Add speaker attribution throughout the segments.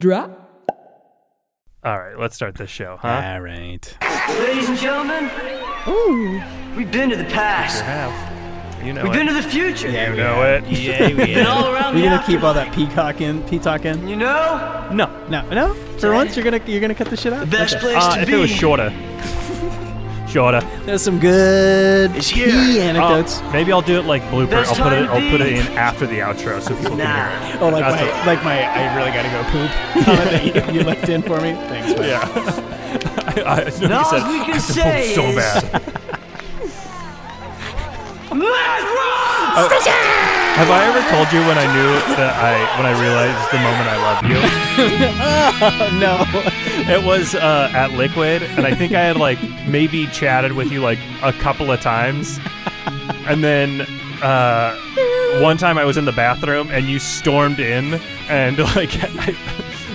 Speaker 1: Drop.
Speaker 2: All right, let's start this show, huh?
Speaker 3: All right.
Speaker 4: Ladies and gentlemen, we've been to the past.
Speaker 2: have. You know
Speaker 4: We've
Speaker 2: it.
Speaker 4: been to the future.
Speaker 2: you know it.
Speaker 3: Yeah, we
Speaker 4: Been all around
Speaker 3: We're
Speaker 4: the
Speaker 3: gonna keep all that
Speaker 4: afterlife.
Speaker 3: peacock in, peacock in.
Speaker 4: You know,
Speaker 2: No.
Speaker 3: No, no. For once, you're gonna you're gonna cut the shit out.
Speaker 4: the best
Speaker 3: Okay.
Speaker 4: place
Speaker 2: Uh,
Speaker 4: to
Speaker 2: if
Speaker 4: be
Speaker 2: it was shorter. shorter.
Speaker 3: There's some good
Speaker 4: It's here.
Speaker 3: pee
Speaker 2: Uh,
Speaker 3: anecdotes.
Speaker 2: maybe I'll do it like blooper.
Speaker 4: Best
Speaker 2: I'll put
Speaker 4: time
Speaker 2: it.
Speaker 4: to
Speaker 2: I'll put it
Speaker 4: be.
Speaker 2: in after the outro so people can
Speaker 4: Nah.
Speaker 2: hear it.
Speaker 3: oh, like
Speaker 2: that's
Speaker 3: my
Speaker 2: a-
Speaker 3: like my I really gotta go poop. comment that you, you left in for me. Thanks. Man.
Speaker 2: Yeah. I, I, no,
Speaker 4: All
Speaker 2: he said,
Speaker 4: we can
Speaker 2: "I have to poop
Speaker 4: say
Speaker 2: so
Speaker 4: is-
Speaker 2: bad.
Speaker 4: Let's rock!
Speaker 2: Have I ever told you when I knew that I when I realized the moment I love you?
Speaker 3: No.
Speaker 2: It was uh, at Liquid, and I think I had like maybe chatted with you like a couple of times, and then uh, one time I was in the bathroom and you stormed in and like I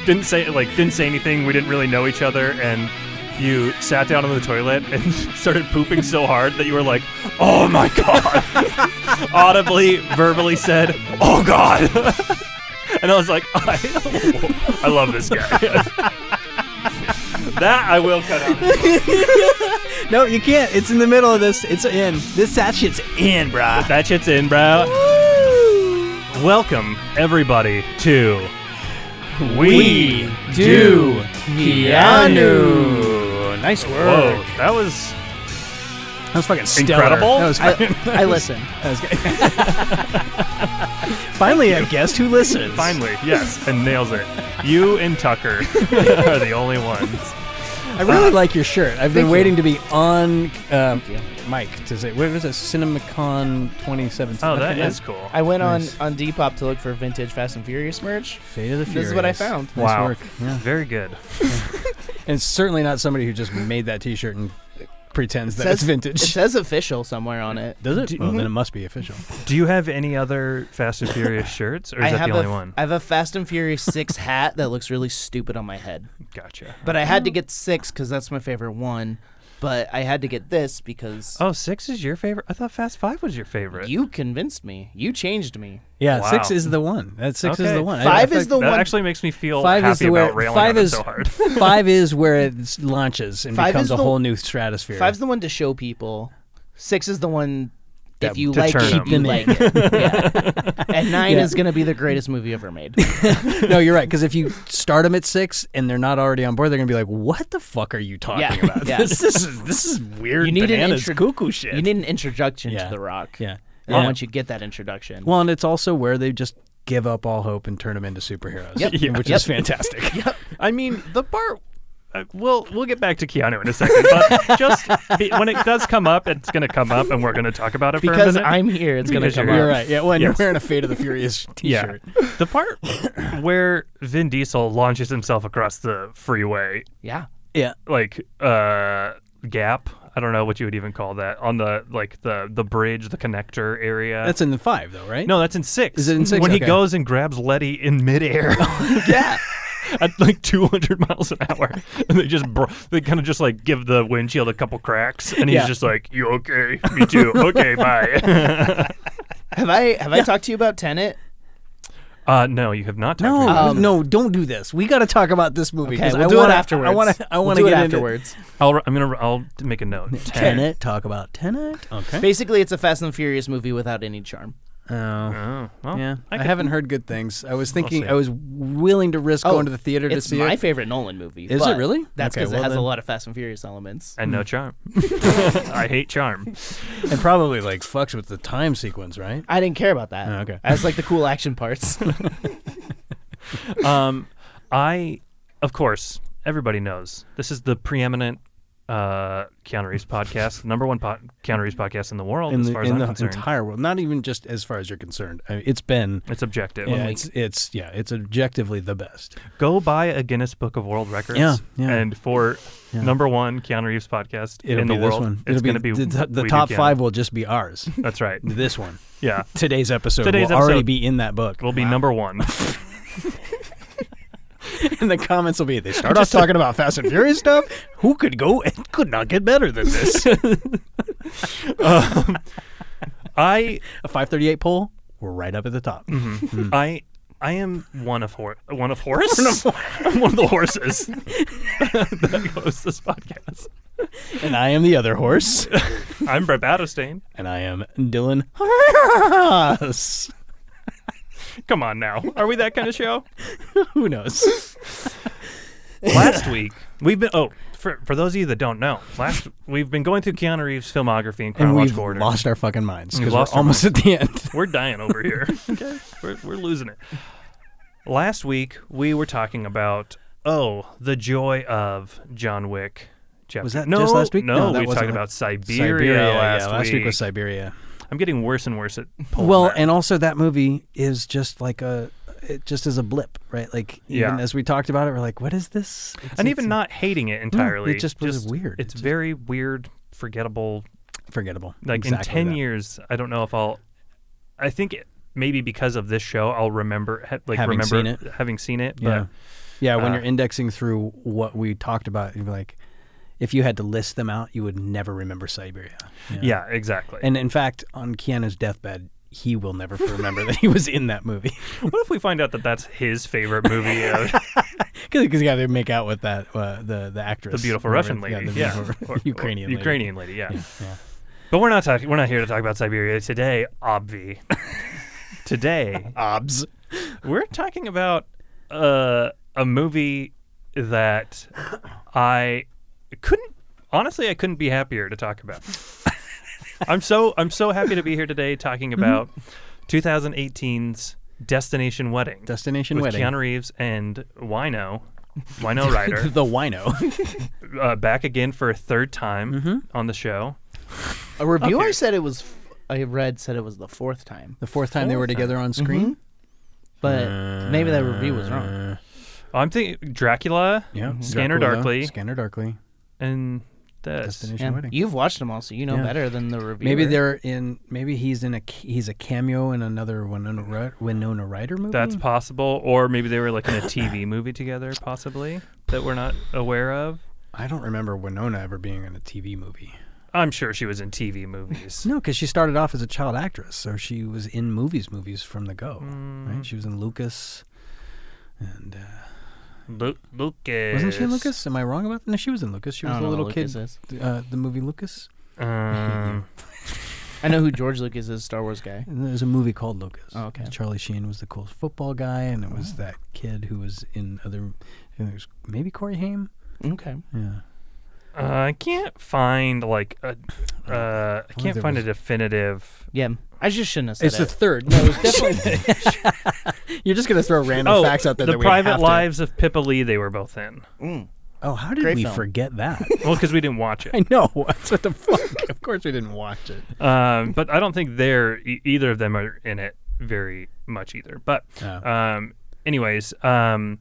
Speaker 2: didn't say like didn't say anything. We didn't really know each other, and you sat down on the toilet and started pooping so hard that you were like, "Oh my god!" Audibly, verbally said, "Oh god." And I was like, I, I love this guy. That I will cut out.
Speaker 3: No, you can't. It's in the middle of this. It's in. This that shit's in, brah.
Speaker 2: That shit's in, bro. Welcome, everybody, to We
Speaker 3: do Keanu. Nice
Speaker 2: Whoa,
Speaker 3: work.
Speaker 2: that was
Speaker 3: That was fucking stellar.
Speaker 2: Incredible?
Speaker 3: That was fucking I, I listen. That was good. Finally, a guest who listens.
Speaker 2: finally yes, and nails it. You and Tucker are the only ones.
Speaker 3: I
Speaker 5: Uh,
Speaker 3: really like your shirt. I've been waiting to be on um, Mike to say what was it? CinemaCon 2017.
Speaker 2: Oh, that
Speaker 3: Okay, yeah.
Speaker 2: is cool.
Speaker 5: I went
Speaker 3: Nice.
Speaker 5: on on Depop to look for vintage Fast and Furious merch.
Speaker 3: Fate of the Furious.
Speaker 5: This is what I found.
Speaker 3: Nice
Speaker 2: Wow.
Speaker 3: work. Yeah.
Speaker 2: Very good.
Speaker 3: And it's certainly not somebody who just made that T-shirt and pretends that it's
Speaker 5: It
Speaker 3: vintage.
Speaker 5: says mm-hmm. official somewhere on it.
Speaker 3: Does it? Well, then it must be official.
Speaker 2: Do you have any other Fast and Furious shirts, or is
Speaker 5: I
Speaker 2: that
Speaker 5: have
Speaker 2: the only
Speaker 5: a,
Speaker 2: one?
Speaker 5: I have a Fast and Furious six hat that looks really stupid on my head,
Speaker 2: Gotcha.
Speaker 5: but I
Speaker 3: Oh.
Speaker 5: had to get six because that's my favorite one. But I had to get this because
Speaker 2: Oh, six is your favorite. I thought Fast Five was your favorite.
Speaker 5: you convinced me. You changed me.
Speaker 3: Yeah,
Speaker 2: Wow.
Speaker 3: six is the one. That six is
Speaker 2: Okay.
Speaker 3: the one. I- I
Speaker 5: Five
Speaker 3: feel
Speaker 5: is the
Speaker 2: that
Speaker 5: one.
Speaker 2: actually makes me feel
Speaker 3: five
Speaker 2: happy
Speaker 3: is the
Speaker 2: about
Speaker 3: where
Speaker 2: railing
Speaker 3: five
Speaker 2: on it
Speaker 3: is
Speaker 2: so hard.
Speaker 3: five is where it launches and
Speaker 5: Five
Speaker 3: becomes
Speaker 5: is
Speaker 3: a
Speaker 5: the-
Speaker 3: whole new stratosphere.
Speaker 5: Five's the one to show people. Six is the one.
Speaker 3: That-
Speaker 5: If you
Speaker 2: to
Speaker 5: like
Speaker 2: turn
Speaker 5: it,
Speaker 2: 'em.
Speaker 5: you
Speaker 3: Them
Speaker 5: like
Speaker 3: in.
Speaker 5: it. Yeah. And nine
Speaker 3: Yeah.
Speaker 5: is going to be the greatest movie ever made.
Speaker 3: no, you're right. Because if you start them at six and they're not already on board, they're gonna be like, "What the fuck are you talking
Speaker 5: Yeah,
Speaker 3: about?
Speaker 5: yeah.
Speaker 3: This, this is this is weird.
Speaker 5: You need an
Speaker 3: bananas
Speaker 5: intro-
Speaker 3: cuckoo shit."
Speaker 5: You need an introduction
Speaker 3: Yeah.
Speaker 5: to The Rock.
Speaker 3: yeah.
Speaker 5: And
Speaker 3: Yeah.
Speaker 5: once you get that introduction,
Speaker 3: Well, and it's also where they just give up all hope and turn them into superheroes,
Speaker 5: Yep.
Speaker 2: Yeah.
Speaker 3: which is fantastic.
Speaker 2: I mean, the part. Uh, we'll we'll get back to Keanu in a second, but just be, when it does come up, it's going to come up, and we're going to talk about it for a
Speaker 5: because
Speaker 2: minute.
Speaker 5: I'm here, it's going to
Speaker 2: Because
Speaker 5: come
Speaker 2: you're
Speaker 5: up.
Speaker 3: You're right. Yeah. Well, and you're
Speaker 2: Yes.
Speaker 3: wearing a Fate of the Furious
Speaker 2: yeah,
Speaker 3: T-shirt.
Speaker 2: the part where Vin Diesel launches himself across the freeway,
Speaker 5: Yeah.
Speaker 3: Yeah.
Speaker 2: like uh, gap. I don't know what you would even call that on the like the the bridge, the connector area.
Speaker 3: That's in the five, though, right?
Speaker 2: no, that's in six.
Speaker 3: Is it in six?
Speaker 2: When he
Speaker 3: Okay. Oh,
Speaker 2: goes and grabs Letty in midair.
Speaker 3: Yeah.
Speaker 2: at like 200 miles an hour, and they just br- they kind of just like give the windshield a couple cracks, and he's
Speaker 3: Yeah.
Speaker 2: just like, "You okay? Me too. Okay, bye."
Speaker 5: Have I have I talked to you about Tenet?
Speaker 2: uh, no, you have not. Talked
Speaker 3: No,
Speaker 2: to me.
Speaker 5: Um,
Speaker 3: no, don't do this. We got to talk about this movie.
Speaker 5: Okay,
Speaker 3: 'cause
Speaker 5: we'll
Speaker 3: I
Speaker 5: do
Speaker 3: wanna,
Speaker 5: it afterwards.
Speaker 3: I want to. I
Speaker 5: We'll
Speaker 3: want to
Speaker 5: do it
Speaker 3: get into
Speaker 5: afterwards.
Speaker 2: I'll, I'm gonna I'll make a note. Ten.
Speaker 3: Tenet. Talk about Tenet. Okay.
Speaker 5: Basically, it's a Fast and Furious movie without any charm.
Speaker 3: Oh.
Speaker 2: Oh, well,
Speaker 3: Yeah, I,
Speaker 2: could-
Speaker 3: haven't heard good things. I was thinking,
Speaker 2: see.
Speaker 3: I was willing to risk
Speaker 5: Oh,
Speaker 3: going to the theater to
Speaker 5: It's
Speaker 3: see
Speaker 5: my
Speaker 3: it.
Speaker 5: favorite Nolan movie.
Speaker 3: Is it
Speaker 5: but
Speaker 3: really?
Speaker 5: That's
Speaker 3: Okay,
Speaker 5: because
Speaker 3: well
Speaker 5: it has
Speaker 3: then.
Speaker 5: a lot of Fast and Furious elements.
Speaker 2: And no charm. I hate charm.
Speaker 3: and probably like fucks with the time sequence, right?
Speaker 5: I didn't care about that.
Speaker 3: Oh, okay.
Speaker 5: I was like the cool action parts.
Speaker 2: Um, I, of course, everybody knows this is the preeminent uh, Keanu Reeves podcast, number one po- Keanu Reeves podcast in the world,
Speaker 3: In
Speaker 2: as
Speaker 3: the,
Speaker 2: far as
Speaker 3: in
Speaker 2: I'm
Speaker 3: the
Speaker 2: concerned.
Speaker 3: entire world, not even just as far as you're concerned. I mean, it's been,
Speaker 2: it's objective.
Speaker 3: yeah, it's, it's yeah, it's objectively the best.
Speaker 2: go buy a Guinness Book of World Records.
Speaker 3: Yeah, yeah.
Speaker 2: And for number one Keanu Reeves podcast
Speaker 3: It'll
Speaker 2: in
Speaker 3: be
Speaker 2: the
Speaker 3: this
Speaker 2: world,
Speaker 3: one.
Speaker 2: it's
Speaker 3: It'll
Speaker 2: going to be
Speaker 3: the, the- the
Speaker 2: We Do
Speaker 3: top
Speaker 2: Keanu.
Speaker 3: five will just be ours.
Speaker 2: That's right.
Speaker 3: this one,
Speaker 2: Yeah,
Speaker 3: today's episode
Speaker 2: Today's
Speaker 3: will already
Speaker 2: episode-
Speaker 3: be in that book.
Speaker 2: we'll be number one.
Speaker 3: and the comments will be they start off talking about Fast and Furious stuff. Who could go? It could not get better than this.
Speaker 2: I
Speaker 3: Mm-hmm. a 538 poll. We're right up at the top.
Speaker 2: I I am one of horse. One of horse. I'm one of the horses. that goes this podcast.
Speaker 3: And I am the other horse.
Speaker 2: I'm Brett Battistane.
Speaker 3: and I am Dylan. Haas.
Speaker 2: Come on now. Are we that kind of show?
Speaker 3: Who knows?
Speaker 2: last week we've been oh for for those of you that don't know last we've been going through Keanu Reeves filmography in
Speaker 3: And we've
Speaker 2: chronological order.
Speaker 3: lost our fucking minds
Speaker 2: We've
Speaker 3: because we're
Speaker 2: lost our
Speaker 3: almost at the end.
Speaker 2: We're dying over here. okay, we're, we're losing it. Last week we were talking about oh the joy of John Wick. Chapter.
Speaker 3: Was that
Speaker 2: no,
Speaker 3: just last week? No,
Speaker 2: No,
Speaker 3: that
Speaker 2: we
Speaker 3: wasn't
Speaker 2: talked
Speaker 3: la-
Speaker 2: about Siberia,
Speaker 3: Siberia.
Speaker 2: last,
Speaker 3: yeah, last week. was Siberia.
Speaker 2: I'm getting worse and worse at pulling
Speaker 3: Well,
Speaker 2: that.
Speaker 3: and also that movie is just like a, it just is a blip, right? Like
Speaker 2: Yeah.
Speaker 3: even as we talked about it, we're like, what is this? It's-
Speaker 2: and
Speaker 3: it's
Speaker 2: even not hating it entirely.
Speaker 3: it just was weird.
Speaker 2: It's
Speaker 3: It just-
Speaker 2: very weird, forgettable,
Speaker 3: forgettable.
Speaker 2: like in
Speaker 3: Exactly
Speaker 2: 10
Speaker 3: that.
Speaker 2: years i don't know if i'll i think it, maybe because of this show i'll remember ha- like
Speaker 3: Having
Speaker 2: remember
Speaker 3: seen it.
Speaker 2: having seen it
Speaker 3: Yeah. Yeah, when
Speaker 2: uh,
Speaker 3: you're indexing through what we talked about, you'd be like, if you had to list them out, you would never remember Siberia.
Speaker 2: but yeah, exactly
Speaker 3: And in fact, on Keanu's deathbed, he will never remember that he was in that movie
Speaker 2: what if we find out that that's his favorite movie of,
Speaker 3: because he got to make out with that uh, the the actress,
Speaker 2: the beautiful
Speaker 3: Or,
Speaker 2: russian
Speaker 3: yeah,
Speaker 2: lady
Speaker 3: the
Speaker 2: yeah,
Speaker 3: beautiful
Speaker 2: Or- or
Speaker 3: Ukrainian, lady.
Speaker 2: ukrainian lady yeah.
Speaker 3: yeah.
Speaker 2: but we're not talking we're not here to talk about siberia today obvi today
Speaker 3: Obs.
Speaker 2: we're talking about uh, a movie that I couldn't honestly I couldn't be happier to talk about. I'm so I'm so happy to be here today talking
Speaker 3: Mm-hmm.
Speaker 2: about 2018's Destination Wedding.
Speaker 3: Destination
Speaker 2: with
Speaker 3: Wedding.
Speaker 2: Keanu Reeves and Wino, Wino Ryder,
Speaker 3: the wino.
Speaker 2: uh, back again for a third time
Speaker 3: Mm-hmm.
Speaker 2: on the show.
Speaker 5: A reviewer said it was. f- I read said it was the fourth time,
Speaker 3: the fourth time they were together on screen.
Speaker 2: Mm-hmm.
Speaker 5: but maybe that review was
Speaker 3: Uh,
Speaker 5: wrong.
Speaker 2: Oh, I'm thinking Dracula,
Speaker 3: Yeah.
Speaker 2: Mm-hmm. Scanner
Speaker 3: Dracula,
Speaker 2: Darkly,
Speaker 3: Scanner Darkly.
Speaker 2: and this.
Speaker 3: Destination
Speaker 5: Yeah.
Speaker 3: Wedding.
Speaker 5: You've watched them all, so you know
Speaker 3: Yeah.
Speaker 5: better than the review.
Speaker 3: Maybe they're in. Maybe he's in a. He's a cameo in another Winona, Ry- Winona Ryder movie.
Speaker 2: That's possible, or maybe they were like in a TV movie together, possibly that we're not aware of.
Speaker 3: I don't remember Winona ever being in a TV movie.
Speaker 2: I'm sure she was in TV movies.
Speaker 3: No, because she started off as a child actress, so she was in movies, movies from the go. Right? She was in Lucas, and uh,
Speaker 2: Lu- Lucas
Speaker 3: wasn't she in Lucas? Am I wrong about that? No, she was in Lucas. She
Speaker 5: I
Speaker 3: was
Speaker 5: don't
Speaker 3: the
Speaker 5: know what
Speaker 3: little
Speaker 5: Lucas
Speaker 3: kid.
Speaker 5: is.
Speaker 3: Uh, the movie Lucas.
Speaker 2: Um,
Speaker 5: I know who George Lucas is, Star Wars guy.
Speaker 3: And there's a movie called Lucas.
Speaker 5: Oh, okay.
Speaker 3: Charlie Sheen was the coolest football guy, and it was that kid who was in other. I think it was maybe Corey Haim.
Speaker 5: Okay.
Speaker 3: Yeah.
Speaker 2: uh, I can't find like a. Uh, I can't
Speaker 3: there
Speaker 2: find a
Speaker 3: was-
Speaker 2: definitive.
Speaker 5: Yeah. I just shouldn't have said it.
Speaker 3: third. No, it's definitely. You're just gonna throw random
Speaker 2: oh,
Speaker 3: facts out there.
Speaker 2: the
Speaker 3: that we
Speaker 2: Private
Speaker 3: have to-
Speaker 2: Lives of Pippa Lee. They were both in.
Speaker 3: Oh, how did
Speaker 5: Great
Speaker 3: we
Speaker 5: film.
Speaker 3: forget that?
Speaker 2: Well, because we didn't watch it.
Speaker 3: I know. That's what the fuck. of course, we didn't watch it.
Speaker 2: Um, but I don't think they're e- either of them are in it very much either. But
Speaker 3: Oh.
Speaker 2: um, anyways, um,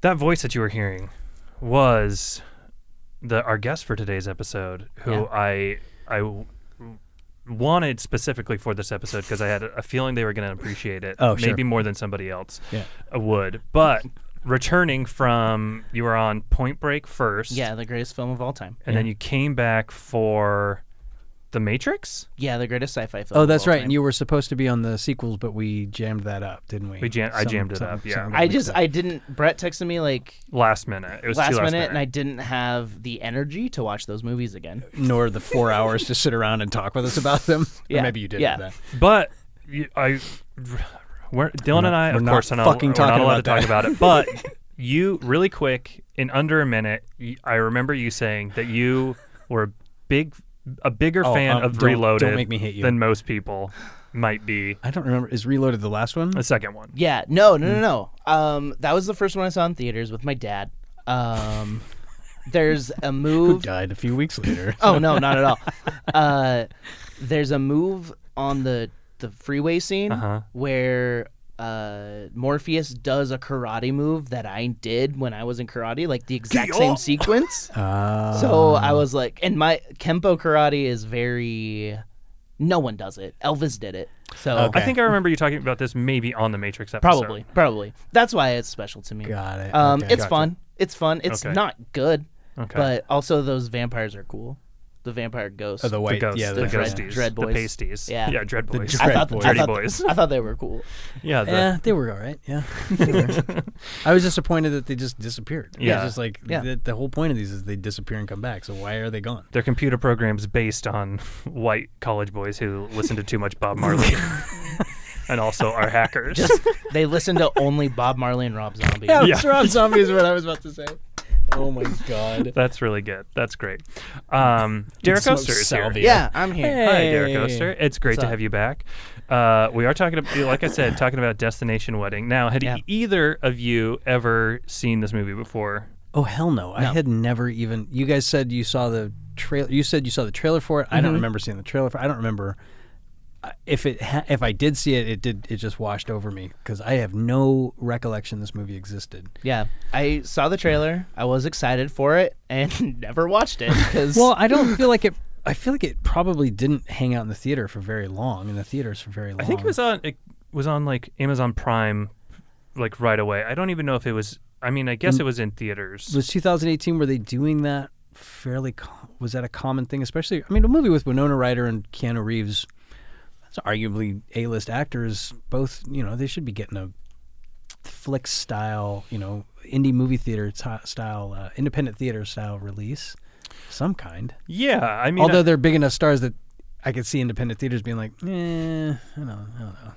Speaker 2: that voice that you were hearing was the our guest for today's episode, who
Speaker 5: Yeah.
Speaker 2: I I w- wanted specifically for this episode because I had a a feeling they were going to appreciate it.
Speaker 3: Oh, sure.
Speaker 2: maybe more than somebody else
Speaker 3: Yeah.
Speaker 2: uh, would. But returning from you were on Point Break first,
Speaker 5: Yeah, the greatest film of all time.
Speaker 2: and then you came back for The Matrix.
Speaker 5: Yeah, the greatest sci-fi film.
Speaker 3: Oh,
Speaker 5: of
Speaker 3: that's
Speaker 5: all
Speaker 3: right.
Speaker 5: time.
Speaker 3: And you were supposed to be on the sequels, but we jammed that up, didn't we?
Speaker 2: We jam- I jammed it up, yeah.
Speaker 5: I just I didn't. Brett texted me like
Speaker 2: Last minute, it was too
Speaker 5: last, minute,
Speaker 2: last minute,
Speaker 5: and I didn't have the energy to watch those movies again.
Speaker 3: nor the four hours to sit around and talk with us about them. Or
Speaker 5: Yeah,
Speaker 3: maybe you did
Speaker 5: yeah.
Speaker 3: that.
Speaker 2: But you, I, we're, Dylan and I,
Speaker 3: we're
Speaker 2: of
Speaker 3: not
Speaker 2: course, are not,
Speaker 3: fucking
Speaker 2: we're not
Speaker 3: talking
Speaker 2: allowed to
Speaker 3: about
Speaker 2: talk about it. But you, really quick, in under a minute, y- I remember you saying that you were a big, a bigger
Speaker 3: Oh,
Speaker 2: fan
Speaker 3: um,
Speaker 2: of
Speaker 3: don't- don't
Speaker 2: Reloaded
Speaker 3: make me hit you.
Speaker 2: than most people might be.
Speaker 3: I don't remember. Is Reloaded the last one?
Speaker 2: The second one.
Speaker 5: Yeah, no,
Speaker 3: Mm.
Speaker 5: no, no, no. Um, that was the first one I saw in theaters with my dad. Um, there's a
Speaker 3: Who
Speaker 5: move.
Speaker 3: died a few weeks later?
Speaker 5: Oh no, not at all. Uh, there's a move on the the freeway scene
Speaker 2: Uh-huh.
Speaker 5: where uh, Morpheus does a karate move that I did when I was in karate, like the exact same sequence.
Speaker 3: Ah.
Speaker 5: So I was like, and my Kempo karate is very. No one does it. Elvis did it. So
Speaker 3: Okay.
Speaker 2: I think I remember you talking about this maybe on the Matrix episode.
Speaker 5: probably, probably. That's why it's special to me.
Speaker 3: Got it.
Speaker 5: Um,
Speaker 3: Okay.
Speaker 5: It's
Speaker 2: Gotcha.
Speaker 5: fun. It's fun. It's
Speaker 2: Okay.
Speaker 5: not good,
Speaker 2: Okay.
Speaker 5: but also those vampires are cool. the vampire ghosts.
Speaker 3: Oh, the white,
Speaker 2: the ghosts,
Speaker 3: yeah,
Speaker 2: the,
Speaker 5: the dread-
Speaker 2: ghosties,
Speaker 5: dread
Speaker 2: the
Speaker 5: boys.
Speaker 2: pasties.
Speaker 5: Yeah.
Speaker 2: yeah, dread boys.
Speaker 3: dread-
Speaker 5: I thought,
Speaker 3: boys.
Speaker 5: I
Speaker 2: Dirty
Speaker 5: thought-
Speaker 2: boys.
Speaker 5: I thought they were cool.
Speaker 2: yeah, the,
Speaker 3: Yeah, they were all right. Yeah, They were. I was disappointed that they just disappeared. Yeah,
Speaker 2: Yeah.
Speaker 3: just like
Speaker 5: Yeah.
Speaker 3: The, the whole point of these is they disappear and come back. So why are they gone?
Speaker 2: their computer programs based on white college boys who listen to too much Bob Marley, and also are hackers.
Speaker 5: they listen to only Bob Marley and Rob Zombie.
Speaker 3: Yeah,
Speaker 2: Yeah.
Speaker 3: Rob Zombie is what I was about to say. Oh my god.
Speaker 2: That's really good. That's great. Um, Derek
Speaker 3: Smoke
Speaker 2: Oster is
Speaker 3: salvia.
Speaker 2: here.
Speaker 5: Yeah, I'm here.
Speaker 2: Hi, Derek Oster.
Speaker 3: Hey.
Speaker 2: It's great to
Speaker 5: up?
Speaker 2: have you back. Uh, we are talking, about, like I said, talking about Destination Wedding. Now, had
Speaker 5: Yeah.
Speaker 2: e- either of you ever seen this movie before?
Speaker 3: Oh hell no. I had never even you guys said you saw the trailer you said you saw the trailer for it. I
Speaker 2: Mm-hmm.
Speaker 3: don't remember seeing the trailer for I don't remember uh, if it ha- if I did see it it did it just washed over me cuz I have no recollection this movie existed.
Speaker 5: Yeah, I saw the trailer. I was excited for it and never watched it because
Speaker 3: Well, I don't feel like it I feel like it probably didn't hang out in the theater for very long in the theaters for very long.
Speaker 2: I think it was on. It was on like Amazon Prime, like right away. I don't even know if it was. I mean, I guess it was in theaters.
Speaker 3: Mm. was 2018 were they doing that fairly com- was that a common thing especially i mean a movie with winona ryder and keanu reeves that's arguably a-list actors both you know they should be getting a flick style you know indie movie theater ti style uh, independent theater style release some kind
Speaker 2: Yeah, I mean,
Speaker 3: although
Speaker 2: I-
Speaker 3: they're big enough stars that i could see independent theaters being like eh, i don't know i don't know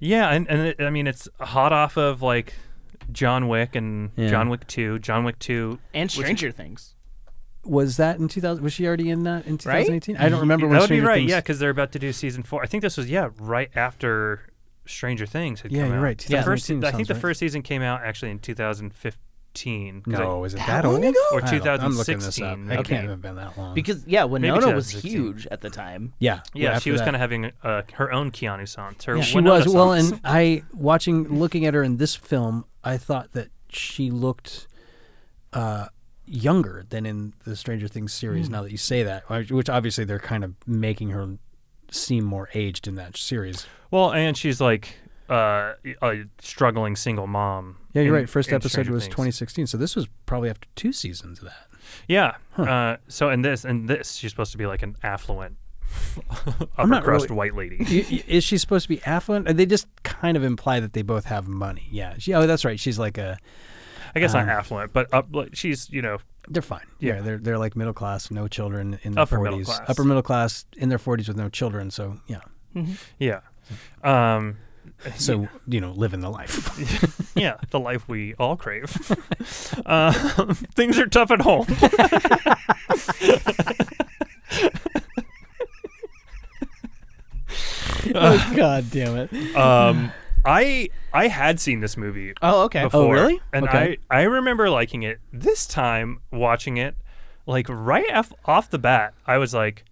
Speaker 2: Yeah, and, and it, I mean it's hot off of like John Wick and
Speaker 3: Yeah.
Speaker 2: John Wick Two. John Wick Two.
Speaker 5: and Stranger Things.
Speaker 3: was that in 2000 was she already in that in
Speaker 5: Right?
Speaker 3: 2018 i don't remember when
Speaker 2: that would be
Speaker 3: Stranger
Speaker 2: right,
Speaker 3: Things-
Speaker 2: yeah, because they're about to do season four. I think this was yeah right after Stranger Things had
Speaker 3: Yeah,
Speaker 2: come
Speaker 3: you're
Speaker 2: out.
Speaker 3: right,
Speaker 2: The first,
Speaker 3: 2018
Speaker 2: I think
Speaker 3: sounds
Speaker 2: the
Speaker 3: right.
Speaker 2: first season came out actually in 2015. 'cause I-
Speaker 3: No, is it that,
Speaker 5: long
Speaker 3: old?
Speaker 5: ago?
Speaker 2: Or
Speaker 3: I don't- I'm looking this up.
Speaker 2: 2016,
Speaker 3: It
Speaker 2: maybe.
Speaker 3: can't have been that long.
Speaker 5: Because yeah, Winona was
Speaker 2: 2016.
Speaker 5: huge at the time.
Speaker 3: yeah,
Speaker 2: yeah, she was kind
Speaker 3: of.
Speaker 2: of having uh, her own Keanu Sans. Her
Speaker 3: She
Speaker 2: Winona
Speaker 3: was well,
Speaker 2: Sans.
Speaker 3: and I watching, looking at her in this film, I thought that she looked uh, younger than in the Stranger Things series. Now that you say that, which obviously they're kind of making her seem more aged in that series.
Speaker 2: well, and she's like uh, a struggling single mom.
Speaker 3: Yeah, you're
Speaker 2: in-
Speaker 3: right. First
Speaker 2: in
Speaker 3: episode
Speaker 2: Stranger
Speaker 3: was
Speaker 2: Things.
Speaker 3: 2016, so this was probably after two seasons of that.
Speaker 2: Yeah. Uh, so in this, in this, she's supposed to be like an affluent, upper
Speaker 3: not
Speaker 2: crust
Speaker 3: really-
Speaker 2: white lady.
Speaker 3: Y- y- is she supposed to be affluent? Uh, They just kind of imply that they both have money. Yeah. She, oh, that's right. She's like a.
Speaker 2: I guess
Speaker 3: Ah.
Speaker 2: not affluent, but up, like, she's you know
Speaker 3: They're fine.
Speaker 2: Yeah.
Speaker 3: Yeah, they're they're like middle class, no children in their
Speaker 2: Upper middle
Speaker 3: forties,
Speaker 2: class.
Speaker 3: upper middle class in their forties with no children. So yeah,
Speaker 2: yeah, um,
Speaker 3: so you know, living the life.
Speaker 2: yeah, the life we all crave. uh, things are tough at home.
Speaker 3: oh god damn it!
Speaker 2: Um, I I had seen this movie.
Speaker 5: Oh, okay.
Speaker 2: before,
Speaker 3: really?
Speaker 2: And
Speaker 3: Okay.
Speaker 2: I I remember liking it. This time watching it, like right off, off the bat, I was like,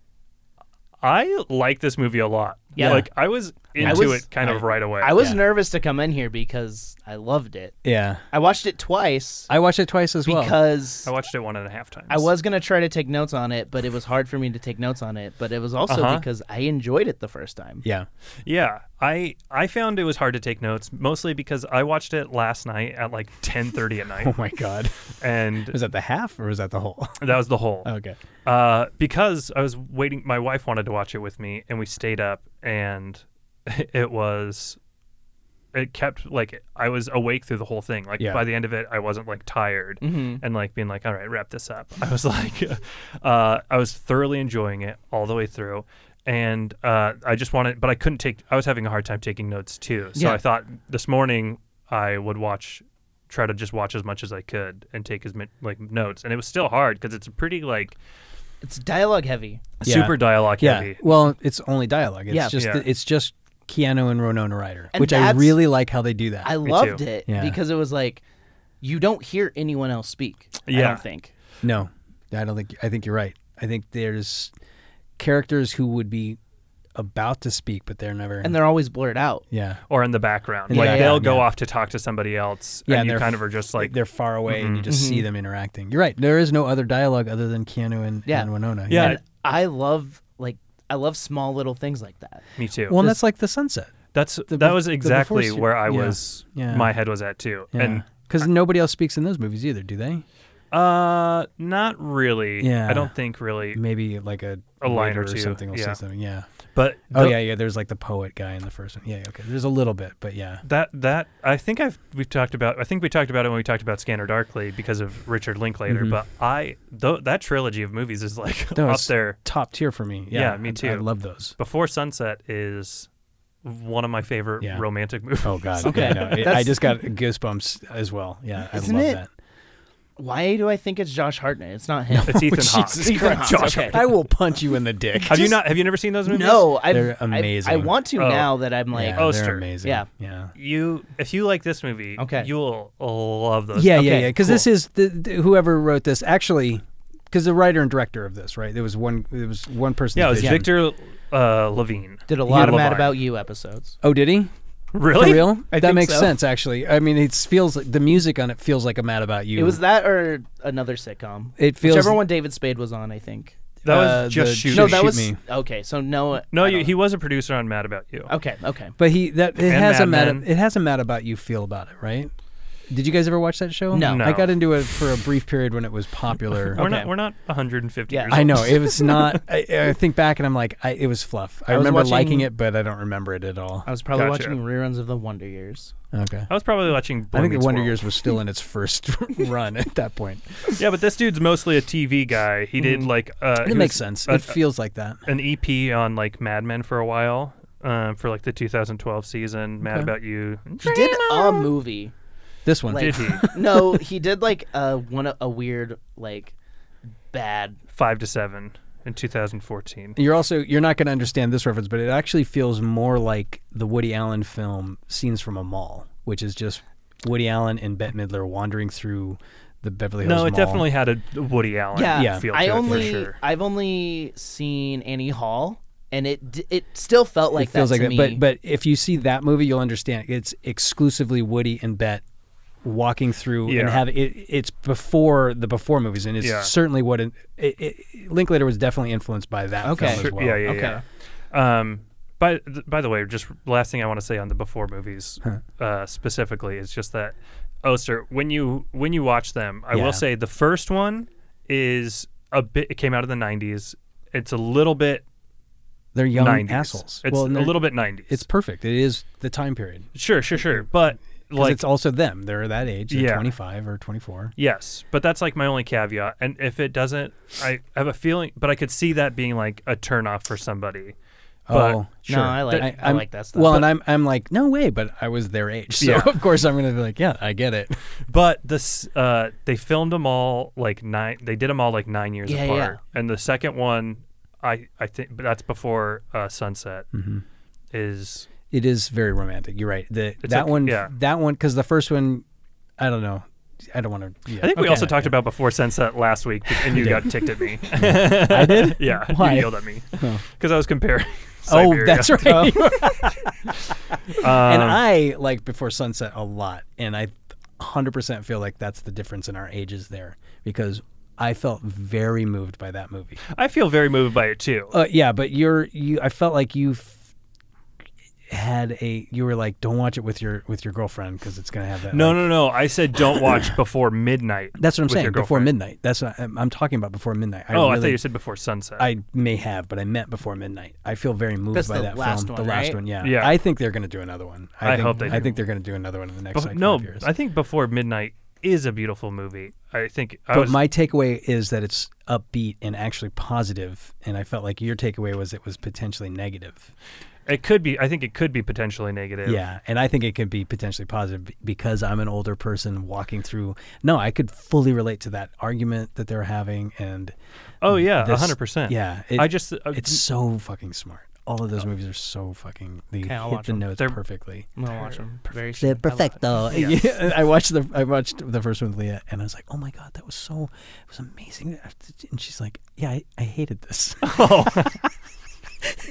Speaker 2: I like this movie a lot.
Speaker 5: Yeah.
Speaker 2: like I was into
Speaker 5: was-
Speaker 2: it kind of right away.
Speaker 5: I was
Speaker 3: Yeah.
Speaker 5: nervous to come in here because I loved it.
Speaker 3: Yeah,
Speaker 5: I watched it twice
Speaker 3: I watched it twice as well.
Speaker 5: because
Speaker 2: I watched it one and a half times.
Speaker 5: I was gonna try to take notes on it, but it was hard for me to take notes on it. But it was also
Speaker 2: Uh-huh.
Speaker 5: because I enjoyed it the first time.
Speaker 3: yeah,
Speaker 2: Yeah, I I found it was hard to take notes mostly because I watched it last night at like 10:30 at
Speaker 3: oh
Speaker 2: night,
Speaker 3: my god,
Speaker 2: and
Speaker 3: was that the half or was that the whole?
Speaker 2: that was the whole.
Speaker 5: Oh.
Speaker 3: okay,
Speaker 2: Uh, because I was waiting. My wife wanted to watch it with me, and we stayed up, and it was. It kept like I was awake through the whole thing. Like
Speaker 3: Yeah.
Speaker 2: by the end of it, I wasn't like tired and like being like, "All right, wrap this up." I was like, uh, I was thoroughly enjoying it all the way through, and uh, I just wanted, but I couldn't take. I was having a hard time taking notes too, so
Speaker 5: Yeah.
Speaker 2: I thought this morning I would watch, try to just watch as much as I could and take as many like notes, and it was still hard because it's a pretty like
Speaker 5: It's dialogue heavy.
Speaker 3: Yeah.
Speaker 2: super dialogue
Speaker 3: yeah.
Speaker 2: heavy.
Speaker 3: Well, it's only dialogue. It's
Speaker 5: Yeah.
Speaker 3: just
Speaker 2: Yeah.
Speaker 3: it's just Keanu and Winona Ryder,
Speaker 5: And
Speaker 3: which I
Speaker 5: that's-
Speaker 3: really like how they do that.
Speaker 5: I loved
Speaker 2: too.
Speaker 5: it
Speaker 3: Yeah.
Speaker 5: because it was like you don't hear anyone else speak. I
Speaker 2: Yeah.
Speaker 5: don't think.
Speaker 3: No, I don't think. I think you're right. I think there's characters who would be about to speak, but they're never.
Speaker 5: And they're always blurred out.
Speaker 3: yeah.
Speaker 2: Or in the background,
Speaker 3: In the
Speaker 2: like
Speaker 3: background,
Speaker 2: they'll go
Speaker 3: yeah.
Speaker 2: off to talk to somebody else,
Speaker 3: Yeah,
Speaker 2: and you
Speaker 3: they're
Speaker 2: kind of
Speaker 3: f-
Speaker 2: are just like, mm-hmm.
Speaker 3: they're far away and you just see them interacting. You're right. There is no other dialogue other than Keanu and,
Speaker 5: Yeah.
Speaker 3: and Winona.
Speaker 2: Yeah.
Speaker 5: And I love like I love small little things like that.
Speaker 2: me too.
Speaker 3: Well, and that's like the sunset.
Speaker 2: that's
Speaker 3: the
Speaker 2: that
Speaker 3: bef-
Speaker 2: was
Speaker 3: the before
Speaker 2: exactly
Speaker 3: se-
Speaker 2: where I
Speaker 3: yeah.
Speaker 2: was.
Speaker 3: Yeah.
Speaker 2: My head was at too,
Speaker 3: Yeah.
Speaker 2: and
Speaker 3: Because nobody else speaks in those movies either, do they?
Speaker 2: Uh, not really.
Speaker 3: Yeah.
Speaker 2: I don't think really.
Speaker 3: Maybe like a,
Speaker 2: A line
Speaker 3: waiter
Speaker 2: or two,
Speaker 3: something will say
Speaker 2: yeah.
Speaker 3: something. Yeah.
Speaker 2: But
Speaker 3: Oh
Speaker 2: the-
Speaker 3: yeah, yeah. There's like the poet guy in the first one. Yeah. Okay. There's a little bit, but yeah.
Speaker 2: That that I think I've we've talked about I think we talked about it when we talked about Scanner Darkly because of Richard Linklater,
Speaker 3: Mhm.
Speaker 2: but I th- that trilogy of movies is like
Speaker 3: That
Speaker 2: up
Speaker 3: was
Speaker 2: there.
Speaker 3: Top tier for me.
Speaker 2: Yeah, me
Speaker 3: I- I,
Speaker 2: too.
Speaker 3: love those.
Speaker 2: Before Sunset is one of my favorite
Speaker 3: Yeah.
Speaker 2: romantic movies.
Speaker 3: Oh God.
Speaker 5: Okay.
Speaker 3: yeah, no, it- I
Speaker 5: That's-
Speaker 3: just got goosebumps as well. Yeah. I
Speaker 5: Isn't
Speaker 3: love
Speaker 5: it-
Speaker 3: that.
Speaker 5: Why do I think it's Josh Hartnett? It's not him.
Speaker 2: It's Ethan
Speaker 3: Oh, Jesus
Speaker 2: Hawke.
Speaker 3: Christ.
Speaker 2: Josh
Speaker 5: okay.
Speaker 2: Hart-
Speaker 3: I will punch you in the dick.
Speaker 2: Have you not have you never seen those movies?
Speaker 5: no, I've,
Speaker 3: They're
Speaker 5: I- I,
Speaker 3: amazing.
Speaker 5: want to
Speaker 2: Oh.
Speaker 5: now that I'm like,
Speaker 3: Yeah,
Speaker 2: Oh,
Speaker 3: they're
Speaker 2: Oster.
Speaker 3: amazing.
Speaker 5: Yeah.
Speaker 3: Yeah.
Speaker 2: You if you like this movie,
Speaker 5: Okay.
Speaker 2: you'll love those.
Speaker 3: Yeah, yeah,
Speaker 5: Okay,
Speaker 3: yeah. Because this is the, the- whoever wrote this actually, because the writer and director of this, right? There was one. There was one person.
Speaker 2: Yeah, it was Victor uh, Levine.
Speaker 5: did a lot of
Speaker 2: Levine.
Speaker 5: Mad About You episodes.
Speaker 3: Oh, did he?
Speaker 2: Really?
Speaker 3: For real?
Speaker 5: I
Speaker 3: that
Speaker 5: think
Speaker 3: makes
Speaker 5: so.
Speaker 3: sense. Actually, I mean, it feels like the music on it feels like a Mad About You.
Speaker 5: It was that or another sitcom.
Speaker 3: It feels-
Speaker 5: whichever one David Spade was on. I think.
Speaker 2: That was
Speaker 3: uh,
Speaker 2: just
Speaker 3: the-
Speaker 2: shoot.
Speaker 5: no,
Speaker 3: Shoot
Speaker 5: that was
Speaker 3: Me.
Speaker 5: okay. So no,
Speaker 2: no,
Speaker 5: I
Speaker 2: you,
Speaker 5: don't-
Speaker 2: he was a producer on Mad About You.
Speaker 5: Okay, okay.
Speaker 3: But he that it
Speaker 2: And
Speaker 3: has a
Speaker 2: Mad
Speaker 3: mad
Speaker 2: Men.
Speaker 3: it has a Mad About You feel about it, right? Did you guys ever watch that show?
Speaker 5: No. No.
Speaker 3: I got into it for a brief period when it was popular.
Speaker 2: We're not
Speaker 5: Okay.
Speaker 2: we're not 150
Speaker 5: Yeah.
Speaker 2: years old.
Speaker 3: I know it was not. I, I think back and I'm like, I, it was fluff. I,
Speaker 5: I was
Speaker 3: remember
Speaker 5: watching-
Speaker 3: liking it, but I don't remember it at all.
Speaker 5: I was probably
Speaker 2: Gotcha.
Speaker 5: watching reruns of The Wonder Years.
Speaker 3: Okay.
Speaker 2: I was probably watching Boy
Speaker 3: I think the
Speaker 2: Meets
Speaker 3: Wonder
Speaker 2: World.
Speaker 3: Years was still in its first run at that point.
Speaker 2: Yeah, but this dude's mostly a TV guy. He did like uh, he
Speaker 3: Mm-hmm. It makes
Speaker 2: was
Speaker 3: sense.
Speaker 2: a-
Speaker 3: It feels like that.
Speaker 2: an EP on like Mad Men for a while, um, for like the 2012 season. Mad
Speaker 3: Okay.
Speaker 2: About You.
Speaker 5: He did a movie.
Speaker 3: This one.
Speaker 5: Like,
Speaker 2: Did he?
Speaker 5: no, he did like a one a weird like bad.
Speaker 2: Five to seven in 2014.
Speaker 3: You're also you're not going to understand this reference, but it actually feels more like the Woody Allen film "Scenes from a Mall," which is just Woody Allen and Bette Midler wandering through the Beverly Hills.
Speaker 2: No, it
Speaker 3: Mall.
Speaker 2: definitely had a Woody Allen
Speaker 5: Yeah,
Speaker 3: Yeah.
Speaker 2: feel to
Speaker 5: I
Speaker 2: it
Speaker 5: only
Speaker 2: for sure.
Speaker 5: I've only seen Annie Hall, and it d- it still felt like
Speaker 3: it feels
Speaker 5: that
Speaker 3: like
Speaker 5: to
Speaker 3: that.
Speaker 5: me.
Speaker 3: But but if you see that movie, you'll understand. It's exclusively Woody and Bette walking through and
Speaker 2: Yeah.
Speaker 3: have it. It's before the before movies, and it's
Speaker 2: Yeah.
Speaker 3: certainly what it, it, it. Linklater was definitely influenced by that
Speaker 5: Okay.
Speaker 3: film as
Speaker 2: Sure,
Speaker 3: well.
Speaker 2: Yeah, yeah,
Speaker 5: okay.
Speaker 2: yeah. Um, by th- by the way, just last thing I want to say on the before movies uh, specifically is just that, oh, sir, when you when you watch them, I
Speaker 3: Yeah.
Speaker 2: will say the first one is a bit. It came out of the '90s. It's a little bit
Speaker 3: They're young
Speaker 2: 90s.
Speaker 3: assholes.
Speaker 2: It's
Speaker 3: well,
Speaker 2: a
Speaker 3: and they're-
Speaker 2: little bit 90s.
Speaker 3: It's perfect. It is the time period.
Speaker 2: sure, sure, sure. But
Speaker 3: 'Cause
Speaker 2: like
Speaker 3: it's also them. They're that age. They're
Speaker 2: Yeah.
Speaker 3: 25 or 24.
Speaker 2: Yes, but that's like my only caveat. And if it doesn't, I have a feeling, but I could see that being like a turnoff for somebody. But
Speaker 3: oh, sure.
Speaker 5: No, I like I,
Speaker 3: I'm-
Speaker 5: like that stuff.
Speaker 3: Well, and I'm I'm like, no way, but I was their age, so
Speaker 2: Yeah.
Speaker 3: of course I'm gonna be like, yeah, I get it.
Speaker 2: but this, uh, they filmed them all like nine. They did them all like nine years
Speaker 5: Yeah,
Speaker 2: apart. And the second one, I I think, but that's before uh, Sunset. Is
Speaker 3: It is very romantic. You're right. The,
Speaker 2: It's
Speaker 3: that
Speaker 2: like-
Speaker 3: one,
Speaker 2: yeah.
Speaker 3: that one, because the first one, I don't know. I don't want to. Yeah.
Speaker 2: I think we
Speaker 3: Okay.
Speaker 2: also talked about before Sunset last week, and you got ticked at me.
Speaker 3: I did.
Speaker 2: yeah,
Speaker 3: Why?
Speaker 2: you yelled at me because I was comparing.
Speaker 3: Oh,
Speaker 2: Siberia.
Speaker 3: that's right. and
Speaker 2: Um,
Speaker 3: I like Before Sunset a lot, and I 100% feel like that's the difference in our ages there because I felt very moved by that movie.
Speaker 2: I feel very moved by it too.
Speaker 3: Uh, yeah, but you're you. I felt like you f- had a. You were like, don't watch it with your with your girlfriend because it's gonna have that.
Speaker 2: No,
Speaker 3: like-
Speaker 2: no, no. I said don't watch before midnight.
Speaker 3: that's what I'm
Speaker 2: with
Speaker 3: saying.
Speaker 2: your
Speaker 3: Before
Speaker 2: girlfriend.
Speaker 3: midnight. That's what I'm, I'm talking about. Before midnight. I
Speaker 2: oh, I
Speaker 3: really,
Speaker 2: thought you said before sunset.
Speaker 3: I may have, but I meant before midnight. I feel very moved
Speaker 5: That's
Speaker 3: by
Speaker 5: the
Speaker 3: that
Speaker 5: last
Speaker 3: film.
Speaker 5: one,
Speaker 3: the last
Speaker 5: right?
Speaker 3: one, yeah.
Speaker 2: Yeah.
Speaker 3: I think they're gonna do another one. I,
Speaker 2: I
Speaker 3: think,
Speaker 2: hope they
Speaker 3: I
Speaker 2: do.
Speaker 3: think they're gonna do another one in the next
Speaker 2: Bef-
Speaker 3: like
Speaker 2: no,
Speaker 3: five years.
Speaker 2: I think before midnight is a beautiful movie. I think. I
Speaker 3: but
Speaker 2: was,
Speaker 3: my takeaway is that it's upbeat and actually positive, and I felt like your takeaway was it was potentially negative.
Speaker 2: it could be. I think it could be potentially negative.
Speaker 3: Yeah, and I think it could be potentially positive b- because I'm an older person walking through. No, I could fully relate to that argument that they're having, and
Speaker 2: Oh yeah,
Speaker 3: this-
Speaker 2: hundred percent.
Speaker 3: Yeah,
Speaker 2: I just. Uh,
Speaker 3: it's so fucking smart. All of those movies are so fucking they
Speaker 5: Okay, I'll
Speaker 3: hit
Speaker 5: watch
Speaker 3: the
Speaker 5: 'em.
Speaker 3: notes
Speaker 2: They're-
Speaker 3: perfectly.
Speaker 5: I'm gonna watch them very soon.
Speaker 3: They're
Speaker 5: I love it.
Speaker 3: perfecto.
Speaker 2: Yes.
Speaker 3: Yeah, I watched the I watched the first one with Leah, and I was like, oh my god, that was so it was amazing. And she's like, yeah, I, I hated this.
Speaker 2: oh,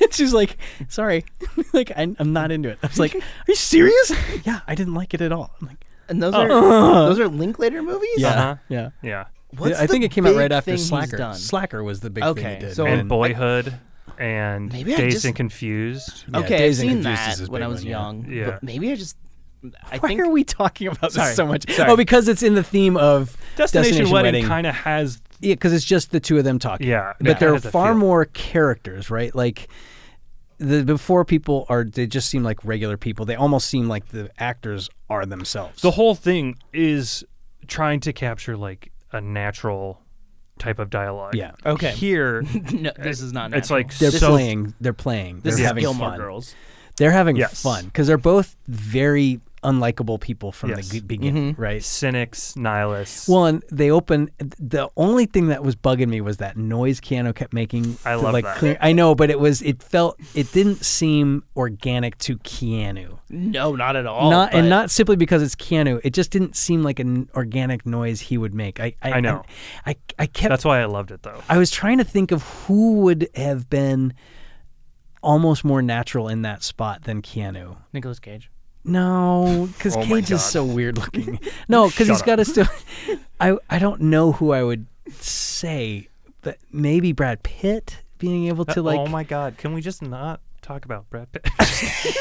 Speaker 3: And she's like, sorry, like I, I'm not into it. I was like, are you serious? yeah, I didn't like it at all. I'm like,
Speaker 5: And those are those are Linklater movies.
Speaker 3: yeah,
Speaker 2: Uh-huh.
Speaker 3: yeah.
Speaker 2: yeah.
Speaker 5: What's
Speaker 3: I think
Speaker 5: the
Speaker 3: it came out
Speaker 5: big
Speaker 3: right after
Speaker 5: thing he's
Speaker 3: Slacker.
Speaker 5: done?
Speaker 3: Slacker was the big thing he
Speaker 5: Okay,
Speaker 3: did.
Speaker 5: so-
Speaker 2: and
Speaker 5: And-
Speaker 2: Boyhood, and
Speaker 5: Maybe I
Speaker 2: Dazed
Speaker 5: just-
Speaker 2: and Confused.
Speaker 3: Yeah,
Speaker 5: okay, I've
Speaker 3: Dazed and
Speaker 5: seen
Speaker 3: Confused is
Speaker 5: that
Speaker 3: his
Speaker 5: when I
Speaker 3: big
Speaker 5: was
Speaker 3: one, yeah.
Speaker 5: young.
Speaker 2: Yeah.
Speaker 5: But maybe I just I
Speaker 3: Why
Speaker 5: think
Speaker 3: are we talking about this
Speaker 2: Sorry,
Speaker 3: so much?
Speaker 2: sorry.
Speaker 3: Oh, because it's in the theme of
Speaker 2: Destination, Wedding,
Speaker 3: wedding.
Speaker 2: kind of has
Speaker 3: Yeah, because it's just the two of them talking.
Speaker 2: Yeah,
Speaker 3: but
Speaker 2: yeah.
Speaker 3: there are
Speaker 2: Has a
Speaker 3: far
Speaker 2: feel.
Speaker 3: more characters, right? Like the before people are, they just seem like regular people. They almost seem like the actors are themselves.
Speaker 2: the whole thing is trying to capture like a natural type of dialogue.
Speaker 3: Yeah.
Speaker 5: Okay.
Speaker 2: Here,
Speaker 5: no, this is not.
Speaker 2: it's
Speaker 5: natural.
Speaker 2: like
Speaker 3: they're
Speaker 2: so
Speaker 3: playing. They're playing.
Speaker 5: this
Speaker 3: they're
Speaker 5: is
Speaker 3: having
Speaker 5: Gilmore
Speaker 3: fun.
Speaker 5: Girls.
Speaker 3: They're having
Speaker 2: Yes.
Speaker 3: fun because they're both very unlikable people from
Speaker 2: Yes. Mm-hmm.
Speaker 3: the g- beginning, right?
Speaker 2: cynics, nihilists.
Speaker 3: Well, and they open. The only thing that was bugging me was that noise Keanu kept making.
Speaker 2: I
Speaker 3: to,
Speaker 2: love
Speaker 3: like,
Speaker 2: that.
Speaker 3: Clear, I know, but it was. It felt. It didn't seem organic to Keanu.
Speaker 5: No, not at all.
Speaker 3: not and
Speaker 5: but-
Speaker 3: not simply because it's Keanu. It just didn't seem like an organic noise he would make. I I,
Speaker 2: I know.
Speaker 3: I I kept.
Speaker 2: that's why I loved it though.
Speaker 3: I was trying to think of who would have been almost more natural in that spot than Keanu.
Speaker 5: Nicolas Cage.
Speaker 3: No, because
Speaker 2: Oh my
Speaker 3: Cage is
Speaker 2: God.
Speaker 3: so weird looking. No, because
Speaker 2: Shut
Speaker 3: he's
Speaker 2: up.
Speaker 3: got to still. I I don't know who I would say, but maybe Brad Pitt being able to like.
Speaker 2: oh my god, can we just not talk about Brad Pitt? Oh,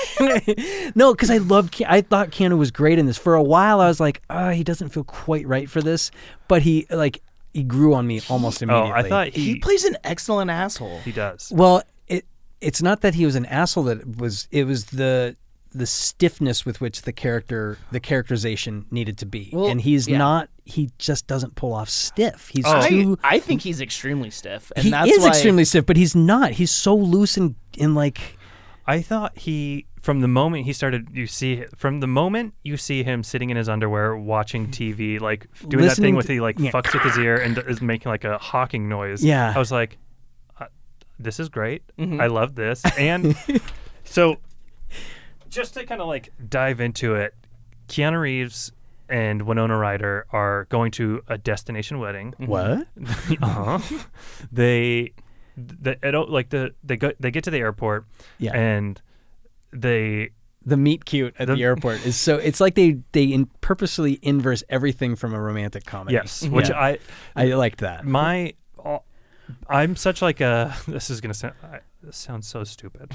Speaker 3: no, because I love. Ke- I thought Keanu was great in this. For a while, I was like, oh, he doesn't feel quite right for this, but he like he grew on me almost
Speaker 2: oh,
Speaker 3: immediately.
Speaker 2: I thought
Speaker 5: He,
Speaker 2: he he,
Speaker 5: plays an excellent asshole.
Speaker 2: does.
Speaker 3: Well, it it's not that he was an asshole. That it was it was the the stiffness with which the character the characterization needed to be,
Speaker 5: Well,
Speaker 3: and he's
Speaker 5: yeah.
Speaker 3: not. He just doesn't pull off stiff. He's
Speaker 2: Oh.
Speaker 5: I,
Speaker 3: too.
Speaker 5: I think he's extremely stiff, and
Speaker 3: he
Speaker 5: that's
Speaker 3: is
Speaker 5: why
Speaker 3: extremely stiff, but he's not. He's so loose and and like
Speaker 2: I thought he from the moment he started you see from the moment you see him sitting in his underwear watching TV like doing that
Speaker 3: Listening
Speaker 2: thing with
Speaker 3: to-
Speaker 2: he like
Speaker 3: yeah.
Speaker 2: fucks with his ear and is making like a hawking noise.
Speaker 3: Yeah. Mm-hmm.
Speaker 2: I was like uh, this is great. I love this. And so just to kind of like dive into it, Keanu Reeves and Winona Ryder are going to a destination wedding.
Speaker 3: what?
Speaker 2: uh-huh. they, the, I don't like the they go they get to the airport
Speaker 3: Yeah.
Speaker 2: and they
Speaker 3: The meet cute at the,
Speaker 2: The-
Speaker 3: airport is so. It's like they they in, purposely inverse everything from a romantic comedy.
Speaker 2: yes which
Speaker 3: Yeah.
Speaker 2: I
Speaker 3: I liked that.
Speaker 2: my all- I'm such like a this is gonna sound I, this sounds so stupid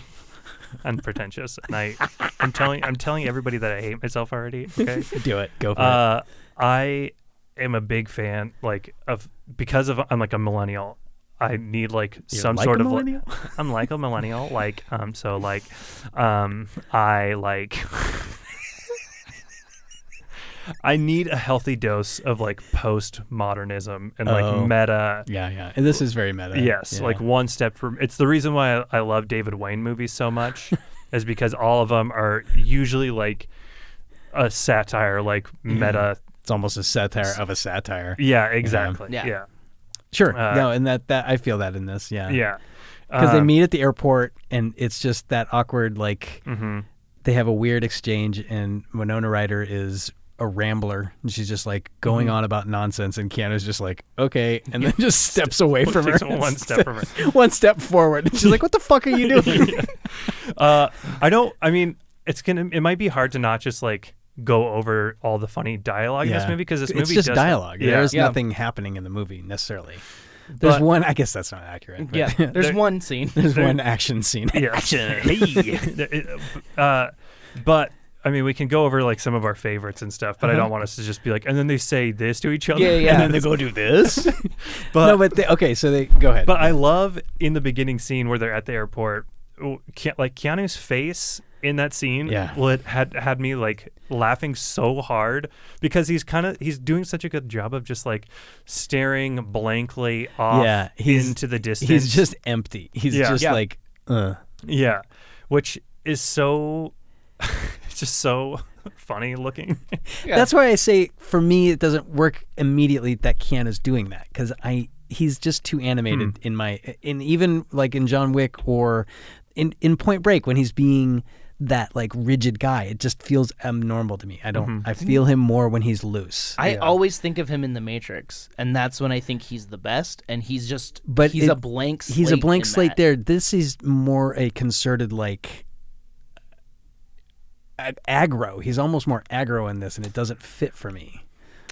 Speaker 2: and pretentious and I I'm telling I'm telling everybody that I hate myself already okay
Speaker 3: Do it. Go for it.
Speaker 2: Uh, I am a big fan, like of because of I'm like a millennial. I need like some
Speaker 3: like
Speaker 2: sort
Speaker 3: a
Speaker 2: of like-
Speaker 3: millennial?
Speaker 2: I'm like a millennial, like um. So like, um, I like. I need a healthy dose of like postmodernism and like
Speaker 3: Oh.
Speaker 2: meta.
Speaker 3: Yeah, yeah. And this is very meta.
Speaker 2: Yes,
Speaker 3: Yeah.
Speaker 2: like one step from. It's the reason why I, I love David Wayne movies so much, is because all of them are usually like a satire, like
Speaker 3: Mm-hmm.
Speaker 2: meta
Speaker 3: it's almost a satire of a satire.
Speaker 2: Yeah, exactly.
Speaker 5: Yeah.
Speaker 2: Yeah. Yeah.
Speaker 3: Sure.
Speaker 2: Uh, um,
Speaker 3: no, and that that I feel that in this. Yeah. Because
Speaker 2: Because
Speaker 3: they meet at the airport, and it's just that awkward. Like
Speaker 2: Mm-hmm.
Speaker 3: they have a weird exchange, and Winona Ryder is a rambler, and she's just like going
Speaker 2: Mm-hmm.
Speaker 3: on about nonsense, and Keanu's just like, okay, and then just steps away from her,
Speaker 2: takes one step from her.
Speaker 3: one step forward, and she's like, what the fuck are you doing?
Speaker 2: Uh, I don't. I mean, it's gonna. It might be hard to not just like go over all the funny dialogue in this movie because this movie
Speaker 3: it's just
Speaker 2: does-
Speaker 3: dialogue. There's
Speaker 5: Yeah.
Speaker 3: nothing happening in the movie necessarily. There's
Speaker 2: But-
Speaker 3: one. I guess that's not accurate. but
Speaker 5: Yeah, there's
Speaker 2: There-
Speaker 5: one scene.
Speaker 3: There's one action scene.
Speaker 2: Yeah. Hey. uh, but. I mean, we can go over like some of our favorites and stuff, but
Speaker 3: Uh-huh.
Speaker 2: I don't want us to just be like, and then they say this to each other.
Speaker 5: Yeah, yeah.
Speaker 2: And then they go do this. but
Speaker 3: no, but they, okay. So they go ahead.
Speaker 2: But I love in the beginning scene where they're at the airport, w- Ke- like Keanu's face in that scene
Speaker 3: Yeah.
Speaker 2: wa- had had me like laughing so hard because he's kind of he's doing such a good job of just like staring blankly off
Speaker 3: Yeah, he's-
Speaker 2: into the distance.
Speaker 3: He's just empty. He's
Speaker 2: Yeah.
Speaker 3: just
Speaker 2: Yeah.
Speaker 3: like, uh.
Speaker 2: yeah, which is so it's just so funny looking.
Speaker 5: Yeah.
Speaker 3: That's why I say for me it doesn't work immediately that Keanu's doing that because I he's just too animated in my in even like in John Wick or in in Point Break when he's being that like rigid guy it just feels abnormal to me. I don't. I feel him more when he's loose.
Speaker 5: I always think of him in The Matrix, and that's when I think he's the best. And he's just,
Speaker 3: But
Speaker 5: he's
Speaker 3: it-
Speaker 5: a blank. Slate
Speaker 3: he's a blank
Speaker 5: in
Speaker 3: slate
Speaker 5: that.
Speaker 3: there. This is more a concerted like a- aggro. He's almost more aggro in this, and it doesn't fit for me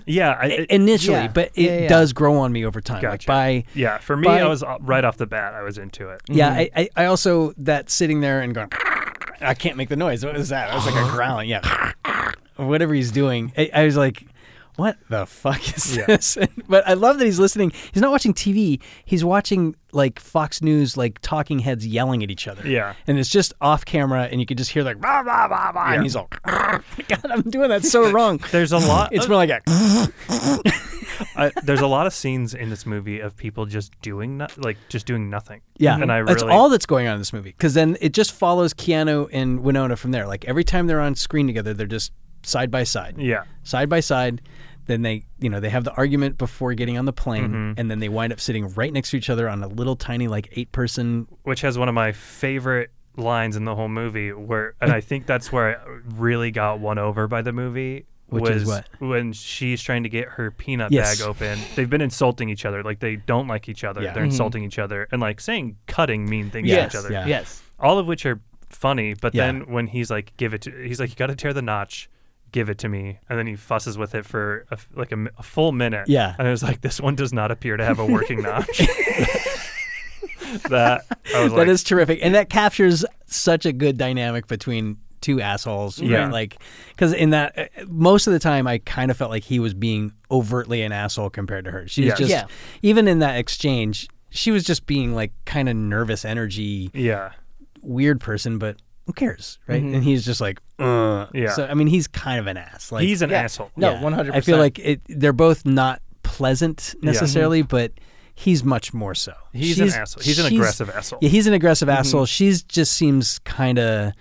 Speaker 2: yeah, I, it-
Speaker 3: initially.
Speaker 5: yeah.
Speaker 3: But it
Speaker 5: Yeah, yeah, yeah.
Speaker 3: does grow on me over time. Like
Speaker 2: Gotcha.
Speaker 3: by
Speaker 2: yeah. For me,
Speaker 3: By-
Speaker 2: I was uh, right off the bat, I was into it.
Speaker 3: yeah, I, I, I "Ah,
Speaker 2: Uh-huh.
Speaker 3: also that sitting there and going. I can't make the noise. What was that? I was like a growling. Yeah, or whatever he's doing. I, I was like, what the fuck is
Speaker 2: Yeah.
Speaker 3: this? but I love that he's listening. He's not watching TV. He's watching like Fox News, like talking heads yelling at each other.
Speaker 2: Yeah.
Speaker 3: And it's just off camera, and you can just hear like blah blah blah blah,
Speaker 2: Yeah.
Speaker 3: and he's all, God, I'm doing that so wrong.
Speaker 2: There's a lot.
Speaker 3: It's more like
Speaker 2: uh,
Speaker 3: a.
Speaker 2: I, there's a lot of scenes in this movie of people just doing no, like just doing nothing.
Speaker 3: Yeah,
Speaker 2: and I really
Speaker 3: that's all that's going on in this movie. Because then it just follows Keanu and Winona from there. Like every time they're on screen together, they're just side by side,
Speaker 2: yeah
Speaker 3: side by side. Then they, you know, they have the argument before getting on the plane,
Speaker 2: Mm-hmm.
Speaker 3: and then they wind up sitting right next to each other on a little tiny, like eight person.
Speaker 2: which has one of my favorite lines in the whole movie where and I think that's where I really got won over by the movie
Speaker 3: Which
Speaker 2: was
Speaker 3: is what?
Speaker 2: when she's trying to get her peanut
Speaker 3: Yes.
Speaker 2: bag open. They've been insulting each other. Like they don't like each other.
Speaker 3: Yeah.
Speaker 2: They're insulting each other and like saying cutting mean things
Speaker 5: yes,
Speaker 2: to each other.
Speaker 3: yeah.
Speaker 5: yes.
Speaker 2: All of which are funny, but
Speaker 3: Yeah.
Speaker 2: then when he's like give it to he's like you got to tear the notch give it to me and then he fusses with it for a, f- like a, mi- a full minute
Speaker 3: Yeah.
Speaker 2: and it was like this one does not appear to have a working notch that I was like,
Speaker 3: that is terrific, and that captures such a good dynamic between two assholes. right?
Speaker 2: Yeah.
Speaker 3: like because in that, uh, most of the time, I kind of felt like he was being overtly an asshole compared to her. She was
Speaker 2: Yes.
Speaker 3: just
Speaker 5: Yeah.
Speaker 3: even in that exchange. She was just being like kind of nervous energy.
Speaker 2: yeah
Speaker 3: weird person, but who cares, right? And he's just like, uh.
Speaker 2: Mm-hmm. Yeah.
Speaker 3: So I mean, he's kind of an ass. Like
Speaker 2: he's an
Speaker 5: Yeah.
Speaker 2: asshole.
Speaker 5: No,
Speaker 3: yeah.
Speaker 5: one hundred.
Speaker 3: I feel like it, they're both not pleasant necessarily,
Speaker 5: Mm-hmm.
Speaker 3: but he's much more so.
Speaker 2: He's an
Speaker 3: She's-
Speaker 2: asshole. He's an
Speaker 3: she's-
Speaker 2: aggressive asshole.
Speaker 3: Yeah, he's an aggressive
Speaker 5: Mm-hmm.
Speaker 3: asshole. She's just seems kind of.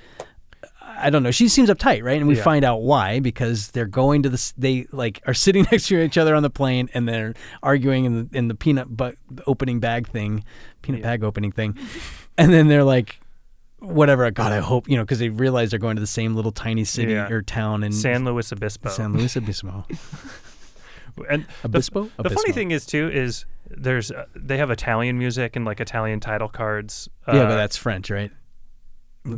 Speaker 3: I don't know. She seems uptight, right? And we
Speaker 2: Yeah.
Speaker 3: find out why because they're going to the s- they like are sitting next to each other on the plane and they're arguing in the in the peanut but opening bag thing, peanut bag opening thing, and then they're like, whatever. God, I hope you know because they realize they're going to the same little tiny city
Speaker 2: Yeah.
Speaker 3: or town in
Speaker 2: San Luis Obispo.
Speaker 3: San Luis Obismo.
Speaker 2: and the-
Speaker 3: Obispo?
Speaker 2: The, funny
Speaker 3: Obispo.
Speaker 2: thing is too is there's uh, they have Italian music and like Italian title cards. Uh,
Speaker 3: yeah, but that's French, right?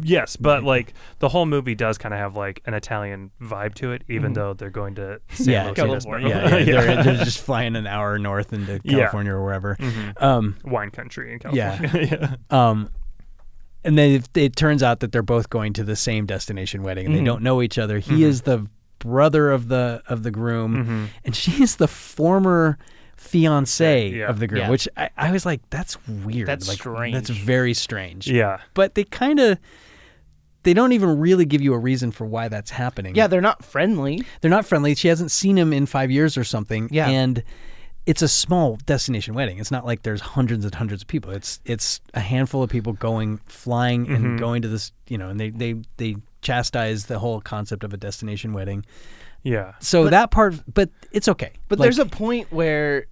Speaker 2: yes, but like the whole movie does kind of have like an Italian vibe to it, even though they're going to San
Speaker 3: Mm-hmm. Yeah,
Speaker 2: Luis
Speaker 3: go
Speaker 2: Obispo.
Speaker 5: for it.
Speaker 3: Yeah, yeah, They're, they're just flying an hour north into
Speaker 2: Yeah.
Speaker 3: California or wherever. Um,
Speaker 2: wine country in
Speaker 3: Yeah.
Speaker 2: California. Yeah,
Speaker 3: Um, and then it, it turns out that they're both going to the same destination wedding, and they don't know each other. He is the brother of the of the groom, and she is the former fiance
Speaker 2: Yeah.
Speaker 3: of the groom.
Speaker 5: Yeah.
Speaker 3: Which I, I was like, that's weird.
Speaker 5: That's
Speaker 3: like,
Speaker 5: strange.
Speaker 3: That's very strange.
Speaker 2: yeah.
Speaker 3: But they kind of they don't even really give you a reason for why that's happening.
Speaker 5: yeah, they're not friendly.
Speaker 3: they're not friendly. She hasn't seen him in five years or something.
Speaker 5: Yeah.
Speaker 3: and. It's a small destination wedding. It's not like there's hundreds and hundreds of people. It's it's a handful of people going flying and
Speaker 5: Mm-hmm.
Speaker 3: going to this, you know, and they they they chastise the whole concept of a destination wedding.
Speaker 2: yeah.
Speaker 3: So that part, but it's okay.
Speaker 5: But
Speaker 3: Like,
Speaker 5: there's a point where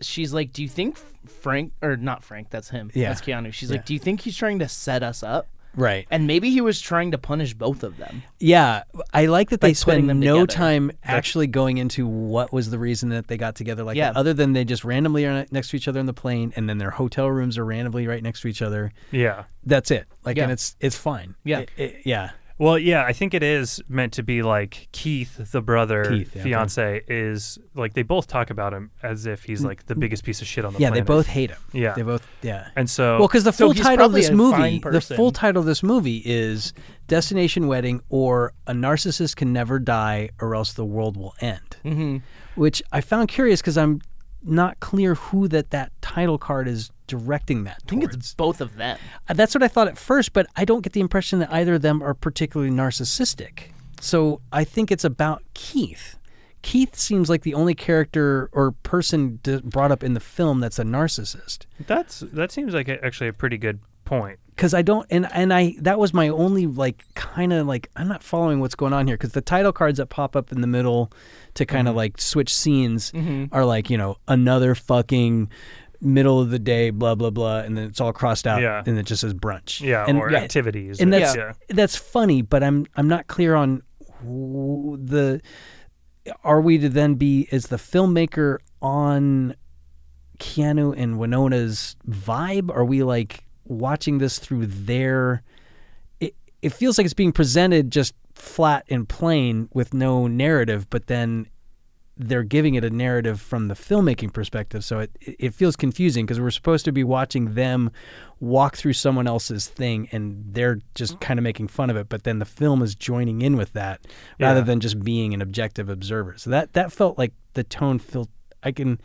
Speaker 5: she's like, "Do you think Frank or not Frank? That's him.
Speaker 3: Yeah.
Speaker 5: that's Keanu." She's
Speaker 3: Yeah.
Speaker 5: like, "Do you think he's trying to set us up?"
Speaker 3: right.
Speaker 5: And maybe he was trying to punish both of them.
Speaker 3: Yeah, I like that they
Speaker 5: Like putting
Speaker 3: spend
Speaker 5: them
Speaker 3: no
Speaker 5: together.
Speaker 3: time actually going into what was the reason that they got together like
Speaker 5: Yeah.
Speaker 3: that, other than they just randomly are next to each other on the plane, and then their hotel rooms are randomly right next to each other.
Speaker 2: Yeah.
Speaker 3: That's it. Like,
Speaker 5: Yeah.
Speaker 3: and it's it's fine.
Speaker 5: Yeah.
Speaker 3: It- it- yeah.
Speaker 2: Well, yeah, I think it is meant to be like Keith, the brother,
Speaker 3: Keith, yeah,
Speaker 2: fiance, is like they both talk about him as if he's like the biggest piece of shit on the
Speaker 3: Mm. yeah,
Speaker 2: planet.
Speaker 3: they both hate him.
Speaker 2: Yeah.
Speaker 3: they both. Yeah.
Speaker 2: And so,
Speaker 3: well, because the
Speaker 5: So
Speaker 3: full
Speaker 5: he's
Speaker 3: title of
Speaker 5: probably
Speaker 3: this
Speaker 5: a
Speaker 3: movie,
Speaker 5: fine
Speaker 3: the full
Speaker 5: person.
Speaker 3: title of this movie is "Destination Wedding" or "A Narcissist Can Never Die or Else the World Will End," mm-hmm. which I found curious because I'm not clear who that that title card is directing that
Speaker 5: I think
Speaker 3: towards.
Speaker 5: it's both of them.
Speaker 3: Uh, That's what I thought at first, but I don't get the impression that either of them are particularly narcissistic. So I think it's about Keith. Keith seems like the only character or person d- brought up in the film that's a narcissist.
Speaker 2: that's that seems like a, actually a pretty good point.
Speaker 3: because I don't and and I that was my only like kind of like I'm not following what's going on here because the title cards that pop up in the middle to kind of
Speaker 2: Mm-hmm.
Speaker 3: like switch scenes are like you know another fucking middle of the day blah blah blah and then it's all crossed out
Speaker 2: Yeah.
Speaker 3: and it just says brunch
Speaker 2: Yeah,
Speaker 3: and,
Speaker 2: or
Speaker 3: yeah,
Speaker 2: activities.
Speaker 3: and
Speaker 2: or-
Speaker 3: that's
Speaker 2: yeah.
Speaker 3: that's funny but I'm I'm not clear on who the are we to then be is the filmmaker on Keanu and Winona's vibe? Are we like watching this through their? It it feels like it's being presented just flat and plain with no narrative, but then they're giving it a narrative from the filmmaking perspective. So it it feels confusing because we're supposed to be watching them walk through someone else's thing, and they're
Speaker 2: Mm.
Speaker 3: just kind of making fun of it. But then the film is joining in with that rather
Speaker 2: Yeah.
Speaker 3: than just being an objective observer. So that that felt like the tone felt I can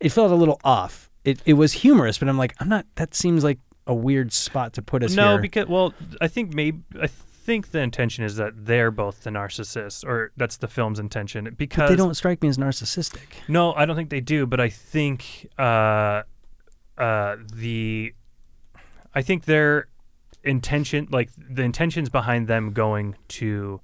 Speaker 3: it felt a little off. It it was humorous, but I'm like I'm not. That seems like a weird spot to put us
Speaker 2: no,
Speaker 3: here.
Speaker 2: because well, I think maybe I think the intention is that they're both the narcissists, or that's the film's intention. Because
Speaker 3: they don't strike me as narcissistic.
Speaker 2: No, I don't think they do, but I think uh, uh, the I think their intention, like the intentions behind them going to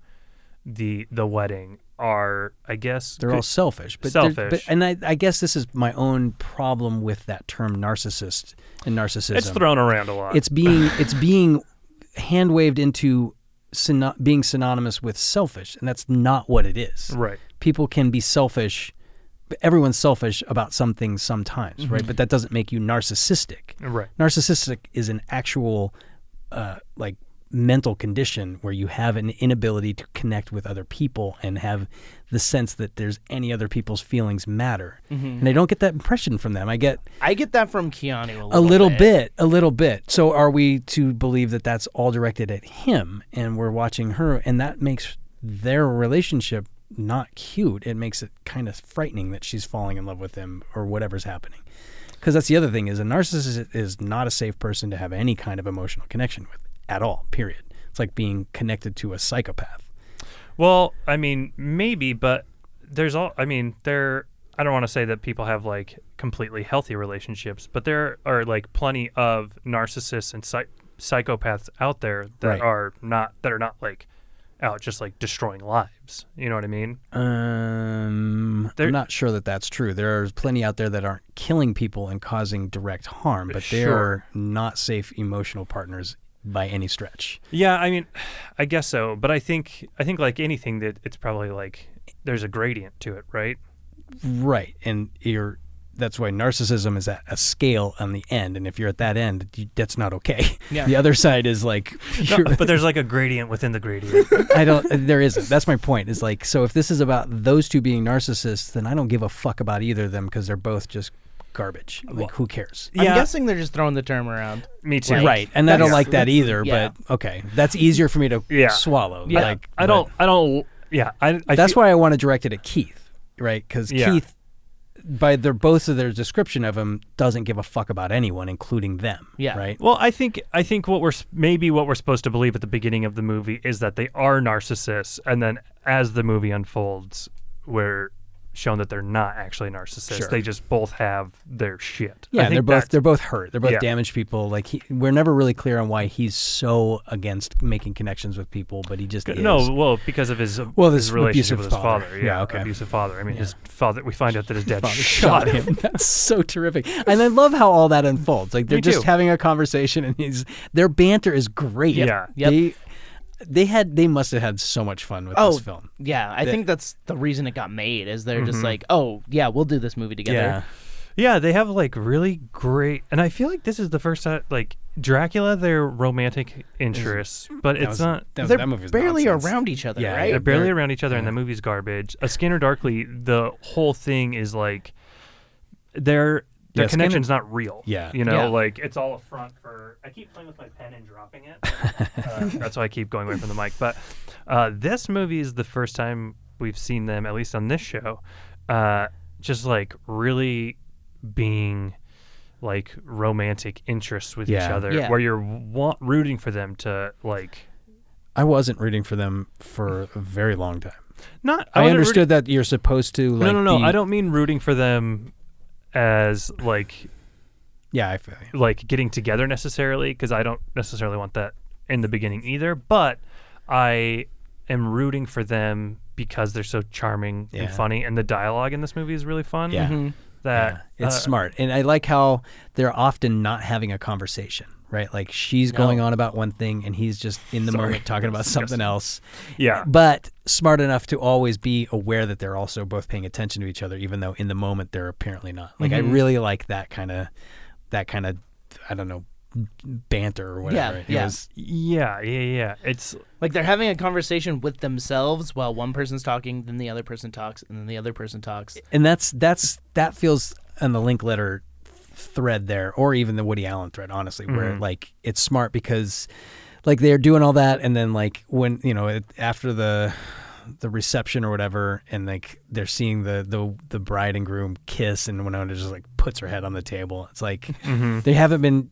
Speaker 2: the the wedding, are I guess
Speaker 3: They're
Speaker 2: could-
Speaker 3: all selfish. But they're-
Speaker 2: Selfish.
Speaker 3: but- and I, I guess this is my own problem with that term narcissist and narcissism.
Speaker 2: it's thrown around a lot.
Speaker 3: It's being it's being hand waved into syno- being synonymous with selfish, and that's not what it is.
Speaker 2: right.
Speaker 3: People can be selfish. but Everyone's selfish about some things sometimes, right? But that doesn't make you narcissistic.
Speaker 2: Mm-hmm. Right.
Speaker 3: Narcissistic is an actual, uh, like, mental condition where you have an inability to connect with other people and have the sense that there's any other people's feelings matter.
Speaker 2: Mm-hmm.
Speaker 3: And I don't get that impression from them. I get
Speaker 5: I get that from Keanu a little,
Speaker 3: a little bit, a little bit. So are we to believe that that's all directed at him and we're watching her and that makes their relationship not cute. It makes it kind of frightening that she's falling in love with him or whatever's happening. Cuz that's the other thing is a narcissist is not a safe person to have any kind of emotional connection with at all. Period. It's like being connected to a psychopath.
Speaker 2: Well, I mean, maybe, but there's all. I mean, there. I don't want to say that people have like completely healthy relationships, but there are like plenty of narcissists and psych- psychopaths out there that
Speaker 3: Right.
Speaker 2: are not that are not like out just like destroying lives. You know what I mean?
Speaker 3: Um,
Speaker 2: There-
Speaker 3: I'm not sure that that's true. There are plenty out there that aren't killing people and causing direct harm, but they
Speaker 2: Sure.
Speaker 3: are not safe emotional partners by any stretch.
Speaker 2: Yeah, I mean, I guess so. But I think I think like anything that it's probably like there's a gradient to it, right?
Speaker 3: Right, and you're. That's why narcissism is at a scale on the end, and if you're at that end, you, that's not okay.
Speaker 5: Yeah.
Speaker 3: The other side is like,
Speaker 2: No,
Speaker 3: you're-
Speaker 2: but there's like a gradient within the gradient.
Speaker 3: I don't. There isn't. That's my point. Is like, so if this is about those two being narcissists, then I don't give a fuck about either of them because they're both just garbage. Like, who cares?
Speaker 5: I'm guessing they're just throwing the term around.
Speaker 2: me too.
Speaker 3: right, and I don't
Speaker 5: that's-
Speaker 3: like that either.
Speaker 5: yeah.
Speaker 3: But okay, that's easier for me to
Speaker 2: Yeah.
Speaker 3: swallow.
Speaker 2: I,
Speaker 3: Like
Speaker 2: I don't. I don't. Yeah. I. I
Speaker 3: but That's
Speaker 2: feel-
Speaker 3: why I want to direct it at Keith, right? Because
Speaker 2: Yeah.
Speaker 3: Keith, by their both of their description of him, doesn't give a fuck about anyone, including them.
Speaker 5: Yeah.
Speaker 3: Right.
Speaker 2: Well, I think I think what we're s- maybe what we're supposed to believe at the beginning of the movie is that they are narcissists, and then as the movie unfolds, we're shown that they're not actually narcissists.
Speaker 3: Sure.
Speaker 2: They just both have their shit. I
Speaker 3: Yeah,
Speaker 2: think
Speaker 3: they're both
Speaker 2: that's-
Speaker 3: they're both hurt. They're both
Speaker 2: Yeah.
Speaker 3: damaged people. Like he, we're never really clear on why he's so against making connections with people, but he just is.
Speaker 2: no, well, because of his uh,
Speaker 3: Well,
Speaker 2: his
Speaker 3: this
Speaker 2: relationship
Speaker 3: abusive
Speaker 2: with his father.
Speaker 3: father.
Speaker 2: Yeah,
Speaker 3: Yeah, okay.
Speaker 2: abusive father. I mean, his father. We find out that his dad
Speaker 3: father
Speaker 2: shot him.
Speaker 3: That's so terrific. And I love how all that unfolds. Like they're
Speaker 2: Me
Speaker 3: just
Speaker 2: too.
Speaker 3: having a conversation and he's their banter is great.
Speaker 2: Yeah.
Speaker 5: Yep.
Speaker 3: They they had they must have had so much fun with
Speaker 5: Oh,
Speaker 3: this film. Mm-hmm.
Speaker 5: yeah. I think that's the reason it got made. Is they're just like, oh yeah, we'll do this movie together.
Speaker 2: Yeah, they have like really great, and I feel like this is the first time like Dracula, their romantic interests, but it's
Speaker 3: That was-
Speaker 2: not.
Speaker 3: that,
Speaker 5: They're
Speaker 3: that movie was
Speaker 5: barely
Speaker 3: nonsense.
Speaker 5: around each other,
Speaker 3: Yeah,
Speaker 5: right?
Speaker 2: They're barely
Speaker 3: They're-
Speaker 2: around each other, and the movie's garbage. A Skinner Darkly, the whole thing is like their their
Speaker 3: Yeah, Skinner-
Speaker 2: connection's not real.
Speaker 3: Yeah.
Speaker 2: you know,
Speaker 5: Yeah.
Speaker 2: like it's all a front for. I keep playing with my pen and dropping it. uh, that's why I keep going away from the mic. But uh, this movie is the first time we've seen them, at least on this show, uh, just like really being like romantic interests with each
Speaker 3: Yeah.
Speaker 2: other,
Speaker 5: Yeah.
Speaker 2: where you're wa- rooting for them to like.
Speaker 3: I wasn't rooting for them for a very long time.
Speaker 2: Not,
Speaker 3: I,
Speaker 2: wasn't root-
Speaker 3: understood that you're supposed to. Like,
Speaker 2: no, no, no.
Speaker 3: be-
Speaker 2: I don't mean rooting for them as like
Speaker 3: Yeah, I feel you.
Speaker 2: like getting together necessarily because I don't necessarily want that in the beginning either. But I am rooting for them because they're so charming and
Speaker 3: Yeah.
Speaker 2: funny, and the dialogue in this movie is really fun.
Speaker 3: Yeah. Mhm.
Speaker 2: That
Speaker 3: Yeah, it's
Speaker 2: uh,
Speaker 3: smart, and I like how they're often not having a conversation. Right, like she's going on about one thing, and he's just in the moment talking about something else.
Speaker 2: Yeah.
Speaker 3: but smart enough to always be aware that they're also both paying attention to each other, even
Speaker 5: Mm-hmm.
Speaker 3: though in the moment they're apparently not. Like I really like that kind of that kind of I don't know banter or whatever. It
Speaker 5: yeah.
Speaker 3: was-
Speaker 2: Yeah, yeah, yeah. It's
Speaker 5: Like they're having a conversation with themselves while one person's talking, then the other person talks, and then the other person talks.
Speaker 3: and that's that's that feels on the link letter thread there, or even the Woody Allen thread, honestly, where
Speaker 5: Mm-hmm.
Speaker 3: like it's smart because like they're doing all that, and then like when you know it, after the the reception or whatever, and like they're seeing the the the bride and groom kiss, and Winona just like puts her head on the table. It's like they haven't been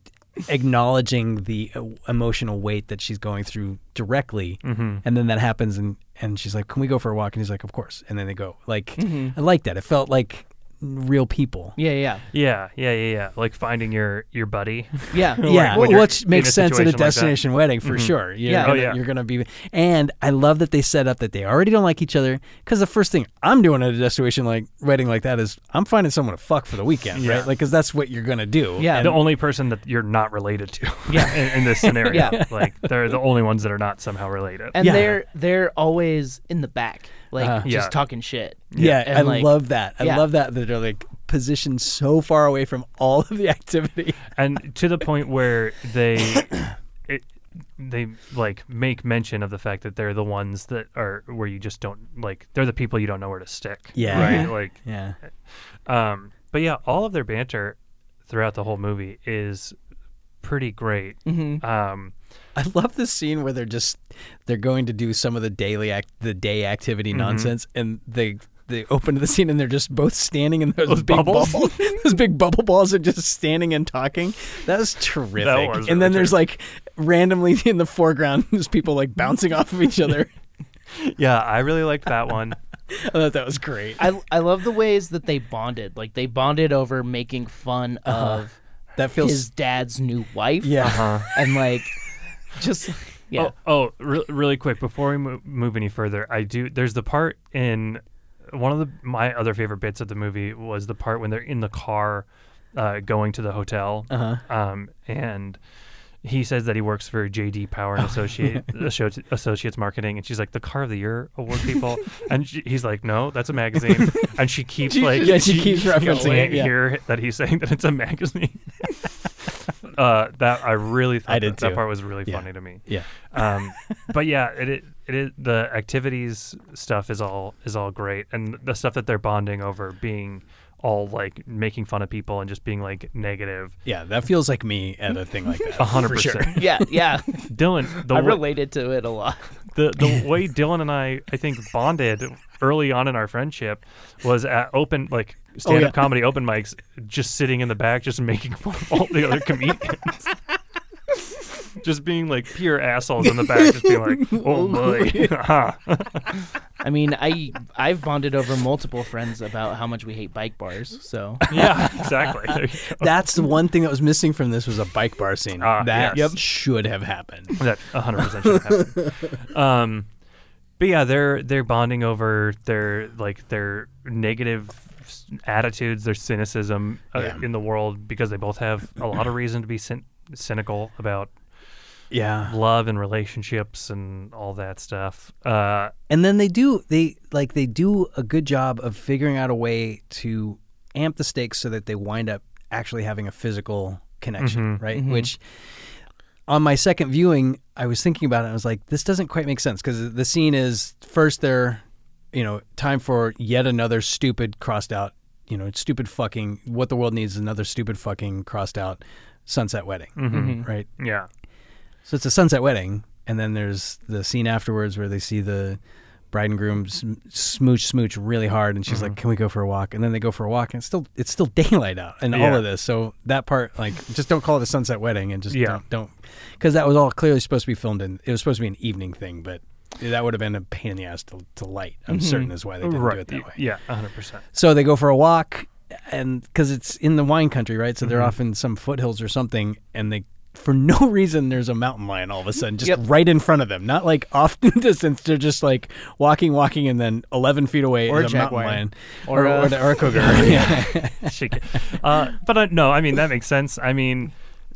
Speaker 3: acknowledging the uh, emotional weight that she's going through directly, and then that happens, and and she's like, "Can we go for a walk?" And he's like, "Of course." And then they go. Like I like that. It felt like real people.
Speaker 5: Yeah, yeah,
Speaker 2: yeah, yeah, yeah, yeah. Like finding your your buddy.
Speaker 5: yeah.
Speaker 3: yeah,
Speaker 2: when you're
Speaker 3: which
Speaker 2: in
Speaker 3: makes
Speaker 2: a
Speaker 3: sense in
Speaker 2: situation like that.
Speaker 3: a
Speaker 2: Mm-hmm.
Speaker 3: destination wedding for sure. You're
Speaker 5: Yeah. Oh,
Speaker 3: gonna,
Speaker 2: yeah.
Speaker 3: you're gonna be. And I love that they set up that they already don't like each other because the first thing I'm doing at a destination like wedding like that is I'm finding someone to fuck for the weekend,
Speaker 2: Yeah.
Speaker 3: right? Like, because that's what you're gonna do.
Speaker 5: Yeah.
Speaker 2: the only person that you're not related to. Yeah. in, in this scenario.
Speaker 5: Yeah.
Speaker 2: Like they're the only ones that are not somehow related.
Speaker 5: And
Speaker 3: Yeah.
Speaker 5: they're they're always in the back, like
Speaker 3: Uh,
Speaker 5: just
Speaker 2: Yeah.
Speaker 5: talking shit.
Speaker 3: yeah.
Speaker 5: And,
Speaker 3: I
Speaker 5: like-
Speaker 3: love that. I
Speaker 5: yeah.
Speaker 3: love that that they're like positioned so far away from all of the activity.
Speaker 2: and to the point where they it, they like make mention of the fact that they're the ones that are where you just don't like they're the people you don't know where to stick
Speaker 3: Yeah.
Speaker 2: right
Speaker 3: Yeah.
Speaker 2: like
Speaker 3: Yeah,
Speaker 2: um but yeah all of their banter throughout the whole movie is pretty great um
Speaker 3: I love this scene where they're just they're going to do some of the daily act the day
Speaker 2: Mm-hmm.
Speaker 3: activity nonsense, and they they open to the scene and they're just both standing in those, big
Speaker 2: bubbles?
Speaker 3: bubble- those big bubble balls are just standing and talking. That was terrific.
Speaker 2: That was
Speaker 3: and then
Speaker 2: really
Speaker 3: there's like randomly in the foreground, there's people like bouncing off of each other.
Speaker 2: yeah i really liked that one
Speaker 3: I thought that was great.
Speaker 5: I I love the ways that they bonded. Like they bonded over making fun of
Speaker 3: That feels
Speaker 5: his dad's new wife.
Speaker 3: Uh-huh. yeah.
Speaker 2: uh-huh.
Speaker 5: and like just yeah.
Speaker 2: Oh, oh re- really quick before we mo- move any further, I do. There's the part in one of the my other favorite bits of the movie was the part when they're in the car uh, going to the hotel,
Speaker 3: Uh-huh.
Speaker 2: um, and he says that he works for JD Power
Speaker 3: Oh.
Speaker 2: and Associate, Associ- Associates Marketing, and she's like the Car of the Year award people, and she, he's like, no, that's a magazine, and she keeps like,
Speaker 3: yeah, she keeps
Speaker 2: you
Speaker 3: referencing
Speaker 2: can't
Speaker 3: it, yeah.
Speaker 2: hear that he's saying that it's a magazine. uh, that I really thought
Speaker 3: I did
Speaker 2: that, that
Speaker 3: too.
Speaker 2: part was really
Speaker 3: Yeah.
Speaker 2: funny to me
Speaker 3: Yeah.
Speaker 2: um, but yeah, it, it it is the activities stuff is all is all great, and the stuff that they're bonding over being all like making fun of people and just being like negative.
Speaker 3: Yeah, that feels like me at a thing like that.
Speaker 2: A hundred
Speaker 3: Oh, for sure.
Speaker 2: percent,
Speaker 5: yeah, yeah.
Speaker 2: Dylan. The
Speaker 5: I
Speaker 2: wa-
Speaker 5: related to it a lot.
Speaker 2: the the way Dylan and I I think bonded early on in our friendship was at open like stand up
Speaker 3: Oh, yeah.
Speaker 2: comedy open mics, just sitting in the back, just making fun of all the other comedians. Just being like pure assholes in the back, just being like, "Oh boy, huh.
Speaker 5: I mean, I I've bonded over multiple friends about how much we hate bike bars. So
Speaker 2: yeah, exactly." There you go.
Speaker 3: That's the one thing that was missing from this was a bike bar scene.
Speaker 2: Ah,
Speaker 3: that
Speaker 2: yes.
Speaker 3: should have happened.
Speaker 2: That 100 percent should happen. um, but yeah, they're they're bonding over their like their negative s- attitudes, their cynicism uh,
Speaker 3: Yeah.
Speaker 2: in the world because they both have a lot of reason to be cyn- cynical about
Speaker 3: Yeah.
Speaker 2: love and relationships and all that stuff. Uh,
Speaker 3: and then they do they like they do a good job of figuring out a way to amp the stakes so that they wind up actually having a physical connection right which on my second viewing i was thinking about it and i was like this doesn't quite make sense because the scene is first they're you know time for yet another stupid crossed out you know stupid fucking what the world needs is another stupid fucking crossed out sunset wedding right
Speaker 2: yeah,
Speaker 3: so it's a sunset wedding, and then there's the scene afterwards where they see the bride and groom sm- smooch smooch really hard, and she's like,
Speaker 2: Mm-hmm.
Speaker 3: "Can we go for a walk?" And then they go for a walk, and it's still it's still daylight out, and all
Speaker 2: Yeah.
Speaker 3: of this. So that part, like, just don't call it a sunset wedding, and just
Speaker 2: Yeah.
Speaker 3: don't don't because that was all clearly supposed to be filmed in. It was supposed to be an evening thing, but that would have been a pain in the ass to, to light. I'm
Speaker 2: Mm-hmm.
Speaker 3: certain is why they didn't do it that way.
Speaker 2: Yeah, 100 percent.
Speaker 3: So they go for a walk, and because it's in the wine country, right? So they're off in some foothills or something, and they, for no reason, there's a mountain lion all of a sudden, just
Speaker 5: Yep.
Speaker 3: right in front of them. Not like off in the distance. They're just like walking, walking, and then 11 feet away
Speaker 5: Or
Speaker 3: is a mountain
Speaker 5: a jaguar.
Speaker 3: lion
Speaker 5: Or a-
Speaker 3: the- or a cougar. yeah.
Speaker 2: uh, but uh, no, I mean that makes sense. I mean.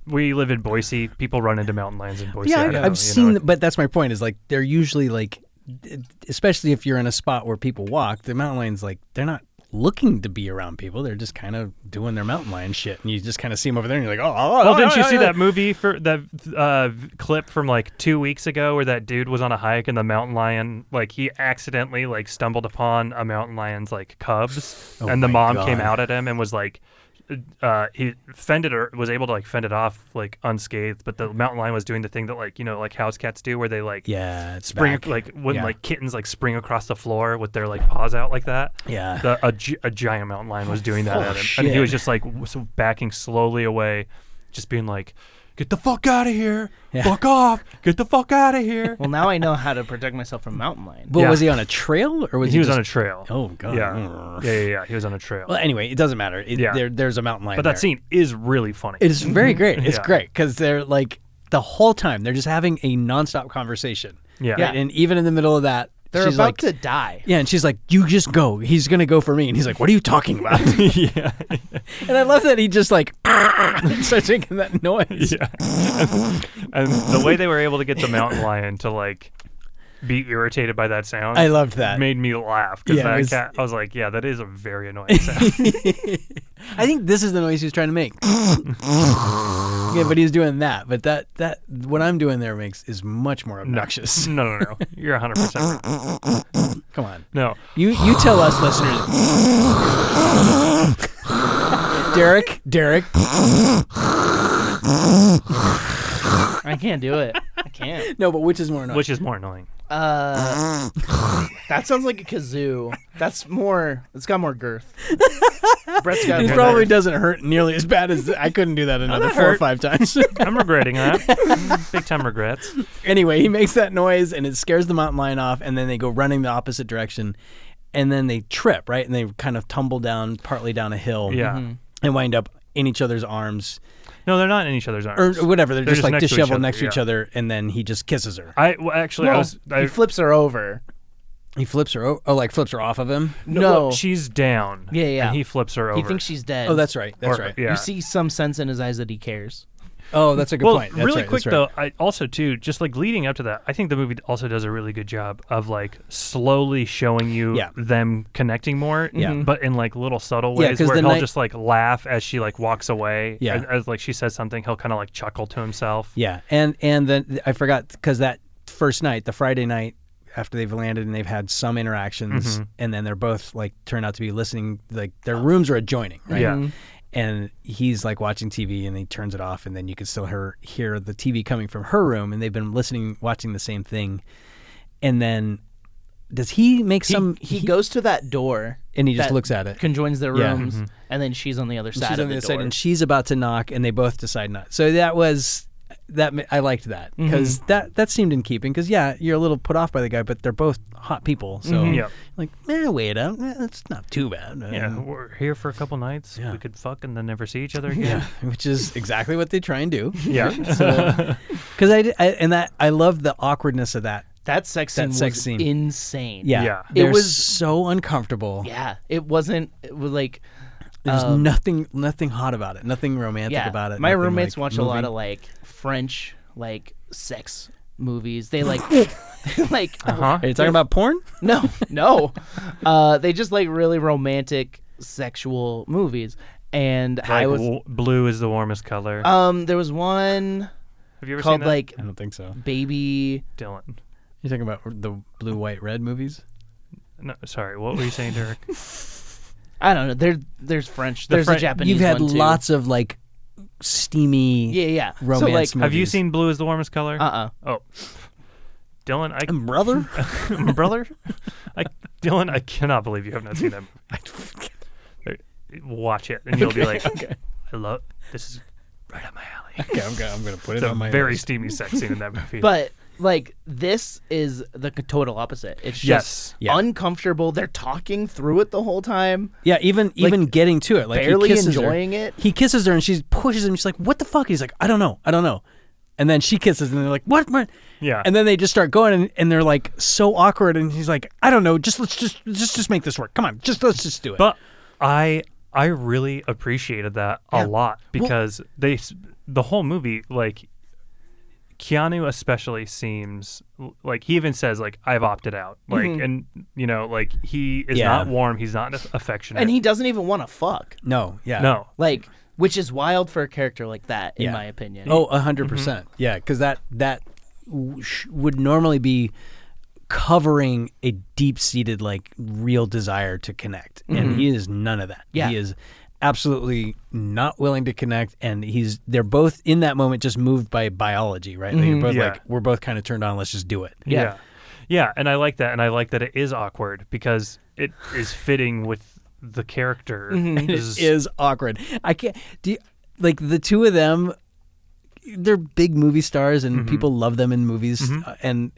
Speaker 2: We live in Boise. People run into mountain lions in Boise.
Speaker 3: Yeah,
Speaker 2: I
Speaker 3: I've,
Speaker 2: don't know, you know,
Speaker 3: I've seen,
Speaker 2: it's-
Speaker 3: th- but that's my point. Is like they're usually like, d- especially if you're in a spot where people walk, the mountain lions like they're not looking to be around people. They're just kind of doing their mountain lion shit, and you just kind of see them over there, and you're like, oh, oh,
Speaker 2: Well,
Speaker 3: oh,
Speaker 2: didn't
Speaker 3: oh,
Speaker 2: you
Speaker 3: oh,
Speaker 2: see
Speaker 3: oh."
Speaker 2: that movie for that uh, v- clip from like two weeks ago where that dude was on a hike and the mountain lion like he accidentally like stumbled upon a mountain lion's like cubs
Speaker 3: Oh
Speaker 2: and the
Speaker 3: my
Speaker 2: mom
Speaker 3: God.
Speaker 2: came out at him and was like uh, he fended or was able to like fend it off like unscathed but the mountain lion was doing the thing that like you know like house cats do where they like
Speaker 3: Yeah, it's
Speaker 2: spring
Speaker 3: back.
Speaker 2: like when
Speaker 3: Yeah.
Speaker 2: like kittens like spring across the floor with their like paws out like that.
Speaker 3: Yeah.
Speaker 2: the, a, gi- a giant mountain lion was doing that
Speaker 3: Oh,
Speaker 2: at him, and he was
Speaker 3: shit.
Speaker 2: just like w- so backing slowly away, just being like, "Get the fuck out of here!
Speaker 3: Yeah.
Speaker 2: Fuck off! Get the fuck out of here!"
Speaker 5: Well, now I know how to protect myself from mountain lion.
Speaker 3: But
Speaker 2: Yeah.
Speaker 3: was he on a trail or was he,
Speaker 2: he was on a
Speaker 3: just-
Speaker 2: trail.
Speaker 3: Oh, God.
Speaker 2: Yeah, yeah, yeah. yeah. He was on a trail.
Speaker 3: Well, anyway, it doesn't matter. It,
Speaker 2: Yeah.
Speaker 3: there, there's a mountain lion.
Speaker 2: but that
Speaker 3: there.
Speaker 2: scene is really funny.
Speaker 3: It's very great. It's
Speaker 2: Yeah.
Speaker 3: great because they're like the whole time they're just having a nonstop conversation.
Speaker 2: Yeah.
Speaker 3: Right? and even in the middle of that,
Speaker 5: They're
Speaker 3: she's
Speaker 5: about
Speaker 3: like,
Speaker 5: to die.
Speaker 3: yeah, and she's like, "You just go. He's gonna go for me." And he's like, "What are you talking about?"
Speaker 2: yeah,
Speaker 3: and I love that he just like starts making that noise.
Speaker 2: yeah. and the way they were able to get the mountain lion to like be irritated by that sound,
Speaker 3: I loved that.
Speaker 2: made me laugh because
Speaker 3: Yeah, it
Speaker 2: that
Speaker 3: was-
Speaker 2: cat, I was like, yeah, that is a very annoying sound.
Speaker 3: I think this is the noise he was trying to make. yeah, but he's doing that. But that that what I'm doing there makes is much more obnoxious.
Speaker 2: no, no, no. You're 100 percent right.
Speaker 3: Come on,
Speaker 2: No,
Speaker 3: you you tell us, listeners. Derek, Derek,
Speaker 5: I can't do it. I can't.
Speaker 3: No, but which is more annoying?
Speaker 2: which is more annoying.
Speaker 5: Uh, that sounds like a kazoo. That's more. It's got more girth. Brett's got
Speaker 3: it
Speaker 5: more
Speaker 3: probably
Speaker 5: girth.
Speaker 3: doesn't hurt nearly as bad as I couldn't do that another
Speaker 2: that
Speaker 3: four or
Speaker 2: hurt.
Speaker 3: five times.
Speaker 2: I'm regretting that. Big time regrets.
Speaker 3: anyway, he makes that noise and it scares the mountain lion off, and then they go running the opposite direction, and then they trip right, and they kind of tumble down partly down a hill,
Speaker 2: Yeah.
Speaker 3: and wind up in each other's arms
Speaker 2: No, they're not in each other's
Speaker 3: or
Speaker 2: arms.
Speaker 3: whatever. They're,
Speaker 2: They're
Speaker 3: just,
Speaker 2: just
Speaker 3: like
Speaker 2: next to each
Speaker 3: disheveled
Speaker 2: other,
Speaker 3: next to each
Speaker 2: yeah.
Speaker 3: other, and then he just kisses her.
Speaker 2: I well, actually, I
Speaker 5: No,
Speaker 2: was. I,
Speaker 5: he flips her over.
Speaker 3: He flips her. Oh, oh like flips her off of him.
Speaker 5: No,
Speaker 2: well, she's down.
Speaker 5: Yeah, yeah.
Speaker 2: And he flips her over.
Speaker 5: he thinks she's dead.
Speaker 3: Oh, that's right. That's
Speaker 2: Or-
Speaker 3: right.
Speaker 2: Yeah.
Speaker 5: You see some sense in his eyes that he cares.
Speaker 3: Oh, that's a good
Speaker 2: well,
Speaker 3: point. That's
Speaker 2: really
Speaker 3: right,
Speaker 2: quick
Speaker 3: that's right.
Speaker 2: though, I also too just like leading up to that, I think the movie also does a really good job of like slowly showing you
Speaker 3: Yeah.
Speaker 2: them connecting more,
Speaker 3: Yeah.
Speaker 2: but in like little subtle
Speaker 3: Yeah,
Speaker 2: ways
Speaker 3: 'cause
Speaker 2: where
Speaker 3: the
Speaker 2: he'll
Speaker 3: night-
Speaker 2: just like laugh as she like walks away,
Speaker 3: Yeah.
Speaker 2: as, as like she says something, he'll kind of like chuckle to himself.
Speaker 3: Yeah, and and then I forgot because that first night, the Friday night after they've landed and they've had some interactions, and then they're both like turn out to be listening. Like their rooms are adjoining, right? Mm-hmm.
Speaker 2: Yeah.
Speaker 3: And he's like watching TV, and he turns it off, and then you can still hear hear the TV coming from her room, and they've been listening, watching the same thing, and then does he make some?
Speaker 5: he, goes to that door
Speaker 3: and he just
Speaker 5: that
Speaker 3: looks at it.
Speaker 5: conjoins their
Speaker 3: Yeah.
Speaker 5: rooms, and then she's on the other side.
Speaker 3: she's
Speaker 5: of
Speaker 3: on the
Speaker 5: the
Speaker 3: other side,
Speaker 5: door.
Speaker 3: and she's about to knock, and they both decide not. So that was that. ma- I liked that because that that seemed in keeping. Because yeah, you're a little put off by the guy, but they're both hot people. So
Speaker 2: Yeah.
Speaker 3: like, eh, wait up, eh, that's not too bad.
Speaker 2: Yeah,
Speaker 3: Uh,
Speaker 2: we're here for a couple nights. We could fuck and then never see each other again.
Speaker 3: yeah, which is exactly what they try and do.
Speaker 2: Yeah.
Speaker 3: Because I, did- I and that I love the awkwardness of that.
Speaker 5: that sex
Speaker 3: That
Speaker 5: scene
Speaker 3: sex
Speaker 5: was
Speaker 3: scene.
Speaker 5: insane.
Speaker 3: Yeah,
Speaker 2: Yeah.
Speaker 3: they're
Speaker 5: It was-
Speaker 3: so uncomfortable.
Speaker 5: yeah. It wasn't. It was like
Speaker 3: There's
Speaker 5: um,
Speaker 3: nothing nothing hot about it. Nothing romantic
Speaker 5: yeah.
Speaker 3: about it.
Speaker 5: My
Speaker 3: nothing,
Speaker 5: roommates
Speaker 3: like,
Speaker 5: watch a lot
Speaker 3: moving.
Speaker 5: of like French like sex movies. They like like
Speaker 2: Huh?
Speaker 3: Are you talking about porn?
Speaker 5: no no. Uh, they just like really romantic sexual movies. And I
Speaker 2: Like,
Speaker 5: was
Speaker 2: w- blue is the warmest color.
Speaker 5: um there was one
Speaker 2: Have you ever seen
Speaker 5: called
Speaker 2: that?
Speaker 5: like
Speaker 3: I don't think so.
Speaker 5: baby
Speaker 2: Dylan?
Speaker 3: You're talking about the blue, white, red movies.
Speaker 2: No, sorry. What were you saying, Derek?
Speaker 5: I don't know. There, there's French. There's
Speaker 2: Fren-
Speaker 5: a Japanese.
Speaker 3: You've had
Speaker 5: one, too.
Speaker 3: lots of like steamy.
Speaker 5: Yeah, yeah. so like,
Speaker 3: romance movies.
Speaker 2: Have you seen Blue is the warmest color?
Speaker 5: uh, uh
Speaker 2: oh, Dylan, I
Speaker 3: Brother?
Speaker 2: brother, I Dylan, I cannot believe you have not seen that. movie. Watch it, and you'll be like, I love this is right up my alley.
Speaker 3: okay, I'm gonna, I'm gonna put it
Speaker 2: It's a
Speaker 3: on my
Speaker 2: very
Speaker 3: list.
Speaker 2: steamy sex scene in that movie.
Speaker 5: But like, this is the c- total opposite. It's
Speaker 2: Yes.
Speaker 5: just
Speaker 3: Yeah.
Speaker 5: uncomfortable. They're talking through it the whole time.
Speaker 3: Yeah, even even getting to it, like he
Speaker 5: barely
Speaker 3: kisses her.
Speaker 5: enjoying it.
Speaker 3: He kisses her and she pushes him. She's like, "What the fuck?" He's like, "I don't know, I don't know." And then she kisses and they're like, "What?" what?
Speaker 2: Yeah.
Speaker 3: And then they just start going and, and they're like so awkward. And he's like, "I don't know. Just let's just just just make this work. Come on, just let's just do it."
Speaker 2: But I I really appreciated that a lot because they s- the whole movie like Keanu especially seems l- like he even says like I've opted out like
Speaker 5: Mm-hmm.
Speaker 2: and you know like he is
Speaker 3: Yeah.
Speaker 2: not warm he's not aff- affectionate
Speaker 5: and he doesn't even want to fuck.
Speaker 3: No, yeah.
Speaker 2: no
Speaker 5: Like, which is wild for a character like that, in
Speaker 3: Yeah.
Speaker 5: my opinion. Mm-hmm.
Speaker 3: Oh, a 100 percent. Yeah, because that that w- sh- would normally be covering a deep-seated, like, real desire to connect, and he is none of that.
Speaker 5: Mm-hmm. Yeah.
Speaker 3: he is absolutely not willing to connect, and he's they're both in that moment just moved by biology, right?
Speaker 5: Mm-hmm.
Speaker 3: They're both
Speaker 2: Yeah.
Speaker 3: like, we're both kind of turned on. Let's just do it.
Speaker 2: yeah. yeah and I like that and I like that it is awkward because it is fitting with the character
Speaker 5: Mm-hmm.
Speaker 3: And it is awkward. I can't. Do you, like the two of them. They're big movie stars,
Speaker 5: Mm-hmm.
Speaker 3: and people love them in movies. uh, And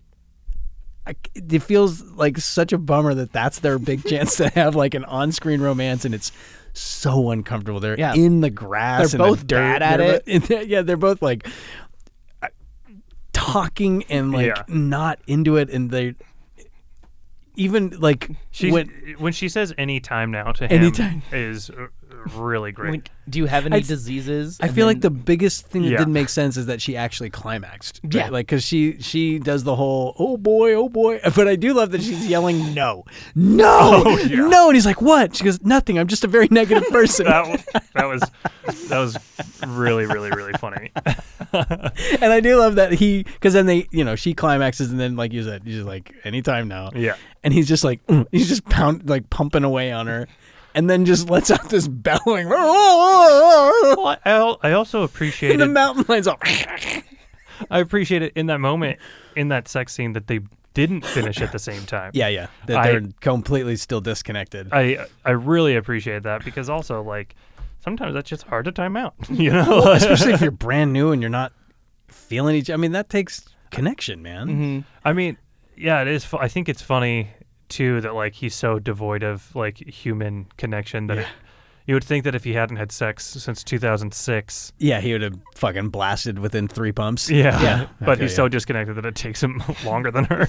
Speaker 3: I c it feels like such a bummer that that's their big chance to have like an on-screen romance, and it's so uncomfortable. They're
Speaker 5: Yeah.
Speaker 3: in the grass.
Speaker 5: They're
Speaker 3: and the
Speaker 5: both
Speaker 3: dirt.
Speaker 5: bad at
Speaker 3: They're
Speaker 5: it.
Speaker 3: bo- and they're- yeah, they're both like uh, talking and like
Speaker 2: Yeah.
Speaker 3: not into it, and they even like
Speaker 2: She's,
Speaker 3: when
Speaker 2: when, she says any time now to him
Speaker 3: Anytime.
Speaker 2: is uh, really great.
Speaker 5: Like, do you have any
Speaker 3: I-
Speaker 5: diseases?
Speaker 3: I
Speaker 5: And
Speaker 3: feel
Speaker 5: then-
Speaker 3: like the biggest thing that
Speaker 2: Yeah.
Speaker 3: didn't make sense is that she actually climaxed. right?
Speaker 5: Yeah.
Speaker 3: Like, cause she she does the whole oh boy oh boy, but I do love that she's yelling no no
Speaker 2: Oh, yeah.
Speaker 3: no, and he's like what? She goes nothing. I'm just a very negative person,
Speaker 2: that, wa- that was that was really really really funny.
Speaker 3: and I do love that he because then they you know she climaxes and then like you said he's just like anytime now
Speaker 2: Yeah.
Speaker 3: and he's just like "Mm," he's just pound like pumping away on her. And then just lets out this bellowing,
Speaker 2: Well, I, al- I also appreciated
Speaker 3: and the mountain lions all.
Speaker 2: I appreciate it in that moment in that sex scene that they didn't finish at the same time.
Speaker 3: yeah, yeah, that
Speaker 2: I-
Speaker 3: they're completely still disconnected.
Speaker 2: I I really appreciate that because also like sometimes that's just hard to time out. You know,
Speaker 3: especially if you're brand new and you're not feeling each. I mean, that takes connection, man.
Speaker 2: I mean, yeah, it is. Fu- I think it's funny too that like he's so devoid of like human connection that it, you would think that if he hadn't had sex since 2006,
Speaker 3: Yeah, he would have fucking blasted within three pumps.
Speaker 2: yeah, but
Speaker 3: Okay,
Speaker 2: he's
Speaker 3: yeah.
Speaker 2: so disconnected that it takes him longer than her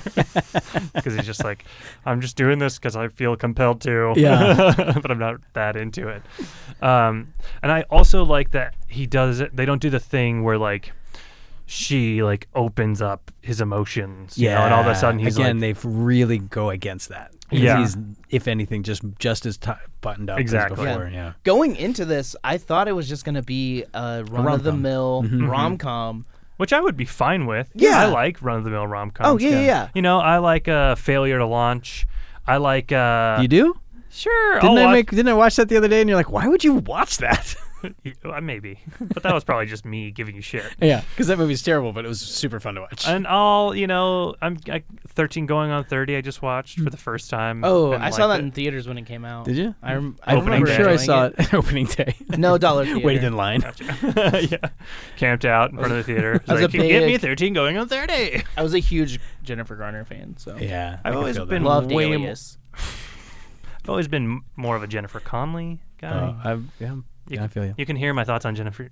Speaker 2: because he's just like, I'm just doing this because I feel compelled to,
Speaker 3: Yeah.
Speaker 2: but I'm not that into it. Um, and I also like that he does it. They don't do the thing where like. She like opens up his emotions, you know, and all of a sudden he's
Speaker 3: again.
Speaker 2: like,
Speaker 3: they really go against that. 'Cause
Speaker 2: Yeah.
Speaker 3: he's if anything, just just as t- buttoned up
Speaker 2: Exactly.
Speaker 3: as
Speaker 2: Yeah.
Speaker 3: before. Yeah,
Speaker 5: going into this, I thought it was just gonna be a run of the mill
Speaker 3: Mm-hmm.
Speaker 5: rom com.
Speaker 2: which I would be fine with.
Speaker 5: Yeah.
Speaker 2: I like run of the mill rom coms.
Speaker 5: Oh yeah, yeah, yeah.
Speaker 2: You know, I like uh, failure to launch. I like uh,
Speaker 3: you do.
Speaker 2: sure. oh,
Speaker 3: Didn't
Speaker 2: I'll
Speaker 3: I
Speaker 2: watch-
Speaker 3: make? Didn't I watch that the other day? And you're like, why would you watch that?
Speaker 2: Uh, maybe, but that was probably just me giving you shit.
Speaker 3: yeah, because that movie's terrible, but it was super fun to watch.
Speaker 2: And all you know, I'm I, 13 going on 30. I just watched for the first time.
Speaker 5: Oh,
Speaker 2: and
Speaker 5: I saw that
Speaker 2: liked
Speaker 5: in
Speaker 2: it.
Speaker 5: theaters when it came out.
Speaker 3: Did you?
Speaker 5: I, rem- I
Speaker 2: Opening
Speaker 5: remember
Speaker 2: day.
Speaker 3: I'm sure I
Speaker 5: enjoying
Speaker 3: saw it, opening day.
Speaker 5: No dollar theater.
Speaker 3: Waited in line.
Speaker 2: yeah, camped out in front of the theater. It's
Speaker 5: was
Speaker 2: like,
Speaker 5: a
Speaker 2: "You get me
Speaker 5: big-
Speaker 2: 13 going on 30.
Speaker 5: I was a huge Jennifer Garner fan, so
Speaker 3: Yeah, I
Speaker 2: I've
Speaker 3: can
Speaker 2: always
Speaker 3: feel that.
Speaker 2: been
Speaker 5: loved
Speaker 2: way
Speaker 5: Alias.
Speaker 2: I've always been m- more of a Jennifer Conley guy.
Speaker 3: Oh, I, yeah, yeah, I feel you.
Speaker 2: You can hear my thoughts on Jennifer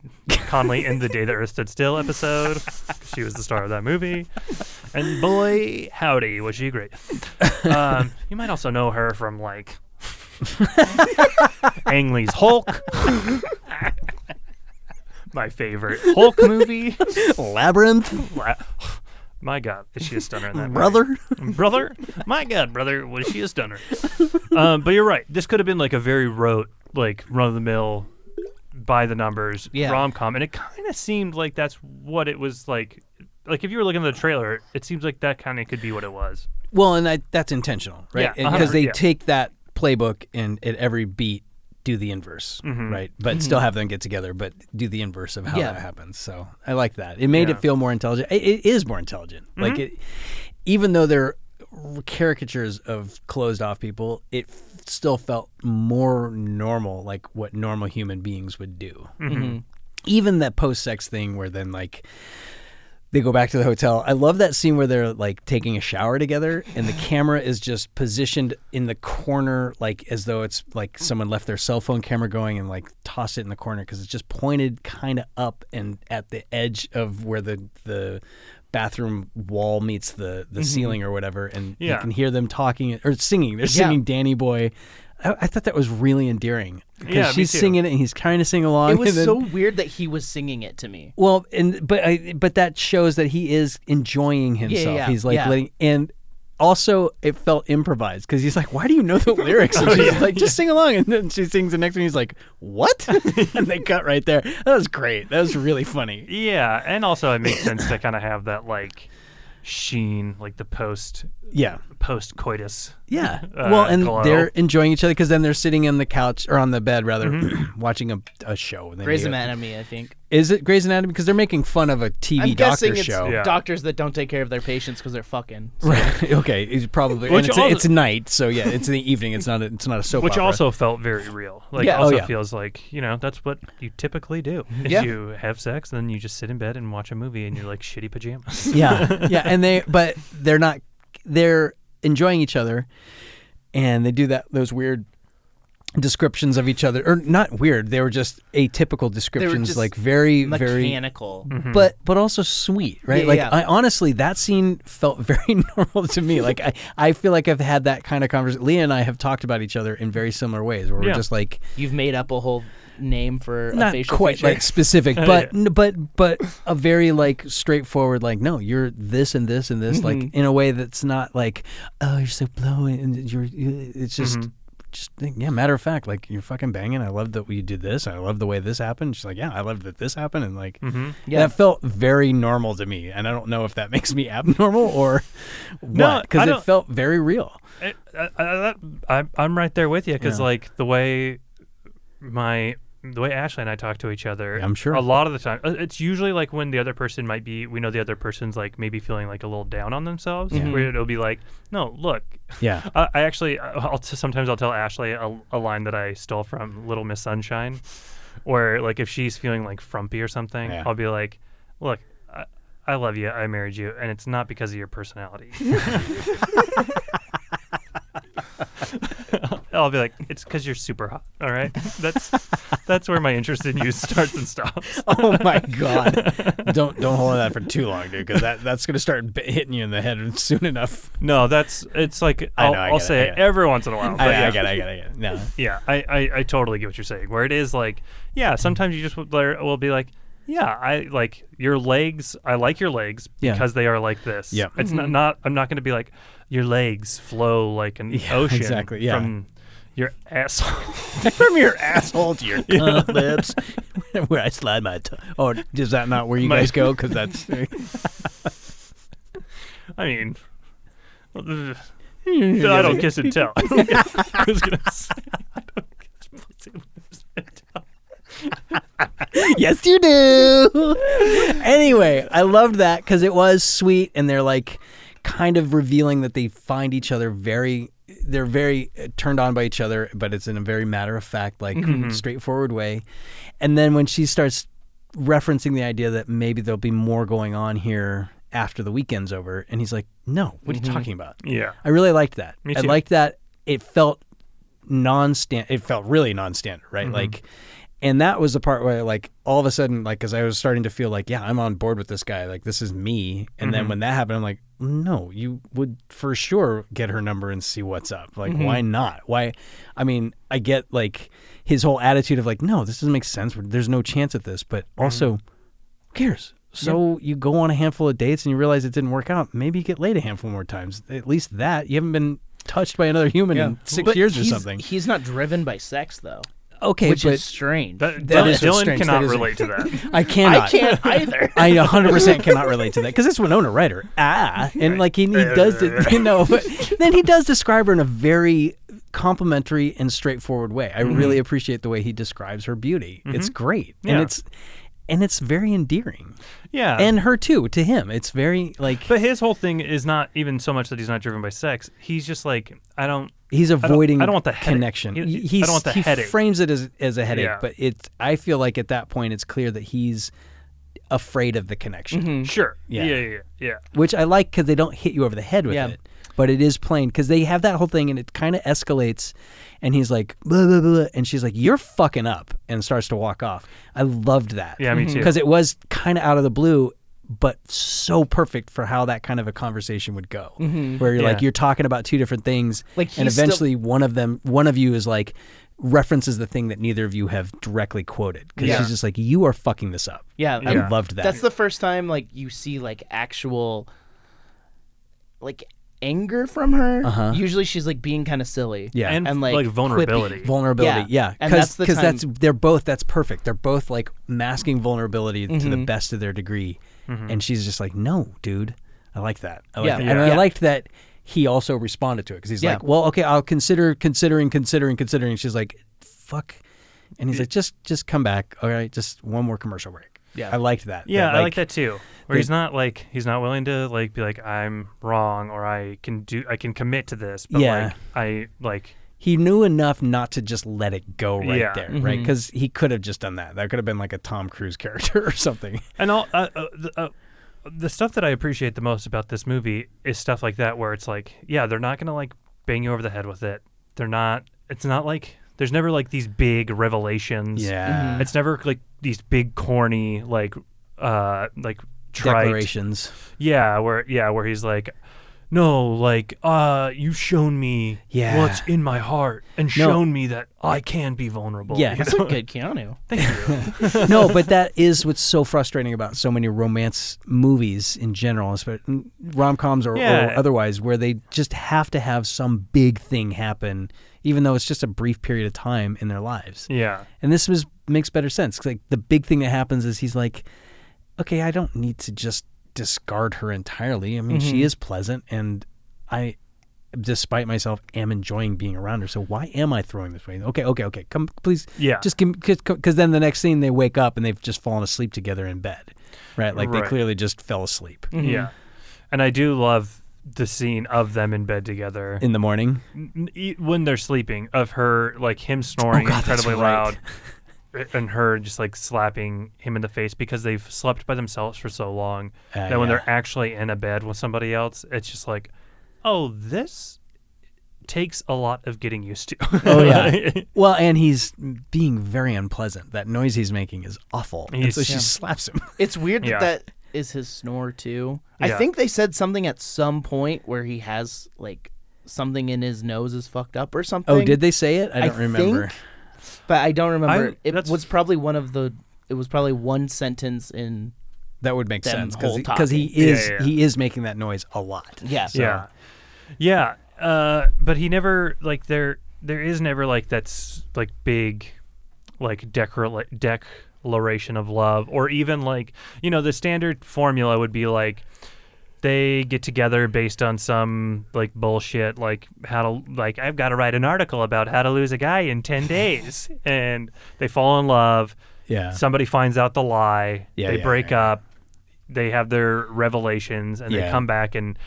Speaker 2: Conley in the Day the Earth Stood Still episode. She was the star of that movie. And boy, howdy, was she great. Um, you might also know her from, like, Ang Lee's Hulk. my favorite Hulk movie.
Speaker 3: Labyrinth,
Speaker 2: La- My God, is she a stunner in that movie?
Speaker 3: brother.
Speaker 2: brother. My God, brother, was she a stunner? um, but you're right. This could have been like a very rote, like run of the mill, by the numbers
Speaker 5: Yeah.
Speaker 2: rom com, and it kind of seemed like that's what it was like. Like if you were looking at the trailer, it seems like that kind of could be what it was.
Speaker 3: Well, and that, that's intentional, right?
Speaker 2: Yeah,
Speaker 3: Because they
Speaker 2: 100, yeah.
Speaker 3: take that playbook and at every beat do the inverse,
Speaker 2: Mm-hmm.
Speaker 3: right? But still have them get together, but do the inverse of how
Speaker 5: Yeah.
Speaker 3: that happens. So I like that. It made
Speaker 2: Yeah.
Speaker 3: it feel more intelligent. It, it is more intelligent.
Speaker 2: Mm-hmm.
Speaker 3: Like it, even though they're caricatures of closed off people, it f- still felt more normal, like what normal human beings would do. Even that post sex thing, where then like they go back to the hotel. I love that scene where they're like taking a shower together and the camera is just positioned in the corner like as though it's like someone left their cell phone camera going and like tossed it in the corner cuz it's just pointed kind of up and at the edge of where the the bathroom wall meets the the ceiling or whatever and
Speaker 2: Yeah.
Speaker 3: you can hear them talking or singing. They're
Speaker 5: Yeah.
Speaker 3: singing Danny Boy. I, I thought that was really endearing because
Speaker 2: Yeah, me
Speaker 3: she's
Speaker 2: too.
Speaker 3: singing it and he's kind of singing along.
Speaker 5: It was
Speaker 3: and then-
Speaker 5: so weird that he was singing it to me.
Speaker 3: well, and but I, but that shows that he is enjoying himself.
Speaker 5: yeah,
Speaker 3: he's like
Speaker 5: yeah.
Speaker 3: letting and. Also, it felt improvised because he's like, "Why do you know the lyrics?"
Speaker 5: Oh,
Speaker 3: And she's like, "Just sing along." And then she sings the next one. He's like, "What?" and they cut right there. That was great. That was really funny.
Speaker 2: Yeah, and also it makes sense to kind of have that like sheen, like the post
Speaker 3: Yeah,
Speaker 2: post coitus.
Speaker 3: Yeah.
Speaker 2: Uh,
Speaker 3: well, and
Speaker 2: hello.
Speaker 3: they're enjoying each other because then they're sitting on the couch or on the bed rather, watching a, a show. And they
Speaker 5: Mm-hmm. Grey's
Speaker 3: do it.
Speaker 5: Anatomy, I think.
Speaker 3: Is it Grey's Anatomy? Because they're making fun of a TV
Speaker 5: I'm guessing
Speaker 3: doctor
Speaker 5: it's
Speaker 3: show.
Speaker 2: Yeah.
Speaker 5: doctors that don't take care of their patients because they're fucking. So-
Speaker 3: Right. okay. It's probably and
Speaker 2: Which
Speaker 3: it's, a-
Speaker 2: also-
Speaker 3: it's night, so yeah, it's in the evening. It's not a, it's not a soap
Speaker 2: Which
Speaker 3: opera.
Speaker 2: also felt very real. Like
Speaker 3: Yeah, oh,
Speaker 2: also
Speaker 3: yeah.
Speaker 2: feels like, you know, that's what you typically do. Is
Speaker 5: Yeah.
Speaker 2: you have sex and then you just sit in bed and watch a movie and you're like shitty pajamas.
Speaker 3: yeah, yeah, and they but they're not they're enjoying each other, and they do that those weird descriptions of each other or not weird they were just atypical descriptions
Speaker 5: just
Speaker 3: like very very
Speaker 5: Mechanical.
Speaker 3: but but also sweet, right?
Speaker 5: Yeah,
Speaker 3: like
Speaker 5: yeah.
Speaker 3: I honestly, that scene felt very normal to me. Like I, I feel like I've had that kind of conversation. Leah and I have talked about each other in very similar ways, where we're
Speaker 2: Yeah.
Speaker 3: just like
Speaker 5: You've made up a whole name for a
Speaker 3: not
Speaker 5: facial
Speaker 3: quite
Speaker 5: feature.
Speaker 3: like specific, but n- but but a very like straightforward, like no, you're this and this and this, like in a way that's not like oh you're so blowing and you're you- it's just. Just think, yeah, matter of fact, like you're fucking banging. I love that we did this. I love the way this happened. She's like, yeah, I love that this happened, and like,
Speaker 5: Yeah.
Speaker 3: that felt very normal to me. And I don't know if that makes me abnormal or
Speaker 2: No,
Speaker 3: what, because
Speaker 2: I
Speaker 3: it
Speaker 2: don't-
Speaker 3: felt very real.
Speaker 2: I, I, I, I'm- I'm right there with you because
Speaker 3: Yeah.
Speaker 2: like the way my the way Ashley and I talk to each other,
Speaker 3: I'm sure.
Speaker 2: a lot of the time uh, it's usually like when the other person might be we know the other person's like maybe feeling like a little down on themselves. Where it'll be like, no, look,
Speaker 3: Yeah.
Speaker 2: I, I actually I'll t- sometimes I'll tell Ashley a, a line that I stole from Little Miss Sunshine, where like if she's feeling like frumpy or something,
Speaker 3: Yeah.
Speaker 2: I'll be like, look. I, I love you. I married you, and it's not because of your personality. I'll be like, it's because you're super hot. All right, that's that's where my interest in you starts and stops.
Speaker 3: Oh my god! don't don't hold on to that for too long, dude, because that that's gonna start b- hitting you in the head soon enough.
Speaker 2: No, that's it's like
Speaker 3: I
Speaker 2: I'll,
Speaker 3: know, I
Speaker 2: I'll
Speaker 3: get it,
Speaker 2: say
Speaker 3: I
Speaker 2: it,
Speaker 3: get it.
Speaker 2: every once in a while. but
Speaker 3: I,
Speaker 2: yeah.
Speaker 3: I get, it, I get, it, I get. it. No.
Speaker 2: Yeah, I, I, I totally get what you're saying. Where it is like,
Speaker 3: Mm-hmm.
Speaker 2: yeah, sometimes you just would- there will be like, yeah, I like your legs. I like your legs
Speaker 3: Yeah.
Speaker 2: because they are like this.
Speaker 3: Yeah.
Speaker 2: it's not, not. I'm not going to be like your legs flow like an ocean.
Speaker 3: exactly, yeah.
Speaker 2: from your asshole.
Speaker 3: From your asshole to your cunt lips, where I slide my. T- oh, is that not where you
Speaker 2: My-
Speaker 3: guys go? Because that's
Speaker 2: I mean, I don't kiss and tell. I don't kiss- I was going to say. I don't kiss pussy lips and tell.
Speaker 3: yes, you do. anyway, I loved that because it was sweet, and they're like kind of revealing that they find each other very. They're very uh, turned on by each other, but it's in a very matter of fact, like straightforward way. And then when she starts referencing the idea that maybe there'll be more going on here after the weekend's over, and he's like, "No, what are you talking about?"
Speaker 2: Yeah.
Speaker 3: I really liked that.
Speaker 2: Me
Speaker 3: I
Speaker 2: too.
Speaker 3: liked that it felt non-standard. It felt really non-standard, right?
Speaker 2: Mm-hmm.
Speaker 3: Like, and that was the part where, like, all of a sudden, like, because I was starting to feel like, yeah, I'm on board with this guy. Like, this is me.
Speaker 2: Mm-hmm.
Speaker 3: And then when that happened, I'm like, no, you would for sure get her number and see what's up. Like, why
Speaker 2: Mm-hmm.
Speaker 3: not? Why? I mean, I get like his whole attitude of like, no, this doesn't make sense. There's no chance at this. But
Speaker 2: Mm-hmm.
Speaker 3: also cares? So you go on a handful of dates and you realize it didn't work out. Maybe you get laid a handful more times. At least that you haven't been touched by another human in six
Speaker 5: But
Speaker 3: years or
Speaker 5: he's-
Speaker 3: something.
Speaker 5: He's not driven by sex though,
Speaker 3: Okay,
Speaker 5: which
Speaker 3: but
Speaker 5: is strange.
Speaker 2: That,
Speaker 3: That
Speaker 2: Dylan-
Speaker 3: is what's
Speaker 2: Dylan
Speaker 3: strange. That
Speaker 2: cannot
Speaker 3: is-
Speaker 2: relate to that.
Speaker 3: I cannot.
Speaker 5: I can't either.
Speaker 3: I 100% cannot relate to that because it's Winona Ryder. Ah, and like he, he does, it, you know, but then he does describe her in a very complimentary and straightforward way. I
Speaker 5: Mm-hmm.
Speaker 3: really appreciate the way he describes her beauty. It's great,
Speaker 2: Yeah.
Speaker 3: and it's and it's very endearing,
Speaker 2: Yeah.
Speaker 3: and her too to him. It's very like
Speaker 2: But his whole thing is not even so much that he's not driven by sex. He's just like, I don't.
Speaker 3: He's
Speaker 2: don't-
Speaker 3: avoiding.
Speaker 2: I don't want the headache.
Speaker 3: connection.
Speaker 2: You-
Speaker 3: He-
Speaker 2: I don't
Speaker 3: he's,
Speaker 2: want the
Speaker 3: he
Speaker 2: headache.
Speaker 3: frames it as as a headache,
Speaker 2: Yeah.
Speaker 3: but it's. I feel like at that point, it's clear that he's afraid of the connection,
Speaker 2: Sure.
Speaker 3: Yeah.
Speaker 2: Yeah. Yeah. Yeah. yeah.
Speaker 3: which I like because they don't hit you over the head with
Speaker 5: Yeah.
Speaker 3: it. But it is plain because they have that whole thing, and it kind of escalates. And he's like, blah, blah, blah, and she's like, "You're fucking up," and starts to walk off. I loved that.
Speaker 2: Yeah, me too.
Speaker 3: Because it was kind of out of the blue, but so perfect for how that kind of a conversation would go. Where you're like
Speaker 2: Yeah.
Speaker 3: you're talking about two different things
Speaker 5: Mm-hmm. Like,
Speaker 3: and
Speaker 5: he's still-
Speaker 3: eventually one of them one of you is like references the thing that neither of you have directly quoted cuz
Speaker 5: Yeah.
Speaker 3: she's just like you are fucking this up.
Speaker 5: Yeah,
Speaker 3: I
Speaker 5: yeah.
Speaker 3: loved that.
Speaker 5: That's the first time like you see like actual like anger from her.
Speaker 3: Uh-huh.
Speaker 5: Usually she's like being kind of silly.
Speaker 3: Yeah.
Speaker 2: and,
Speaker 5: And, like,
Speaker 2: like, vulnerability.
Speaker 3: vulnerability.
Speaker 5: Yeah.
Speaker 3: Yeah,
Speaker 5: And
Speaker 3: because
Speaker 5: that's the
Speaker 3: that's,
Speaker 5: time-
Speaker 3: they're both that's perfect. They're both like masking vulnerability to
Speaker 5: Mm-hmm.
Speaker 3: the best of their degree, and she's just like, "No, dude, I like that. I like
Speaker 5: Yeah.
Speaker 3: that.
Speaker 5: Yeah.
Speaker 3: and I
Speaker 5: Yeah.
Speaker 3: liked that." He also responded to it because he's
Speaker 5: Yeah.
Speaker 3: like, "Well, okay, I'll consider, considering, considering, considering." And she's like, "Fuck," and he's like, "Just, just come back. All right, just one more commercial break."
Speaker 5: Yeah.
Speaker 3: I liked that.
Speaker 2: Yeah, I like that too. Where he's not like he's not willing to like be like I'm wrong or I can do I can commit to this, but
Speaker 3: Yeah.
Speaker 2: like I like
Speaker 3: He knew enough not to just let it go right
Speaker 2: Yeah.
Speaker 3: there,
Speaker 5: Mm-hmm.
Speaker 3: right? Because he could have just done that. That could have been like a Tom Cruise character or something.
Speaker 2: and all uh, uh, the, uh, the stuff that I appreciate the most about this movie is stuff like that where it's like yeah they're not gonna like bang you over the head with it. They're not. It's not like there's never like these big revelations.
Speaker 3: Yeah,
Speaker 2: It's never like these big corny like uh like trite
Speaker 3: declarations.
Speaker 2: Yeah, where yeah, where he's like, no, like, uh, you've shown me
Speaker 3: Yeah.
Speaker 2: what's in my heart and shown me that I can be vulnerable.
Speaker 3: Yeah.
Speaker 2: you
Speaker 5: That's
Speaker 2: know?
Speaker 5: a good Keanu.
Speaker 3: no, but that is what's so frustrating about so many romance movies in general, rom coms or,
Speaker 2: Yeah.
Speaker 3: or otherwise, where they just have to have some big thing happen, even though it's just a brief period of time in their lives.
Speaker 2: yeah,
Speaker 3: And this was makes better sense. 'cause, Like the big thing that happens is he's like, okay, I don't need to just discard her entirely. I mean, she is pleasant, and I, despite myself, am enjoying being around her. So why am I throwing this way? Okay, okay, okay. Come, please,
Speaker 2: Yeah.
Speaker 3: Just because then the next scene they wake up and they've just fallen asleep together in bed, right? Like
Speaker 2: Right. Mm-hmm.
Speaker 3: they clearly just fell asleep
Speaker 2: yeah. And I do love the scene of them in bed together
Speaker 3: in the morning.
Speaker 2: N- e- when they're sleeping, of her like him snoring
Speaker 3: Oh, God, that's
Speaker 2: incredibly
Speaker 3: right.
Speaker 2: loud, and her just like slapping him in the face because they've slept by themselves for so long
Speaker 3: Uh,
Speaker 2: that when
Speaker 3: yeah.
Speaker 2: they're actually in a bed with somebody else, it's just like, oh, this takes a lot of getting used to.
Speaker 3: Oh yeah. well, and he's being very unpleasant. That noise he's making is awful. And
Speaker 2: He's-
Speaker 3: so she
Speaker 2: Yeah.
Speaker 3: slaps him.
Speaker 5: It's weird
Speaker 2: Yeah.
Speaker 5: that that is his snore too.
Speaker 2: Yeah.
Speaker 5: I think they said something at some point where he has like something in his nose is fucked up or something.
Speaker 3: Oh, did they say it? I
Speaker 5: I
Speaker 3: don't remember.
Speaker 5: think- But I don't remember.
Speaker 2: I-
Speaker 5: it
Speaker 2: that's-
Speaker 5: was probably one of the. It was probably one sentence in.
Speaker 3: That would make
Speaker 5: Them
Speaker 3: sense
Speaker 5: whole
Speaker 3: because he,
Speaker 5: talking.
Speaker 3: is
Speaker 2: Yeah, yeah.
Speaker 3: he is making that noise a lot.
Speaker 5: Yeah.
Speaker 3: So-
Speaker 2: Yeah, yeah. Uh, but he never like there. There is never like that's like big, like declara- declaration of love, or even like you know the standard formula would be like they get together based on some like bullshit, like how to like I've got to write an article about how to lose a guy in ten days, and they fall in love.
Speaker 3: Yeah.
Speaker 2: somebody finds out the lie
Speaker 3: Yeah,
Speaker 2: they
Speaker 3: yeah,
Speaker 2: break
Speaker 3: yeah.
Speaker 2: up they have their revelations and
Speaker 3: Yeah.
Speaker 2: they come back and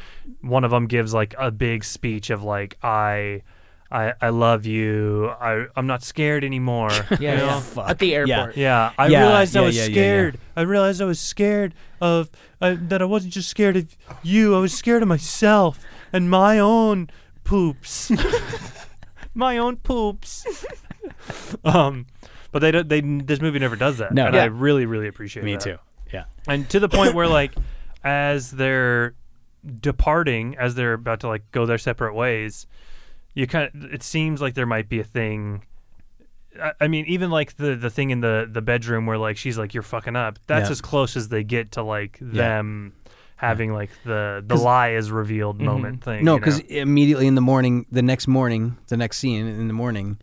Speaker 2: one of them gives like a big speech of like i i, I love you I, i'm not scared anymore
Speaker 5: Yeah.
Speaker 2: you know?
Speaker 5: yeah.
Speaker 3: Fuck.
Speaker 5: At the
Speaker 3: Yeah.
Speaker 5: airport.
Speaker 2: Yeah, I
Speaker 3: Yeah,
Speaker 2: realized I
Speaker 3: yeah,
Speaker 2: was
Speaker 3: yeah, yeah, yeah.
Speaker 2: scared. I realized I was scared of uh, that. I wasn't just scared of you. I was scared of myself and my own poops. my own poops. um, but they don't. They this movie never does that.
Speaker 3: No.
Speaker 2: and I
Speaker 3: Yeah.
Speaker 2: really really appreciate
Speaker 3: Me
Speaker 2: that.
Speaker 3: too. Yeah.
Speaker 2: And to the point where like, as they're departing, as they're about to like go their separate ways, you kind of, it seems like there might be a thing I- I mean, even like the the thing in the the bedroom where like she's like you're fucking up. That's
Speaker 3: Yeah.
Speaker 2: as close as they get to like them having like the the lie is revealed moment thing.
Speaker 3: Mm-hmm. No,
Speaker 2: you know?
Speaker 3: because immediately in the morning, the next morning, the next scene in the morning,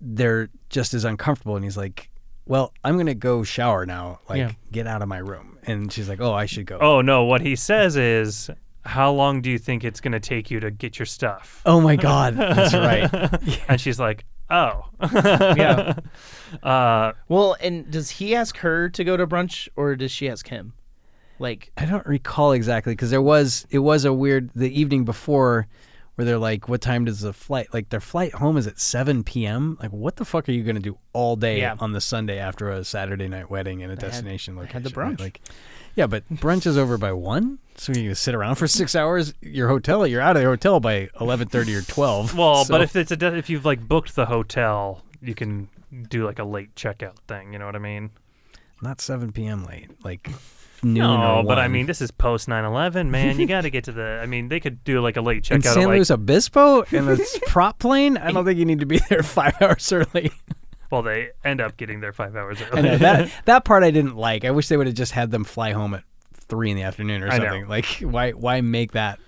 Speaker 3: they're just as uncomfortable, and he's like, "Well, I'm gonna go shower now. Like,
Speaker 5: Yeah.
Speaker 3: get out of my room." And she's like, "Oh, I should go."
Speaker 2: oh no, what he says is, how long do you think it's gonna take you to get your stuff?
Speaker 3: Oh my God, that's right.
Speaker 2: And she's like, oh, yeah. Uh,
Speaker 5: Well, and does he ask her to go to brunch or does she ask him? Like,
Speaker 3: I don't recall exactly because there was it was a weird the evening before where they're like, "What time does the flight? Like their flight home is at 7 p.m. Like what the fuck are you gonna do all day
Speaker 5: Yeah.
Speaker 3: on the Sunday after a Saturday night wedding in a destination
Speaker 5: they
Speaker 3: location?
Speaker 5: had the
Speaker 3: right?
Speaker 5: brunch.
Speaker 3: Like, yeah, but brunch is over by one, so you sit around for six hours. Your hotel, you're out of your hotel by 11:30 or 12.
Speaker 2: well,
Speaker 3: So-
Speaker 2: but if it's a de- if you've like booked the hotel, you can do like a late checkout thing. You know what I mean?
Speaker 3: not 7 p.m. late. Like noon.
Speaker 2: No,
Speaker 3: or
Speaker 2: Oh, but I
Speaker 3: 1.
Speaker 2: mean, this is post 9/11, man. You got to get to the. I mean, they could do like a late
Speaker 3: in
Speaker 2: checkout.
Speaker 3: San
Speaker 2: at, like,
Speaker 3: Luis uh, Obispo in the prop plane. I don't think you need to be there five hours early.
Speaker 2: well, they end up getting there five hours
Speaker 3: I know
Speaker 2: early.
Speaker 3: that that part I didn't like. I wish they would have just had them fly home at three in the afternoon or
Speaker 2: I know.
Speaker 3: something. Like why why make that?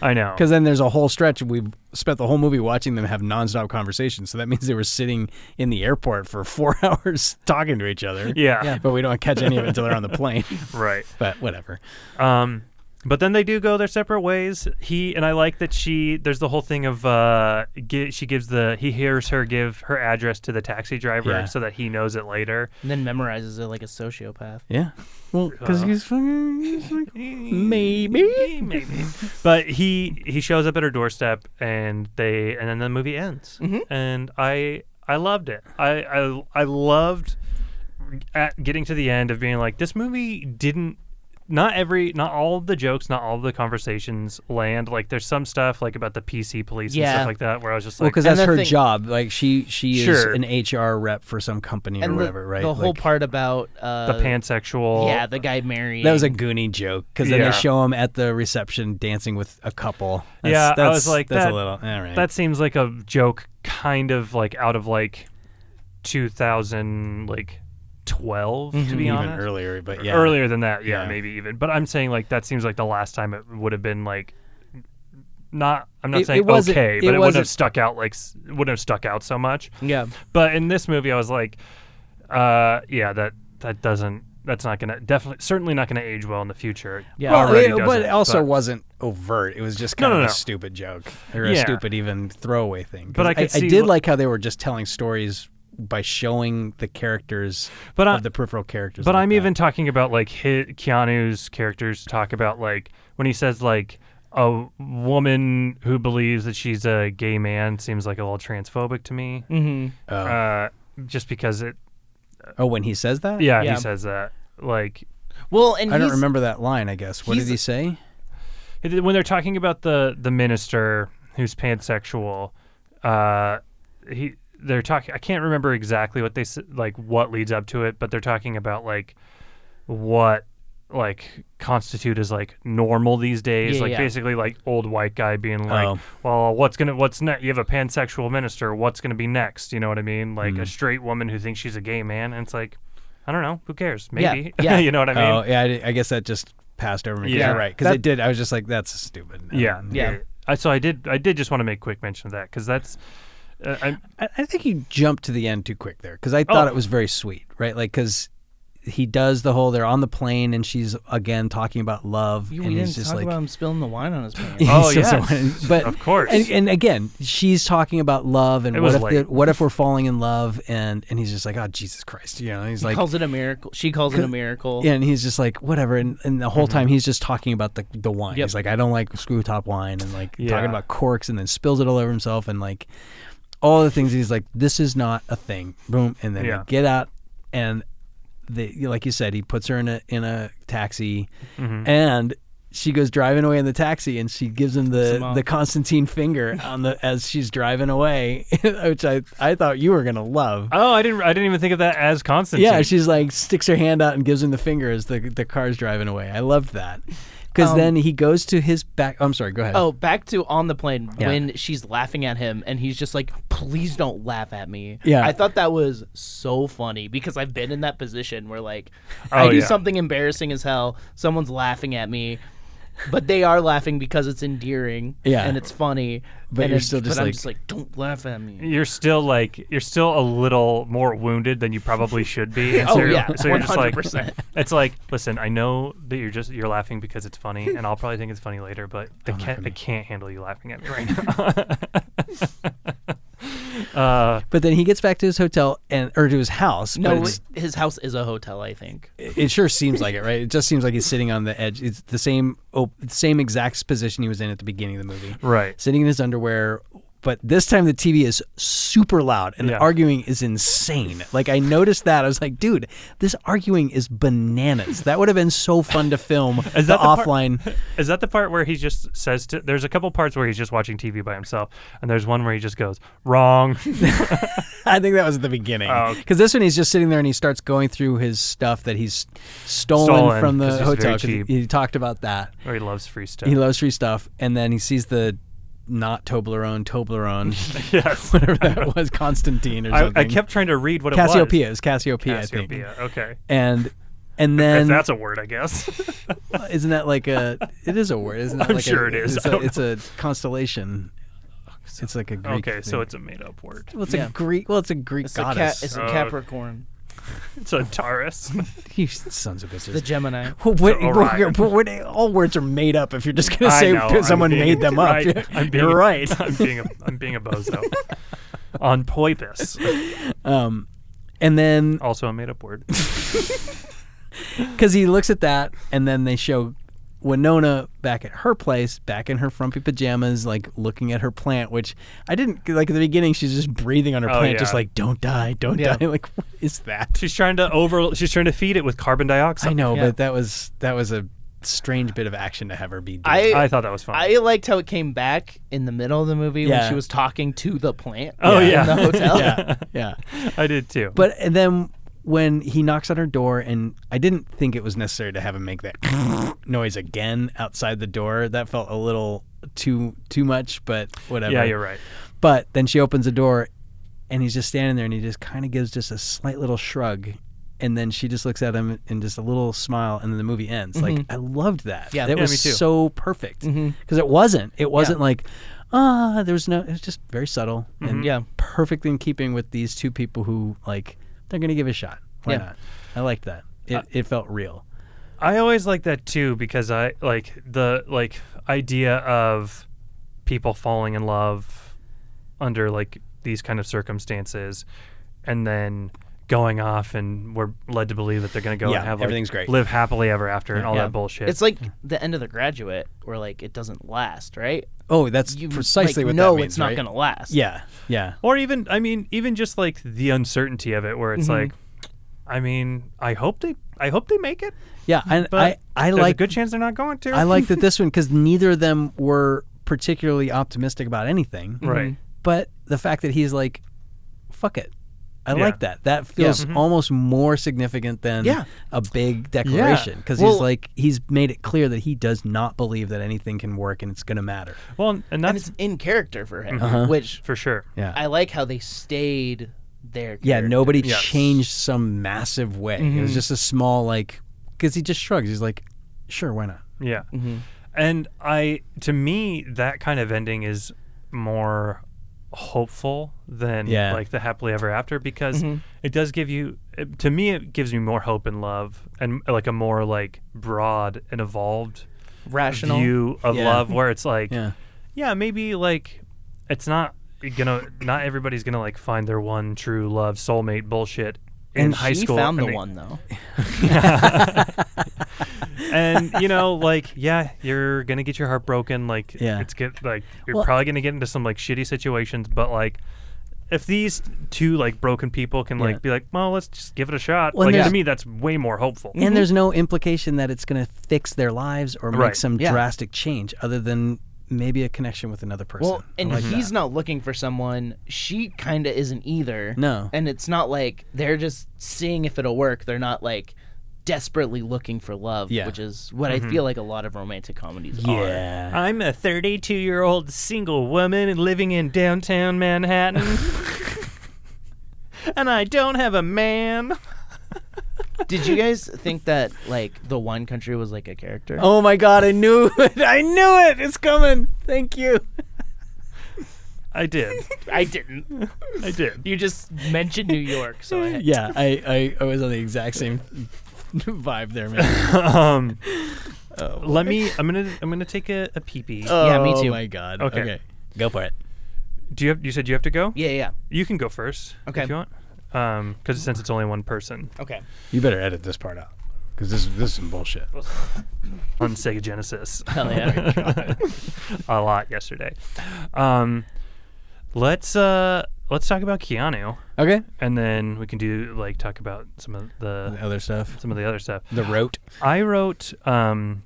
Speaker 2: I know.
Speaker 3: Because then there's a whole stretch we spent the whole movie watching them have nonstop conversations. So that means they were sitting in the airport for four hours talking to each other.
Speaker 2: Yeah.
Speaker 3: but we don't catch any of it until they're on the plane.
Speaker 2: right.
Speaker 3: But whatever.
Speaker 2: Um, but then they do go their separate ways. He and I like that she. There's the whole thing of uh, gi- she gives the he hears her give her address to the taxi driver
Speaker 3: Yeah.
Speaker 2: so that he knows it later.
Speaker 5: And then memorizes it like a sociopath.
Speaker 3: Yeah. Well, because
Speaker 2: Uh.
Speaker 3: he's fucking he's like, Uh-huh. maybe.
Speaker 2: Maybe. but he he shows up at her doorstep and they and then the movie ends.
Speaker 5: Mm-hmm.
Speaker 2: And I I loved it. I I, I loved at getting to the end of being like this movie didn't not every not all of the jokes not all of the conversations land like there's some stuff like about the pc police and
Speaker 5: Yeah.
Speaker 2: stuff like that where i was just
Speaker 3: Well,
Speaker 2: like
Speaker 3: because
Speaker 5: And
Speaker 3: that's
Speaker 5: the
Speaker 3: her
Speaker 5: thing-
Speaker 3: job. Like she, she is
Speaker 2: Sure.
Speaker 3: an HR rep for some company or
Speaker 5: the-
Speaker 3: whatever, right?
Speaker 5: The whole
Speaker 3: Like,
Speaker 5: part about uh,
Speaker 2: the pansexual
Speaker 5: Yeah, the guy marrying.
Speaker 3: That was a Goonie joke because then
Speaker 2: Yeah.
Speaker 3: they show him at the reception dancing with a couple. That's,
Speaker 2: Yeah, I
Speaker 3: that's,
Speaker 2: was like,
Speaker 3: that's
Speaker 2: that-
Speaker 3: a little. All right.
Speaker 2: that seems like a joke kind of like out of like 2000 like 12
Speaker 5: Mm-hmm.
Speaker 2: to be
Speaker 3: even
Speaker 2: honest
Speaker 3: earlier, but yeah,
Speaker 2: earlier than that yeah,
Speaker 3: Yeah.
Speaker 2: maybe even but i'm saying like that seems like the last time it would have been like not i'm not
Speaker 3: It-
Speaker 2: saying
Speaker 3: it wasn't-
Speaker 2: okay
Speaker 3: it
Speaker 2: but it wouldn't
Speaker 3: wasn't-
Speaker 2: have stuck out like s- wouldn't have stuck out so much
Speaker 5: yeah.
Speaker 2: but in this movie i was like uh yeah that that doesn't that's not gonna definitely certainly not gonna age well in the future
Speaker 5: Yeah.
Speaker 3: Well,
Speaker 2: Already
Speaker 3: it- but
Speaker 2: doesn't,
Speaker 3: it also
Speaker 2: but-
Speaker 3: wasn't overt. It was just kind
Speaker 2: No,
Speaker 3: of
Speaker 2: no,
Speaker 3: a
Speaker 2: no.
Speaker 3: stupid joke or a
Speaker 2: Yeah.
Speaker 3: stupid even throwaway thing. 'Cause
Speaker 2: But I could see
Speaker 3: I did
Speaker 2: wh-
Speaker 3: like how they were just telling stories by showing the characters,
Speaker 2: But I-
Speaker 3: of the peripheral characters.
Speaker 2: But
Speaker 3: like
Speaker 2: I'm
Speaker 3: that.
Speaker 2: even talking about like hi Keanu's characters talk about like when he says like a woman who believes that she's a gay man seems like a little transphobic to me.
Speaker 5: hmm
Speaker 3: Mm-hmm.
Speaker 2: Uh, just because it,
Speaker 3: Oh, when he says that,
Speaker 2: yeah,
Speaker 5: Yeah.
Speaker 2: he says that like
Speaker 5: Well, and
Speaker 3: I don't
Speaker 5: he's-
Speaker 3: remember that line. I guess what did
Speaker 5: he's-
Speaker 3: he say?
Speaker 2: it- when they're talking about the the minister who's pansexual. Uh, he they're talking. I can't remember exactly what they s- like what leads up to it, but they're talking about like what like constitute as like normal these days
Speaker 5: Yeah,
Speaker 2: like
Speaker 5: yeah.
Speaker 2: basically like old white guy being like
Speaker 3: Oh.
Speaker 2: well what's gonna what's next you have a pansexual minister what's gonna be next you know what i mean like
Speaker 3: Mm-hmm.
Speaker 2: a straight woman who thinks she's a gay man and it's like i don't know who cares
Speaker 5: Yeah,
Speaker 2: maybe
Speaker 5: yeah.
Speaker 2: you know what i mean
Speaker 3: oh, yeah. I, di- I guess that just passed over me. 'cause
Speaker 2: Yeah.
Speaker 3: You're right. Because
Speaker 5: That-
Speaker 3: it did. I was just like, that's stupid. I
Speaker 2: yeah
Speaker 3: don't-
Speaker 5: Yeah.
Speaker 2: I, so i did i did just want to make quick mention of that because that's uh, I,
Speaker 3: I, I think you jumped to the end too quick there because I
Speaker 2: Oh.
Speaker 3: thought it was very sweet, right? Like because he does the whole they're on the plane and she's again talking about love
Speaker 5: You-
Speaker 3: and
Speaker 5: we
Speaker 3: he's
Speaker 5: didn't
Speaker 3: just
Speaker 5: talk
Speaker 3: like
Speaker 5: about him spilling the wine on his pants.
Speaker 2: Oh,
Speaker 3: So- so-
Speaker 2: yes.
Speaker 3: but
Speaker 2: Of course.
Speaker 3: and, and again she's talking about love and
Speaker 2: It
Speaker 3: what
Speaker 2: was
Speaker 3: if
Speaker 2: late.
Speaker 3: the, what if we're falling in love and and he's just like oh Jesus Christ you know he's
Speaker 5: He
Speaker 3: like
Speaker 5: calls it a miracle. She calls it a miracle.
Speaker 3: yeah, and he's just like whatever and, and the
Speaker 2: Mm-hmm.
Speaker 3: whole time he's just talking about the the wine
Speaker 5: Yep.
Speaker 3: he's like I don't like screw top wine and like
Speaker 2: Yeah.
Speaker 3: talking about corks and then spills it all over himself and like all the things he's like this is not a thing boom and then
Speaker 2: Yeah.
Speaker 3: they get out and they like you said he puts her in a in a taxi
Speaker 2: Mm-hmm.
Speaker 3: and she goes driving away in the taxi and she gives him the
Speaker 5: Simone.
Speaker 3: the Constantine finger on the as she's driving away which I I thought you were going to love
Speaker 2: oh i didn't i didn't even think of that as constantine
Speaker 3: yeah, she's like sticks her hand out and gives him the finger as the the car's driving away. I loved that because
Speaker 5: Um,
Speaker 3: then he goes to his back. I'm sorry, go ahead.
Speaker 5: Oh, back to on the plane
Speaker 3: Yeah.
Speaker 5: when she's laughing at him and he's just like, "Please don't laugh at me."
Speaker 3: Yeah.
Speaker 5: I thought that was so funny because I've been in that position where like
Speaker 2: Oh,
Speaker 5: I do
Speaker 2: yeah.
Speaker 5: something embarrassing as hell, someone's laughing at me, but they are laughing because it's endearing
Speaker 3: Yeah.
Speaker 5: and it's funny.
Speaker 3: But
Speaker 5: and
Speaker 3: you're
Speaker 5: it's-
Speaker 3: still just
Speaker 5: but I'm
Speaker 3: like-
Speaker 5: just like, "Don't laugh at me."
Speaker 2: you're still like you're still a little more wounded than you probably should be. And
Speaker 5: Oh,
Speaker 2: so you're-
Speaker 5: yeah,
Speaker 2: so you're just like
Speaker 5: 100%.
Speaker 2: it's like listen, I know that you're just you're laughing because it's funny, and I'll probably think it's funny later, but I can't I can't handle you laughing at me right now. uh,
Speaker 3: But then he gets back to his hotel and or to his house. but
Speaker 5: No,
Speaker 3: it's-
Speaker 5: his house is a hotel, I think.
Speaker 3: it sure seems like it, right? It just seems like he's sitting on the edge. It's the same op- same exact position he was in at the beginning of the movie,
Speaker 2: right.
Speaker 3: sitting in his underwear, But this time the TV is super loud and
Speaker 2: Yeah.
Speaker 3: the arguing is insane. Like I noticed that I was like, dude, this arguing is bananas. That would have been so fun to film.
Speaker 2: Is that the part-
Speaker 3: offline?
Speaker 2: Is that the part where he just says to? There's a couple parts where he's just watching TV by himself, and there's one where he just goes wrong.
Speaker 3: I think that was at the beginning.
Speaker 2: Oh.
Speaker 3: Because this one, he's just sitting there and he starts going through his stuff that he's stolen,
Speaker 2: Stolen,
Speaker 3: from the
Speaker 2: 'cause he's
Speaker 3: hotel.
Speaker 2: very
Speaker 3: 'cause he,
Speaker 2: cheap.
Speaker 3: he talked about that.
Speaker 2: or he loves free stuff.
Speaker 3: He loves free stuff, and then he sees the not Toblerone, Toblerone,
Speaker 2: yes.
Speaker 3: whatever that was, Constantine or
Speaker 2: I,
Speaker 3: something.
Speaker 2: I kept trying to read what it was.
Speaker 3: Cassiopeia. It was Cassiopeia, I think.
Speaker 2: Cassiopeia. Okay.
Speaker 3: And and
Speaker 2: if
Speaker 3: then
Speaker 2: that's a word, I guess.
Speaker 3: isn't that like a? It is a word, isn't that?
Speaker 2: I'm
Speaker 3: like a-
Speaker 2: sure it is.
Speaker 3: It's
Speaker 2: I
Speaker 3: a,
Speaker 2: don't
Speaker 3: it's a constellation. It's like a Greek.
Speaker 2: okay, so
Speaker 3: thing.
Speaker 2: it's a made-up word.
Speaker 3: well, it's
Speaker 5: yeah.
Speaker 3: a Greek. Well, it's a Greek
Speaker 5: It's a,
Speaker 3: goddess.
Speaker 5: cat. it's a
Speaker 2: Oh.
Speaker 5: Capricorn.
Speaker 2: It's a Taurus.
Speaker 3: You sons of bitches.
Speaker 5: The Gemini.
Speaker 3: Well, what,
Speaker 2: So
Speaker 3: what-
Speaker 2: Orion.
Speaker 3: what- what- all words are made up if you're just going to
Speaker 2: I
Speaker 3: say
Speaker 2: know, I'm
Speaker 3: someone
Speaker 2: being-
Speaker 3: made them up.
Speaker 2: right,
Speaker 3: You're-
Speaker 2: I'm being,
Speaker 3: you're right.
Speaker 2: I'm being a, I'm being a bozo. On poipus,
Speaker 3: Um, and then,
Speaker 2: also a made-up word.
Speaker 3: because he looks at that, and then they show Winona back at her place, back in her frumpy pajamas, like looking at her plant, which I didn't, like at the beginning, she's just breathing on her
Speaker 2: Oh,
Speaker 3: plant, just
Speaker 2: yeah.
Speaker 3: like, don't die, don't
Speaker 5: Yeah.
Speaker 3: die. Like, what is that?
Speaker 2: She's trying to over. She's trying to feed it with carbon dioxide.
Speaker 3: I know,
Speaker 5: Yeah.
Speaker 3: but that was that was a strange bit of action to have her be doing.
Speaker 5: I-
Speaker 2: I thought that was
Speaker 5: I
Speaker 2: funny.
Speaker 5: liked how it came back in the middle of the movie
Speaker 3: Yeah.
Speaker 5: when she was talking to the plant.
Speaker 2: Oh, yeah.
Speaker 5: in the hotel.
Speaker 3: yeah, yeah.
Speaker 2: I did too.
Speaker 3: But and then when he knocks on her door, and I didn't think it was necessary to have him make that noise again outside the door. That felt a little too too much, but whatever.
Speaker 2: yeah, you're right.
Speaker 3: But then she opens the door, and he's just standing there, and he just kind of gives just a slight little shrug. And then she just looks at him and just a little smile, and then the movie ends. Like I loved that.
Speaker 5: Yeah.
Speaker 3: that
Speaker 2: Yeah,
Speaker 3: was
Speaker 2: me too.
Speaker 3: so perfect because it wasn't. It wasn't like ah, there was no. It was just very subtle and
Speaker 5: Yeah.
Speaker 3: perfect in keeping with these two people who like they're gonna give it a shot. Why
Speaker 5: Yeah.
Speaker 3: not? I liked that. It, it felt real.
Speaker 2: I always like that too because I like the like idea of people falling in love under like these kind of circumstances and then going off and we're led to believe that they're going to go
Speaker 3: Yeah,
Speaker 2: and have like,
Speaker 3: everything's great.
Speaker 2: live happily ever after and all
Speaker 5: Yeah.
Speaker 2: that bullshit.
Speaker 5: It's like the end of The Graduate, where like it doesn't last, right?
Speaker 3: Oh, that's
Speaker 5: You
Speaker 3: precisely
Speaker 5: like,
Speaker 3: what
Speaker 5: know
Speaker 3: that means.
Speaker 5: it's not
Speaker 3: right?
Speaker 5: going to last.
Speaker 3: Yeah, yeah.
Speaker 2: or even I mean even just like the uncertainty of it where it's
Speaker 5: Mm-hmm.
Speaker 2: like I mean, I hope they I hope they make it,
Speaker 3: Yeah, and
Speaker 2: but
Speaker 3: I, I
Speaker 2: there's
Speaker 3: like
Speaker 2: a good chance they're not going to.
Speaker 3: I like that this one because neither of them were particularly optimistic about anything.
Speaker 2: right.
Speaker 3: But the fact that he's like, fuck it. I
Speaker 2: Yeah.
Speaker 3: like that. That feels almost more significant than
Speaker 5: Mm-hmm. Yeah.
Speaker 3: a big declaration because he's
Speaker 5: Well-
Speaker 3: like he's made it clear that he does not believe that anything can work and it's going to matter.
Speaker 2: Well, and
Speaker 5: and
Speaker 2: that's
Speaker 5: it's in character for him,
Speaker 3: Uh-huh.
Speaker 5: which
Speaker 2: for sure.
Speaker 3: Yeah.
Speaker 5: I like how they stayed there.
Speaker 3: yeah, nobody
Speaker 2: Yes.
Speaker 3: changed some massive way. It
Speaker 5: Mm-hmm.
Speaker 3: was just a small like cuz he just shrugs. He's like, "Sure, why not?"
Speaker 2: Yeah.
Speaker 5: Mm-hmm.
Speaker 2: And I to me that kind of ending is more hopeful than
Speaker 3: Yeah.
Speaker 2: like the happily ever after because
Speaker 5: Mm-hmm.
Speaker 2: it does give you it- to me it gives me more hope and love and like a more like broad and evolved
Speaker 5: rational.
Speaker 2: view of
Speaker 3: Yeah.
Speaker 2: love where it's like
Speaker 3: Yeah.
Speaker 2: yeah, maybe like it's not gonna not everybody's gonna like find their one true love soulmate bullshit in
Speaker 5: and
Speaker 2: high
Speaker 5: she
Speaker 2: school
Speaker 5: found
Speaker 2: and
Speaker 5: the
Speaker 2: they-
Speaker 5: one though.
Speaker 2: and you know like yeah you're gonna get your heart broken like
Speaker 3: Yeah.
Speaker 2: it's get like you're
Speaker 3: Well-
Speaker 2: probably gonna get into some like shitty situations but like if these two like broken people can like
Speaker 3: Yeah.
Speaker 2: be like well let's just give it a shot
Speaker 3: Well, and
Speaker 2: like to
Speaker 3: there's-
Speaker 2: me that's way more hopeful
Speaker 3: and there's no implication that it's going to fix their lives or make
Speaker 2: Right.
Speaker 3: some
Speaker 5: Yeah.
Speaker 3: drastic change other than maybe a connection with another person.
Speaker 5: Well, and he's not looking for someone. She kind of isn't either.
Speaker 3: No.
Speaker 5: And it's not like they're just seeing if it'll work. They're not like desperately looking for love,
Speaker 3: Yeah.
Speaker 5: which is what I feel like a lot of romantic comedies are.
Speaker 3: yeah.
Speaker 2: i'm a 32 year old single woman living in downtown manhattan and i don't have a man
Speaker 5: Did you guys think that like the one country was like a character?
Speaker 3: Oh my god, I knew it. I knew it. It's coming. Thank you.
Speaker 2: i did
Speaker 5: I didn't.
Speaker 2: i did
Speaker 5: You just mentioned New York, so I
Speaker 3: Yeah, I, I, I was on the exact same vibe there, man.
Speaker 2: um let me i'm gonna i'm gonna take a, a pee pee
Speaker 5: Yeah, me
Speaker 3: Oh
Speaker 5: too.
Speaker 3: my god.
Speaker 2: Okay.
Speaker 3: Go for it.
Speaker 2: do you have you said you have to go
Speaker 5: Yeah, yeah.
Speaker 2: You can go first.
Speaker 5: Okay.
Speaker 2: If you want. Um, because since it's only one person
Speaker 5: Okay.
Speaker 3: You better edit this part out cuz this this is some bullshit.
Speaker 2: on Sega Genesis,
Speaker 5: Hell yeah.
Speaker 2: a lot yesterday. Um, Let's uh let's talk about Keanu,
Speaker 3: Okay.
Speaker 2: and then we can do like talk about some of the
Speaker 3: other stuff.
Speaker 2: some of the other stuff.
Speaker 3: The rote.
Speaker 2: I wrote um,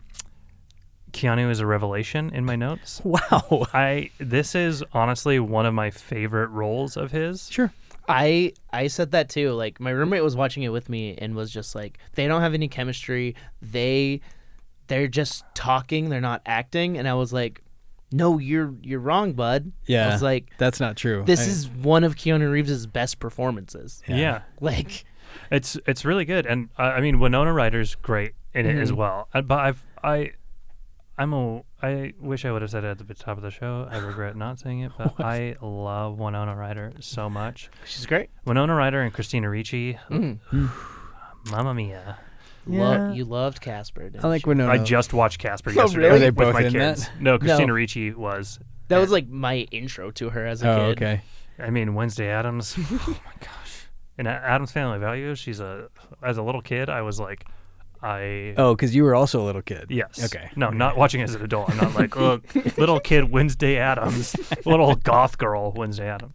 Speaker 2: Keanu is a revelation in my notes.
Speaker 3: Wow.
Speaker 2: I this is honestly one of my favorite roles of his.
Speaker 3: Sure.
Speaker 5: I I said that too. Like my roommate was watching it with me and was just like, they don't have any chemistry. They they're just talking. They're not acting. And I was like, no, you're you're wrong, bud.
Speaker 3: Yeah.
Speaker 5: I was like,
Speaker 3: That's not true.
Speaker 5: this
Speaker 3: I-
Speaker 5: is one of Keanu Reeves's best performances.
Speaker 2: Yeah.
Speaker 5: Like
Speaker 2: It's it's really good, and uh, I mean Winona Ryder's great in it as
Speaker 5: Mm-hmm.
Speaker 2: well. Uh, But I've I I'm a I wish I would have said it at the top of the show. I regret not saying it, but I love Winona Ryder so much.
Speaker 5: she's great. Mm.
Speaker 2: Winona Ryder and Christina Ricci, Mamma Mia.
Speaker 5: Lo-
Speaker 3: Yeah.
Speaker 5: you loved Casper. Didn't
Speaker 3: I like
Speaker 5: you?
Speaker 3: Winona.
Speaker 2: I just watched Casper
Speaker 5: Uh, Oh,
Speaker 2: yesterday
Speaker 5: really? Are they
Speaker 2: with
Speaker 3: both
Speaker 2: my
Speaker 3: in
Speaker 2: kids.
Speaker 3: that?
Speaker 2: No, Christina Ricci was.
Speaker 5: that was like my intro to her as a
Speaker 3: Oh,
Speaker 5: kid.
Speaker 3: okay.
Speaker 2: I mean, Wednesday Adams. oh my gosh! In A- Adams Family Values, she's a. As a little kid, I was like, I.
Speaker 3: Oh, because you were also a little kid.
Speaker 2: Yes.
Speaker 3: Okay.
Speaker 2: No, not watching as an adult. I'm not like, look, little kid Wednesday Adams, little goth girl Wednesday Adams.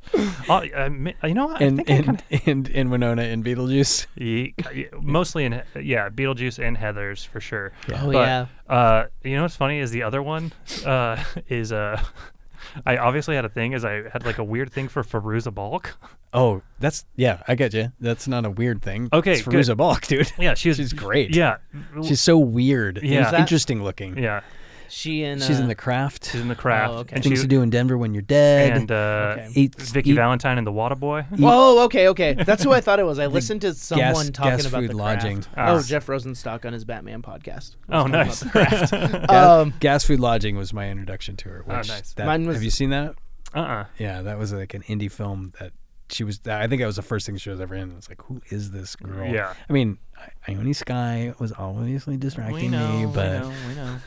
Speaker 2: Oh, I, mi- you know what? I
Speaker 3: And
Speaker 2: think I
Speaker 3: and,
Speaker 2: kinda-
Speaker 3: and and Winona in Beetlejuice.
Speaker 2: Ye- ye- mostly in yeah, Beetlejuice and Heather's for sure.
Speaker 5: Yeah. Oh,
Speaker 2: But,
Speaker 5: yeah.
Speaker 2: Uh, you know what's funny is the other one uh, is uh, I obviously had a thing is I had like a weird thing for Feruza Balk.
Speaker 3: Oh, that's yeah. I get you. That's not a weird thing.
Speaker 2: Okay,
Speaker 3: It's
Speaker 2: good.
Speaker 3: Feruza Balk, dude.
Speaker 2: Yeah, she was
Speaker 3: She's great.
Speaker 2: Yeah,
Speaker 3: She's so weird.
Speaker 2: Yeah.
Speaker 3: It's interesting looking.
Speaker 2: yeah.
Speaker 5: She and
Speaker 3: She's
Speaker 5: uh,
Speaker 3: in the craft.
Speaker 2: She's in the craft.
Speaker 5: Oh, okay.
Speaker 2: And
Speaker 3: Things
Speaker 2: she
Speaker 3: to do in Denver when you're dead.
Speaker 2: and uh,
Speaker 5: Okay.
Speaker 3: eat,
Speaker 2: Vicky
Speaker 3: eat
Speaker 2: Valentine and the Waterboy.
Speaker 5: Whoa, Oh, okay, okay. That's who I thought it was. I listened to someone
Speaker 3: gas-
Speaker 5: talking
Speaker 3: gas
Speaker 5: about
Speaker 3: food
Speaker 5: the
Speaker 3: lodging.
Speaker 5: lodging.
Speaker 2: Ah.
Speaker 5: Oh, Jeff Rosenstock on his Batman podcast.
Speaker 2: Oh,
Speaker 5: Talking about
Speaker 2: nice.
Speaker 5: the craft.
Speaker 3: gas,
Speaker 5: um,
Speaker 3: gas food lodging was my introduction to her. Which
Speaker 2: Oh, nice.
Speaker 3: that-
Speaker 5: Mine was-
Speaker 3: have you seen that?
Speaker 2: Uh-uh.
Speaker 3: Yeah, that was like an indie film that she was. I think that was the first thing she was ever in. It's like, who is this girl?
Speaker 2: Yeah.
Speaker 3: I mean, I- Ione Sky was obviously distracting me, but
Speaker 2: we know, we know,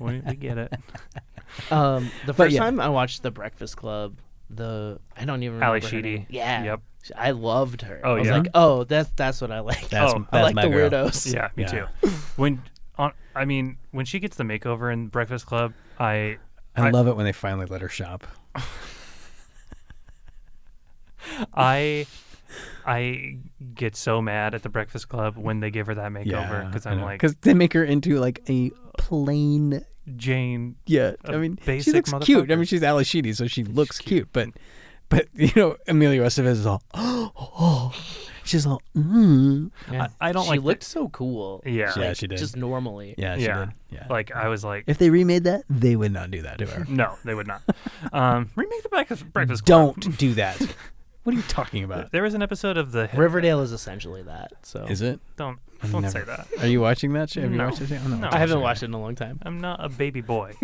Speaker 2: we, we get it.
Speaker 5: um, the first
Speaker 3: yeah.
Speaker 5: time I watched The Breakfast Club, the I don't even remember.
Speaker 2: Ally
Speaker 5: her
Speaker 2: Sheedy.
Speaker 5: name. Yeah.
Speaker 2: Yep.
Speaker 5: I loved her.
Speaker 2: Oh,
Speaker 5: I was
Speaker 2: yeah.
Speaker 5: like, oh, that's that's what I like.
Speaker 3: that's,
Speaker 2: Oh,
Speaker 5: I
Speaker 3: that's
Speaker 5: like
Speaker 3: my
Speaker 5: the
Speaker 3: girl.
Speaker 5: weirdos.
Speaker 2: Yeah, me
Speaker 3: Yeah.
Speaker 2: too. When on, I mean, when she gets the makeover in Breakfast Club, I
Speaker 3: I
Speaker 2: I-
Speaker 3: love it when they finally let her shop.
Speaker 2: I I get so mad at the Breakfast Club when they give her that makeover because
Speaker 3: I
Speaker 2: I'm
Speaker 3: know.
Speaker 2: like
Speaker 3: 'Cause they make her into like a plain.
Speaker 2: Jane.
Speaker 3: Yeah,
Speaker 2: A
Speaker 3: I mean, she
Speaker 2: basic
Speaker 3: looks cute. I
Speaker 2: motherfucker.
Speaker 3: mean, she's Ali Sheedy, so she looks cute, but. But you know, Emilio Estevez is all, oh, she's all, mm.
Speaker 5: Yeah.
Speaker 2: I don't
Speaker 5: she
Speaker 2: like the-
Speaker 5: looked so cool.
Speaker 2: Yeah.
Speaker 3: Yeah,
Speaker 5: Like,
Speaker 3: she did.
Speaker 5: Just normally.
Speaker 3: yeah, she
Speaker 2: Yeah.
Speaker 3: did, yeah.
Speaker 2: Like I was like,
Speaker 3: if they remade that, they would not do that to her.
Speaker 2: no, they would not. Um, remake the Breakfast Breakfast Club.
Speaker 3: Don't do that. what are you talking about?
Speaker 2: There was an episode of the
Speaker 5: Riverdale is essentially that. So
Speaker 3: Is it?
Speaker 2: Don't don't
Speaker 3: never-
Speaker 2: say that.
Speaker 3: Are you watching that show? Have you
Speaker 2: No.
Speaker 3: watched it? yet? Oh, no.
Speaker 2: No.
Speaker 5: I haven't watched it in a long time.
Speaker 2: I'm not a baby boy.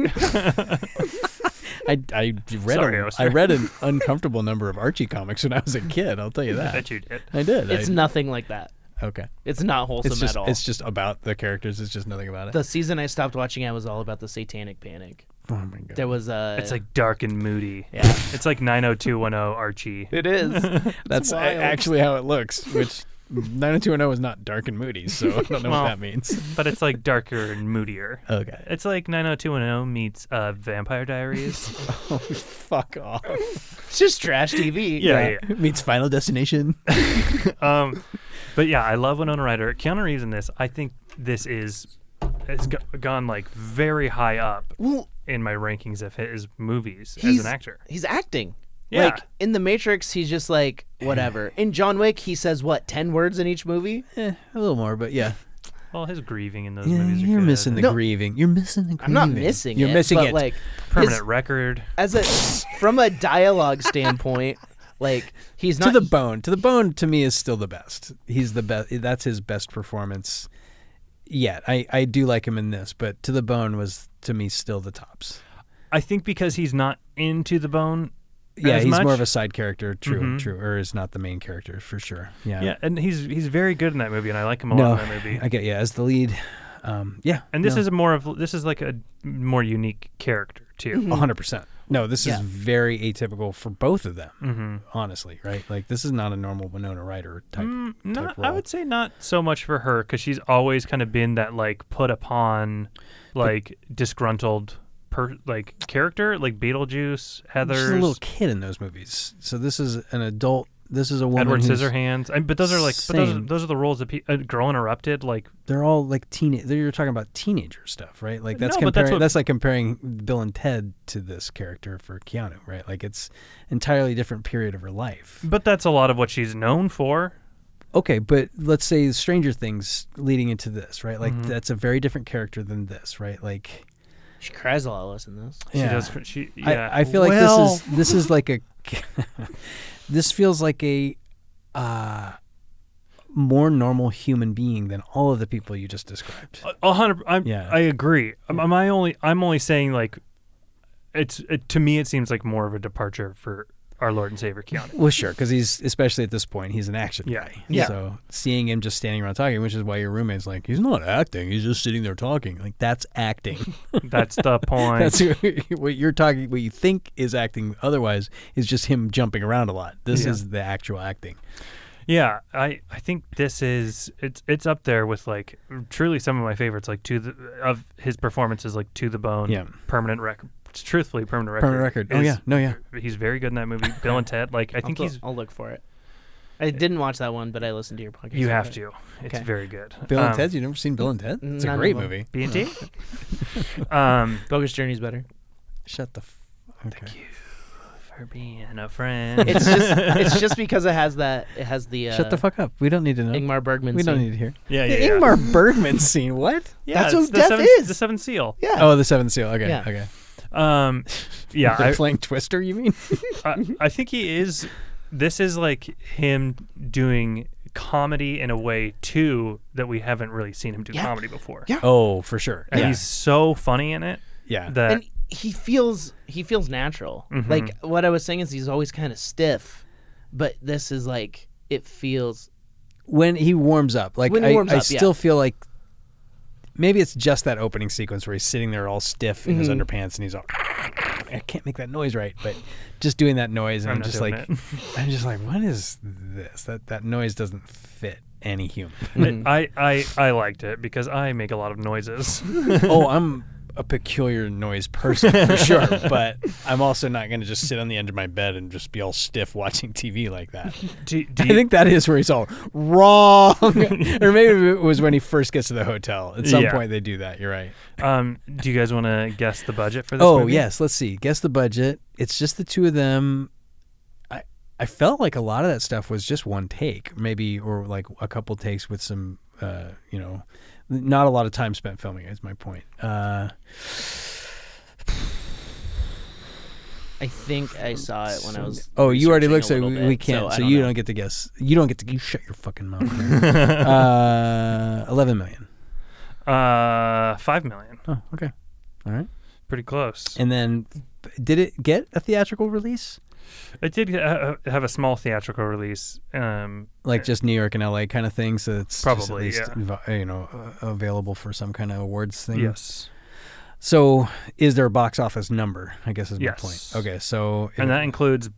Speaker 3: I, I read
Speaker 2: Sorry,
Speaker 3: a,
Speaker 2: I was-
Speaker 3: I read an uncomfortable number of Archie comics when I was a kid. I'll tell you that.
Speaker 2: that you did.
Speaker 3: I did.
Speaker 5: It's
Speaker 3: I,
Speaker 5: nothing like that.
Speaker 3: okay.
Speaker 5: It's not wholesome
Speaker 3: It's just
Speaker 5: at all.
Speaker 3: it's just about the characters. It's just nothing about it.
Speaker 5: the season I stopped watching, I was all about the Satanic Panic.
Speaker 3: oh my god.
Speaker 5: There was a.
Speaker 2: It's like dark and moody.
Speaker 5: Yeah.
Speaker 2: It's like 90210 Archie.
Speaker 5: It is.
Speaker 3: That's a-
Speaker 5: wild.
Speaker 3: actually how it looks. Which 90210 is not dark and moody, so I don't know
Speaker 2: Well.
Speaker 3: what that means.
Speaker 2: but it's like darker and moodier.
Speaker 3: Okay.
Speaker 2: It's like 90210 meets uh, Vampire Diaries.
Speaker 3: Oh, fuck off.
Speaker 5: It's just trash TV.
Speaker 2: Yeah,
Speaker 3: Meets Final Destination.
Speaker 2: um, but yeah, I love Winona Ryder. Keanu Reeves in this. I think this is it's go- gone like very high up
Speaker 5: Well,
Speaker 2: in my rankings of his movies
Speaker 5: he's
Speaker 2: as an actor.
Speaker 5: He's acting.
Speaker 2: Yeah.
Speaker 5: Like in The Matrix, he's just like whatever. In John Wick, he says what ten words in each movie.
Speaker 3: Eh, a little more, but yeah.
Speaker 2: Well, his grieving in those
Speaker 3: Yeah,
Speaker 2: movies. Are
Speaker 3: you're
Speaker 2: good.
Speaker 3: missing the
Speaker 5: No.
Speaker 3: grieving. You're missing the grieving.
Speaker 5: I'm not missing.
Speaker 3: Mm. You're
Speaker 5: it,
Speaker 3: missing
Speaker 5: but,
Speaker 3: it.
Speaker 5: Like
Speaker 2: permanent
Speaker 5: his-
Speaker 2: record.
Speaker 5: as a from a dialogue standpoint, like he's
Speaker 3: to
Speaker 5: not
Speaker 3: the bone. To the bone. To me, is still the best. He's the best. That's his best performance yet. I I do like him in this, but to the bone was to me still the tops.
Speaker 2: I think because he's not into the bone.
Speaker 3: Yeah,
Speaker 2: as
Speaker 3: he's
Speaker 2: much. Mm-hmm.
Speaker 3: more of a side character. True, true, or is not the main character for sure. Yeah,
Speaker 2: Yeah, and he's he's very good in that movie, and I like him a
Speaker 3: No,
Speaker 2: lot in that movie.
Speaker 3: I get yeah as the lead. Um, yeah,
Speaker 2: and this is a more of this is like a more unique character too.
Speaker 3: hundred percent. No, this is
Speaker 5: Yeah.
Speaker 3: very atypical for both of them. Honestly, right? Like this is not a normal Winona Ryder type.
Speaker 2: Not,
Speaker 3: type
Speaker 2: I
Speaker 3: role.
Speaker 2: would say not so much for her because she's always kind of been that like put upon, like disgruntled per like character, like Beetlejuice, Heather's,
Speaker 3: She's a little kid in those movies. So this is an adult. This is a woman.
Speaker 2: Edward
Speaker 3: who's-
Speaker 2: Scissorhands. I, but those are like but those,
Speaker 3: Same.
Speaker 2: those are the roles that pe- uh, Girl Interrupted. Like
Speaker 3: They're all like teenage. You're talking about teenager stuff, right? Like that's
Speaker 2: No, but
Speaker 3: comparing.
Speaker 2: that's
Speaker 3: That's,
Speaker 2: what-
Speaker 3: like comparing Bill and Ted to this character for Keanu, right? Like it's entirely different period of her life.
Speaker 2: But that's a lot of what she's known for.
Speaker 3: Okay, but let's say Stranger Things leading into this, right?
Speaker 2: Mm-hmm.
Speaker 3: Like that's a very different character than this, right? Like
Speaker 5: She cries a lot less in this.
Speaker 2: She
Speaker 3: yeah.
Speaker 2: does. cr- She.
Speaker 3: I-
Speaker 2: Yeah.
Speaker 3: I, feel like
Speaker 2: Well,
Speaker 3: this is this is like a this feels like a uh, more normal human being than all of the people you just described.
Speaker 2: a hundred. I,
Speaker 3: Yeah.
Speaker 2: I agree. I'm, I'm I only. I'm only saying like, it's it, to me. It seems like more of a departure for our Lord and Savior Keanu.
Speaker 3: Well, sure, because he's especially at this point he's an action
Speaker 2: Yeah.
Speaker 3: guy.
Speaker 2: Yeah.
Speaker 3: So seeing him just standing around talking, which is why your roommate's like, he's not acting; he's just sitting there talking. Like that's acting.
Speaker 2: That's the point.
Speaker 3: that's what you're talking. What you think is acting, otherwise is just him jumping around a lot. This
Speaker 2: Yeah.
Speaker 3: is the actual acting.
Speaker 2: yeah. I. I think this is. It's. It's up there with like truly some of my favorites. Like to the of his performances. Like to the bone.
Speaker 3: Yeah.
Speaker 2: Permanent record. Truthfully, permanent record.
Speaker 3: Permanent record. Oh
Speaker 2: is-
Speaker 3: yeah, no yeah.
Speaker 2: He's very good in that movie. Bill and Ted. Like I
Speaker 5: I'll
Speaker 2: think
Speaker 5: th-
Speaker 2: he's.
Speaker 5: I'll look for it. I didn't watch that one, but I listened to your podcast.
Speaker 2: You have
Speaker 5: about it.
Speaker 2: to. It's
Speaker 5: Okay.
Speaker 2: very good.
Speaker 3: Bill and
Speaker 2: Um,
Speaker 3: Ted. You never seen Bill and Ted? It's a
Speaker 5: none of
Speaker 3: great
Speaker 5: them.
Speaker 3: movie.
Speaker 2: B and T. Um.
Speaker 5: Bogus Journey's better.
Speaker 3: Shut the. F- okay.
Speaker 2: for being a friend.
Speaker 5: It's just it's just because it has that it has the uh,
Speaker 3: Shut the fuck up. We don't need to know.
Speaker 5: Ingmar Bergman.
Speaker 3: we don't
Speaker 5: scene.
Speaker 3: need to hear.
Speaker 2: yeah,
Speaker 3: The Ingmar Bergman scene. What? That's
Speaker 2: it's
Speaker 3: what
Speaker 2: the
Speaker 3: death
Speaker 2: seventh,
Speaker 3: is.
Speaker 2: The Seventh Seal.
Speaker 3: yeah. Oh, the Seventh Seal. Okay.
Speaker 5: Yeah.
Speaker 3: Okay.
Speaker 2: Um, yeah,
Speaker 3: They're
Speaker 2: I,
Speaker 3: playing Twister. You mean?
Speaker 2: I,
Speaker 3: Mm-hmm.
Speaker 2: I think he is. This is like him doing comedy in a way too that we haven't really seen him do
Speaker 5: Yeah.
Speaker 2: comedy before.
Speaker 5: Yeah.
Speaker 3: Oh, for sure.
Speaker 2: and
Speaker 3: yeah.
Speaker 2: he's so funny in it
Speaker 3: yeah.
Speaker 2: that
Speaker 5: and he feels he feels natural.
Speaker 3: Mm-hmm.
Speaker 5: Like what I was saying is he's always kind of stiff, but this is like it feels
Speaker 3: when he warms up, like
Speaker 5: When he
Speaker 3: I,
Speaker 5: warms
Speaker 3: I
Speaker 5: up, yeah.
Speaker 3: still feel like maybe it's just that opening sequence where he's sitting there all stiff in his underpants and he's all. I can't make that noise right, but just doing that noise, and
Speaker 2: I'm
Speaker 3: I'm,
Speaker 2: not
Speaker 3: just
Speaker 2: doing
Speaker 3: like,
Speaker 2: it.
Speaker 3: I'm just like, what is this? That that noise doesn't fit any human.
Speaker 2: it- I, I I liked it because I make a lot of noises.
Speaker 3: oh, I'm a peculiar noise person for sure, but I'm also not going to just sit on the edge of my bed and just be all stiff watching TV like that.
Speaker 2: do, do
Speaker 3: I
Speaker 2: you-
Speaker 3: think that is where he's all wrong, or maybe it was when he first gets to the hotel. At some
Speaker 2: Yeah.
Speaker 3: point, they do that. You're right.
Speaker 2: um, do you guys want to guess the budget for this?
Speaker 3: Oh
Speaker 2: movie?
Speaker 3: yes, let's see. Guess the budget. It's just the two of them. I I felt like a lot of that stuff was just one take, maybe or like a couple takes with some, uh, you know, not a lot of time spent filming. Is my point. Uh,
Speaker 5: I think I saw it when I was
Speaker 3: oh, you already
Speaker 5: researching
Speaker 3: looked,
Speaker 5: a
Speaker 3: so
Speaker 5: little
Speaker 3: we,
Speaker 5: bit,
Speaker 3: we can't.
Speaker 5: I
Speaker 3: So, you
Speaker 5: know.
Speaker 3: don't get to guess. You don't get to. You shut your fucking mouth. uh, Eleven million.
Speaker 2: Uh, five million.
Speaker 3: Oh, okay. All right.
Speaker 2: Pretty close.
Speaker 3: And then, did it get a theatrical release?
Speaker 2: It did uh, have a small theatrical release. Um,
Speaker 3: Like just New York and LA kind of thing, so it's just at
Speaker 2: Probably,
Speaker 3: least
Speaker 2: yeah.
Speaker 3: inv- you know uh, available for some kind of awards thing.
Speaker 2: yes.
Speaker 3: So, is there a box office number? I guess is my
Speaker 2: Yes.
Speaker 3: point. Okay, so
Speaker 2: and that includes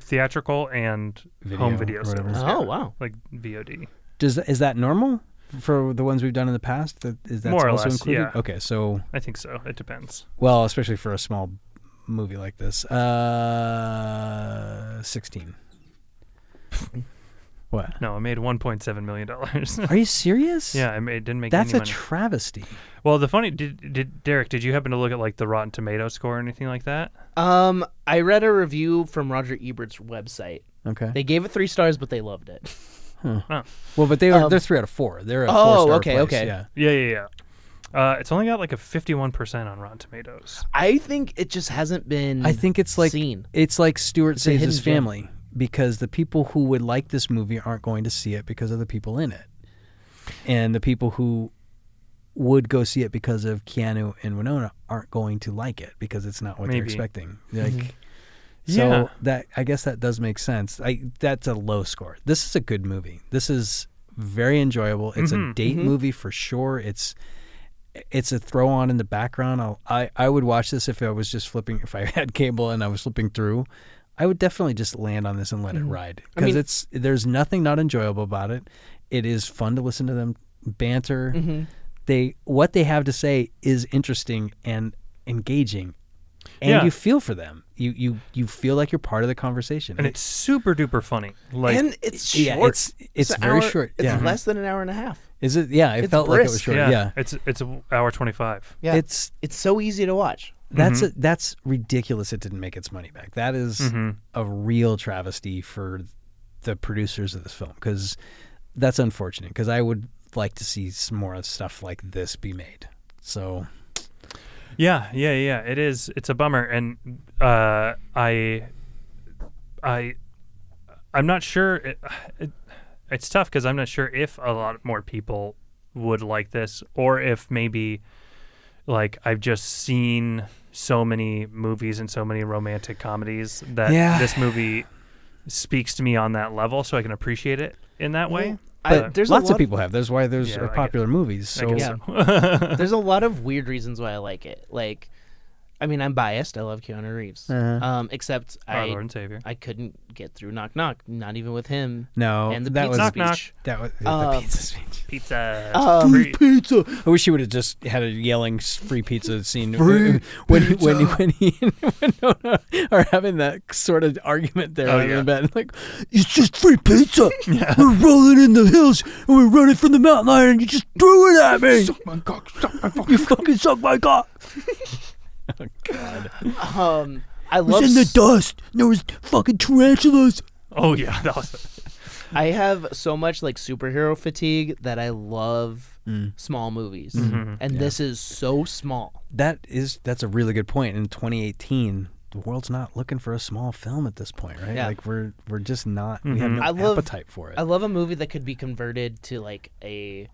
Speaker 2: theatrical and home
Speaker 3: Video,
Speaker 2: video
Speaker 3: whatever.
Speaker 2: stores,
Speaker 5: Oh, wow.
Speaker 2: like VOD.
Speaker 3: does is that normal for the ones we've done in the past? That is that
Speaker 2: More or
Speaker 3: also
Speaker 2: less,
Speaker 3: included? Oh.
Speaker 2: yeah.
Speaker 3: Okay, so
Speaker 2: I think so. It depends.
Speaker 3: well, especially for a small movie like this, uh, sixteen. what?
Speaker 2: No, I made 1.7 million dollars.
Speaker 3: Are you serious?
Speaker 2: yeah, I made, didn't make
Speaker 3: That's
Speaker 2: any
Speaker 3: a
Speaker 2: money.
Speaker 3: travesty.
Speaker 2: well, the funny did, did Derek, did you happen to look at like the Rotten Tomato score or anything like that?
Speaker 5: Um, I read a review from Roger Ebert's website.
Speaker 3: Okay.
Speaker 5: They gave it three stars, but they loved it.
Speaker 3: Well, but they are
Speaker 5: Um,
Speaker 3: they're three out of four. They're a
Speaker 5: Oh,
Speaker 3: four-star
Speaker 5: okay,
Speaker 3: place,
Speaker 5: okay.
Speaker 3: Yeah.
Speaker 2: Yeah, yeah, yeah. Uh, it's only got like a 51% on Rotten Tomatoes.
Speaker 5: I think it just hasn't been.
Speaker 3: I think it's like
Speaker 5: seen.
Speaker 3: it's like Stewart
Speaker 5: a
Speaker 3: saves his
Speaker 5: hidden gem.
Speaker 3: family because the people who would like this movie aren't going to see it because of the people in it, and the people who would go see it because of Keanu and Winona aren't going to like it because it's not what they're
Speaker 2: Maybe.
Speaker 3: expecting.
Speaker 5: Mm-hmm.
Speaker 3: Like. So
Speaker 2: Yeah.
Speaker 3: that I guess that does make sense. I that's a low score. This is a good movie. This is very enjoyable. It's
Speaker 2: Mm-hmm.
Speaker 3: a date
Speaker 5: Mm-hmm.
Speaker 3: movie for sure. It's it's a throw on in the background. I'll, I I would watch this if I was just flipping if I had cable and I was flipping through. I would definitely just land on this and let it ride because
Speaker 5: Mm. mean-
Speaker 3: it's there's nothing not enjoyable about it. It is fun to listen to them
Speaker 5: Mm-hmm.
Speaker 3: banter. They what they have to say is interesting and engaging and
Speaker 2: Yeah.
Speaker 3: you feel for them. You you you feel like you're part of the conversation.
Speaker 2: and it's super duper funny. Like
Speaker 5: and it's short.
Speaker 3: yeah, it's- it's
Speaker 5: an
Speaker 3: very
Speaker 5: hour-
Speaker 3: short,
Speaker 5: It's
Speaker 3: yeah.
Speaker 5: less than an hour and a half.
Speaker 3: is it? Yeah, it
Speaker 5: it's
Speaker 3: felt like it was
Speaker 5: brisk.
Speaker 3: short.
Speaker 2: yeah,
Speaker 3: Yeah,
Speaker 2: it's it's an hour twenty five.
Speaker 5: Yeah, it's
Speaker 3: it's
Speaker 5: it's so easy to watch.
Speaker 3: that's
Speaker 2: Mm-hmm.
Speaker 3: a, that's ridiculous. It didn't make its money back. That is a real travesty for the producers of this film because that's unfortunate. Because I would like to see some more of stuff like this be made. So
Speaker 2: Yeah, yeah, yeah. It is. It's a bummer, and uh, I, I, I'm not sure. It, it, it's tough because I'm not sure if a lot more people would like this, or if maybe, like, I've just seen so many movies and so many romantic comedies that
Speaker 3: Yeah.
Speaker 2: this movie speaks to me on that level, so I can appreciate it in that way.
Speaker 5: I,
Speaker 2: But
Speaker 5: there's
Speaker 3: lots
Speaker 5: a lot
Speaker 3: of people have. That's why there's
Speaker 2: Yeah, I
Speaker 3: are
Speaker 2: get-
Speaker 3: popular movies.
Speaker 2: I
Speaker 3: So
Speaker 2: guess
Speaker 5: Yeah.
Speaker 2: so.
Speaker 5: there's a lot of weird reasons why I like it. Like, I mean, I'm biased. I love Keanu Reeves.
Speaker 3: Uh-huh.
Speaker 5: Um, except
Speaker 2: Our
Speaker 5: I
Speaker 2: Lord and Savior.
Speaker 5: I couldn't get through Knock Knock, not even with him.
Speaker 3: no,
Speaker 5: and the
Speaker 3: that
Speaker 5: pizza
Speaker 3: was
Speaker 2: Knock, knock.
Speaker 5: speech.
Speaker 3: that was the
Speaker 5: Uh,
Speaker 3: pizza speech.
Speaker 2: Pizza.
Speaker 5: Um,
Speaker 2: Free.
Speaker 3: Pizza. I wish you would have just had a yelling s- free pizza scene when when he- when he- when he and Winona are having that sort of argument there
Speaker 2: Oh,
Speaker 3: in
Speaker 2: yeah.
Speaker 3: the bed. Like it's just free pizza. We're rolling in the hills and we're running from the mountain lion and you just threw it at me. Suck my cock. Suck my fucking you fucking suck my cock.
Speaker 5: Um, I
Speaker 3: It
Speaker 5: love.
Speaker 3: was in the
Speaker 5: s-
Speaker 3: dust. and There was fucking tarantulas.
Speaker 2: Oh yeah, that was.
Speaker 5: I have so much like superhero fatigue that I love
Speaker 3: Mm.
Speaker 5: small movies,
Speaker 2: Mm-hmm.
Speaker 5: and this is so small.
Speaker 3: that is that's a really good point. In 2018, the world's not looking for a small film at this point, right?
Speaker 5: Yeah.
Speaker 3: Like we're we're just not. We
Speaker 2: Mm-hmm.
Speaker 3: have no
Speaker 5: I love-
Speaker 3: appetite for it.
Speaker 5: I love a movie that could be converted to like a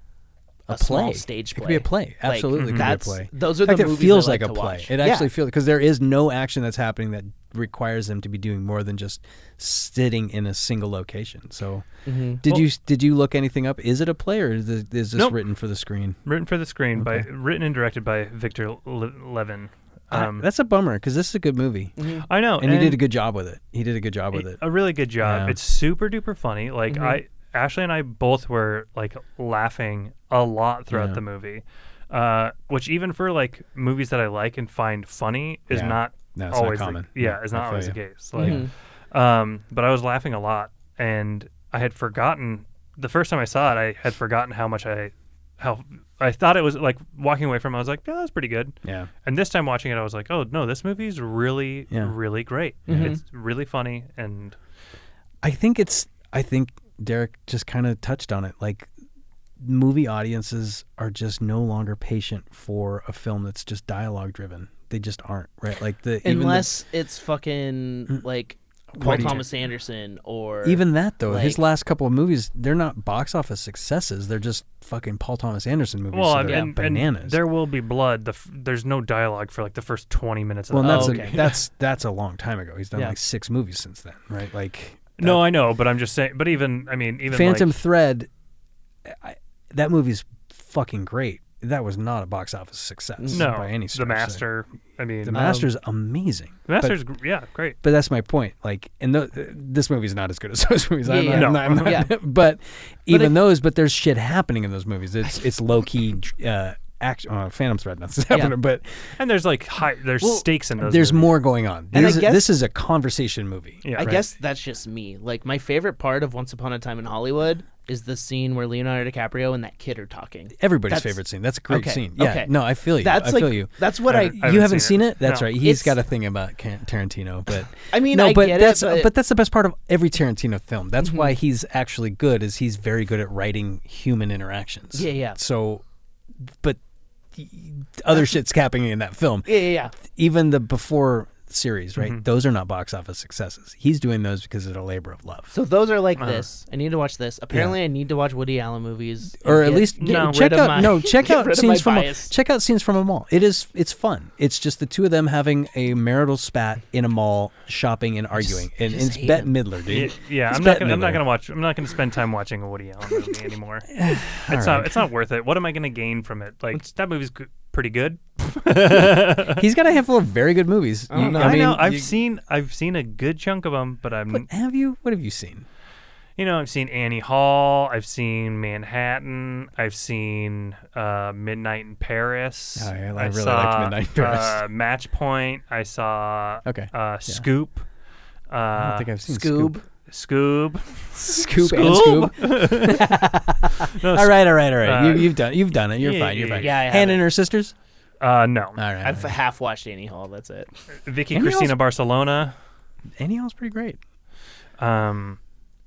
Speaker 3: a,
Speaker 5: small
Speaker 3: play,
Speaker 5: stage
Speaker 3: It could be a play.
Speaker 5: Like,
Speaker 3: Absolutely, could
Speaker 5: that's,
Speaker 3: be a play.
Speaker 5: Those are
Speaker 3: In fact,
Speaker 5: the
Speaker 3: it
Speaker 5: movies
Speaker 3: feels
Speaker 5: I
Speaker 3: like,
Speaker 5: like,
Speaker 3: a
Speaker 5: to
Speaker 3: play.
Speaker 5: watch.
Speaker 3: It
Speaker 5: Yeah.
Speaker 3: actually feels because there is no action that's happening that requires them to be doing more than just sitting in a single location. So,
Speaker 5: Mm-hmm.
Speaker 3: did
Speaker 2: Well-
Speaker 3: you did you look anything up? Is it a play or is this, is this
Speaker 2: Nope.
Speaker 3: written for the screen?
Speaker 2: Written for the screen
Speaker 3: Okay.
Speaker 2: by written and directed by Victor Le- Levin.
Speaker 3: I-
Speaker 2: Um,
Speaker 3: that's a bummer because this is a good movie,
Speaker 5: Mm-hmm.
Speaker 2: I know,
Speaker 3: and he did a good job with it. He did a good job with it.
Speaker 2: a really good job.
Speaker 3: Yeah. Mm-hmm.
Speaker 2: It's super duper funny. Like I, Ashley and I both were like laughing a lot throughout
Speaker 3: Yeah.
Speaker 2: the movie, uh, which even for like movies that I like and find funny is
Speaker 3: Yeah.
Speaker 2: not
Speaker 3: No, it's not
Speaker 2: always the-
Speaker 3: common.
Speaker 2: yeah,
Speaker 3: Yeah,
Speaker 2: it's
Speaker 3: I
Speaker 2: not
Speaker 3: feel
Speaker 2: always the
Speaker 3: you.
Speaker 2: case. Like, um, but I was laughing a lot, and I had forgotten the first time I saw it. I had forgotten how much I, how I thought it was like walking away from. it, I was like, yeah, that was pretty good.
Speaker 3: Yeah.
Speaker 2: And this time watching it, I was like, oh no, this movie's really,
Speaker 3: Yeah. Mm-hmm.
Speaker 2: really great. It's really funny and
Speaker 3: I think it's I think Derek just kind of touched on it. Like movie audiences are just no longer patient for a film that's just dialogue driven. They just aren't, right? Like the even the- Mm.
Speaker 5: unless it's fucking like Paul
Speaker 3: Ready to-
Speaker 5: Thomas Anderson or
Speaker 3: even, that though, his
Speaker 5: like-
Speaker 3: last couple of movies, they're not box office successes. They're just fucking Paul Thomas Anderson movies.
Speaker 2: well,
Speaker 3: so
Speaker 2: I mean,
Speaker 3: they're
Speaker 2: and, and
Speaker 3: bananas.
Speaker 2: there will be blood. The f- there's no dialogue for like the first twenty minutes. Of
Speaker 3: well,
Speaker 2: the
Speaker 3: and that's
Speaker 5: Oh,
Speaker 3: a,
Speaker 5: okay.
Speaker 3: that's that's a long time ago. He's done
Speaker 2: Yeah.
Speaker 3: like six movies since then, right? Like
Speaker 2: no, I know, but I'm just saying. But even, I mean, even
Speaker 3: Phantom
Speaker 2: like,
Speaker 3: Thread, I, that movie's fucking great. That was not a box office success
Speaker 2: no,
Speaker 3: by any
Speaker 2: the
Speaker 3: stretch. So-
Speaker 2: master. I mean,
Speaker 3: The Master's amazing.
Speaker 2: the master's, gr- yeah, great.
Speaker 3: But, but that's my point. Like, and th- this movie's not as good as those movies. I'm not-
Speaker 5: Yeah,
Speaker 2: yeah. No.
Speaker 3: I'm not- I'm not-
Speaker 5: Yeah.
Speaker 3: But even
Speaker 5: if-
Speaker 3: those, but there's shit happening in those movies. It's it's low key uh, action. Uh, Phantom Thread, not happening, but
Speaker 2: And there's like high, there's
Speaker 5: Well,
Speaker 2: stakes in those.
Speaker 3: there's
Speaker 2: movies.
Speaker 3: more going on.
Speaker 5: And I
Speaker 3: This, is-
Speaker 5: guess-
Speaker 3: this is a conversation movie.
Speaker 2: Yeah,
Speaker 5: I
Speaker 2: right.
Speaker 5: guess that's just me. Like my favorite part of Once Upon a Time in Hollywood is the scene where Leonardo DiCaprio and that kid are talking.
Speaker 3: Everybody's
Speaker 5: That's-
Speaker 3: favorite scene. That's a great
Speaker 5: okay,
Speaker 3: scene. Yeah.
Speaker 5: okay.
Speaker 3: No, I feel you.
Speaker 5: That's
Speaker 3: I
Speaker 5: like
Speaker 3: feel you.
Speaker 5: that's what I.
Speaker 2: haven't-
Speaker 5: I,
Speaker 2: I-
Speaker 3: you haven't
Speaker 2: seen
Speaker 3: seen,
Speaker 2: it.
Speaker 3: it? That's
Speaker 2: No.
Speaker 3: right. He's
Speaker 5: It's-
Speaker 3: got a thing about Ca- Tarantino, but
Speaker 5: mean,
Speaker 3: no,
Speaker 5: I
Speaker 3: but
Speaker 5: get
Speaker 3: that's
Speaker 5: it, but, Mm-hmm.
Speaker 3: that's the best part of every Tarantino film. That's why he's actually good is he's very good at writing human interactions.
Speaker 5: Yeah, yeah.
Speaker 3: So, but other shit's happening in that film.
Speaker 5: yeah, yeah, yeah.
Speaker 3: Even the before series, right?
Speaker 5: Mm-hmm.
Speaker 3: Those are not box office successes. He's doing those because of a labor of love.
Speaker 5: So those are
Speaker 2: Uh-huh.
Speaker 5: like this. I need to watch this. Apparently, I need to watch Woody Allen movies, and
Speaker 3: or at
Speaker 5: get-
Speaker 3: least
Speaker 5: get
Speaker 3: no,
Speaker 5: rid
Speaker 3: check
Speaker 5: of
Speaker 3: out
Speaker 5: my-
Speaker 3: no check
Speaker 5: get
Speaker 3: out
Speaker 5: rid of my
Speaker 3: scenes from a,
Speaker 5: bias.
Speaker 3: check out scenes from a mall. It is it's fun. It's just the two of them having a marital spat in a mall, shopping and arguing, and,
Speaker 5: just
Speaker 3: and it's
Speaker 5: hate
Speaker 3: Bette
Speaker 5: him.
Speaker 3: Midler,
Speaker 2: Yeah,
Speaker 3: dude.
Speaker 2: yeah,
Speaker 3: It's
Speaker 2: I'm not
Speaker 3: Bette
Speaker 2: gonna. I'm not
Speaker 3: Midler.
Speaker 2: gonna watch. I'm not gonna spend time watching a Woody Allen movie anymore. it's not. It's not worth it. What am I gonna gain from it? Like that movie's g- pretty good.
Speaker 3: He's got a handful of very good movies. You-
Speaker 5: don't Oh, know.
Speaker 2: I, know. I've
Speaker 3: you-
Speaker 2: seen. I've seen a good chunk of them, but I'm.
Speaker 3: Have you? What have you seen?
Speaker 2: you know, I've seen Annie Hall, I've seen Manhattan, I've seen uh, Midnight in Paris.
Speaker 3: Oh, yeah, I really liked Midnight in Paris.
Speaker 2: Uh, Match Point. I saw
Speaker 3: Okay,
Speaker 2: uh, Scoop. Uh,
Speaker 3: I don't think I've seen
Speaker 5: Scoob.
Speaker 2: Scoob.
Speaker 3: Scoop, Scoop and Scoob.
Speaker 2: No,
Speaker 3: all right, all right, all right.
Speaker 2: Uh,
Speaker 3: you, you've done, you've done it. You're
Speaker 2: yeah,
Speaker 3: fine. You're
Speaker 2: yeah,
Speaker 3: fine.
Speaker 5: yeah, I
Speaker 3: Hannah
Speaker 5: haven't.
Speaker 3: and her sisters.
Speaker 2: Uh, no.
Speaker 3: All right.
Speaker 5: I've half watched Annie Hall. That's it.
Speaker 2: Vicky
Speaker 3: Annie
Speaker 2: Cristina
Speaker 3: Hall's-
Speaker 2: Barcelona.
Speaker 3: Annie Hall's pretty great.
Speaker 2: Um,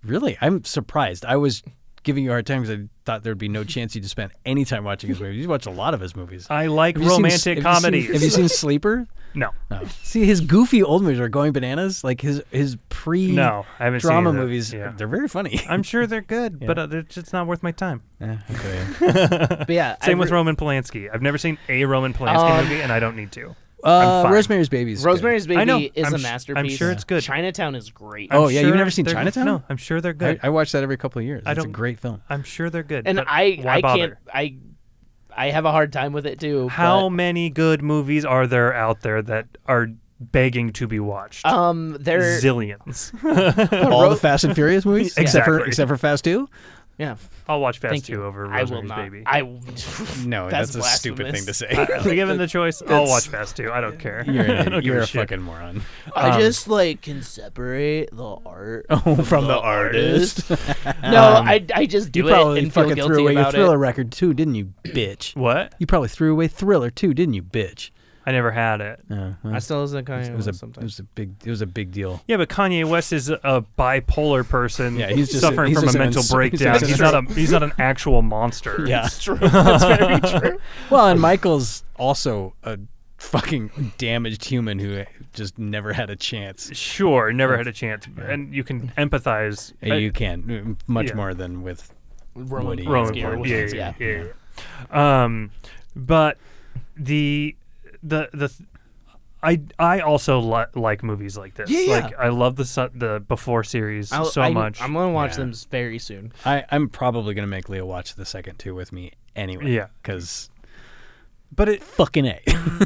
Speaker 3: Really, I'm surprised. I was giving you a hard time because I thought there'd be no chance you'd spend any time watching his movies. You watch a lot of his movies.
Speaker 2: I like
Speaker 3: Have you seen-
Speaker 2: romantic
Speaker 3: have you seen-
Speaker 2: comedies.
Speaker 3: have you seen Sleeper?
Speaker 2: no.
Speaker 3: No. See, his goofy old movies are going bananas. Like his his pre
Speaker 2: No, I haven't seen
Speaker 3: drama
Speaker 2: any of that.
Speaker 3: movies,
Speaker 2: Yeah.
Speaker 3: they're very funny.
Speaker 2: I'm sure they're good, but uh, it's just not worth my time.
Speaker 5: But yeah, I
Speaker 2: Same with
Speaker 5: re-
Speaker 2: Roman Polanski. I've never seen a Roman Polanski
Speaker 5: Um,
Speaker 2: movie, and I don't need to.
Speaker 3: Uh,
Speaker 2: fine.
Speaker 3: Rosemary's Baby. is good.
Speaker 5: Rosemary's Baby
Speaker 2: I know.
Speaker 5: is
Speaker 2: I'm
Speaker 5: a
Speaker 2: sh- I'm
Speaker 5: masterpiece.
Speaker 2: sure it's good.
Speaker 5: Chinatown is great.
Speaker 3: Oh,
Speaker 2: I'm
Speaker 3: yeah, you've
Speaker 2: sure
Speaker 3: never seen
Speaker 2: they're-
Speaker 3: Chinatown?
Speaker 2: No, I'm sure they're good.
Speaker 3: I, I watch that every couple of years.
Speaker 2: I
Speaker 3: It's a
Speaker 2: don't-
Speaker 3: great film.
Speaker 2: I, am sure they're good.
Speaker 5: and
Speaker 2: but
Speaker 5: I
Speaker 2: why
Speaker 5: I
Speaker 2: bother?
Speaker 5: can't I I have a hard time with it too.
Speaker 2: How many good movies are there out there that are begging to be watched?
Speaker 5: but,
Speaker 3: Uh,
Speaker 5: um there
Speaker 2: Zillions.
Speaker 3: All the Fast and Furious movies, except for
Speaker 2: Exactly.
Speaker 3: except for Fast Two.
Speaker 5: yeah
Speaker 2: I'll watch Fast
Speaker 5: thank
Speaker 2: Two
Speaker 5: you
Speaker 2: over
Speaker 5: I will
Speaker 2: Rosemary's
Speaker 5: not
Speaker 2: Baby.
Speaker 5: I
Speaker 3: No,
Speaker 5: That's
Speaker 3: that's, a stupid thing to
Speaker 5: blasphemous.
Speaker 3: say.
Speaker 2: Given the choice, I'll watch Fast Two. I don't care.
Speaker 3: You're,
Speaker 2: I
Speaker 3: an,
Speaker 2: don't give
Speaker 3: you're a
Speaker 2: shit.
Speaker 3: fucking moron.
Speaker 5: I just like can separate the art
Speaker 3: Um,
Speaker 5: Um,
Speaker 3: Oh, from the
Speaker 5: no, I, I just do
Speaker 3: You
Speaker 5: it
Speaker 3: probably
Speaker 5: and feel
Speaker 3: fucking
Speaker 5: guilty
Speaker 3: threw away your
Speaker 5: about
Speaker 3: Thriller
Speaker 5: it.
Speaker 3: record too, didn't you, bitch?
Speaker 2: What?
Speaker 3: You probably threw away Thriller too, didn't you, bitch?
Speaker 2: I never had it.
Speaker 3: Yeah, well,
Speaker 5: I still listen to Kanye
Speaker 3: it was a
Speaker 5: West
Speaker 3: it
Speaker 5: sometimes.
Speaker 3: was a big it was a big deal.
Speaker 2: Yeah, but Kanye West is a bipolar person
Speaker 3: Yeah, he's just a-
Speaker 2: suffering
Speaker 3: he's
Speaker 2: from
Speaker 3: just
Speaker 2: a
Speaker 3: an
Speaker 2: mental
Speaker 3: ins-
Speaker 2: breakdown.
Speaker 3: he's
Speaker 2: He's,
Speaker 3: just
Speaker 2: not a he's not an actual monster.
Speaker 3: Yeah.
Speaker 5: It's true. That's very true.
Speaker 3: Well, and Michael's also a fucking damaged human who just never had a chance.
Speaker 2: Sure, never had a chance. And you can empathize.
Speaker 3: And
Speaker 2: I-
Speaker 3: you can uh, much
Speaker 2: yeah.
Speaker 3: more than with
Speaker 5: Roman
Speaker 3: Woody.
Speaker 2: Roman
Speaker 5: Polanski or
Speaker 2: Polanski.
Speaker 5: Williams,
Speaker 2: Yeah,
Speaker 5: yeah.
Speaker 2: yeah, yeah, yeah. Um, but the the the I I also li- like movies like this.
Speaker 5: Yeah, yeah.
Speaker 2: Like I love the su- the before series
Speaker 5: I'll-
Speaker 2: so
Speaker 5: I-
Speaker 2: much.
Speaker 5: I'm gonna watch
Speaker 3: Yeah.
Speaker 5: them s- very soon.
Speaker 3: I I'm probably gonna make Leo watch the second two with me anyway.
Speaker 2: Yeah.
Speaker 3: because
Speaker 2: but it
Speaker 3: fucking a.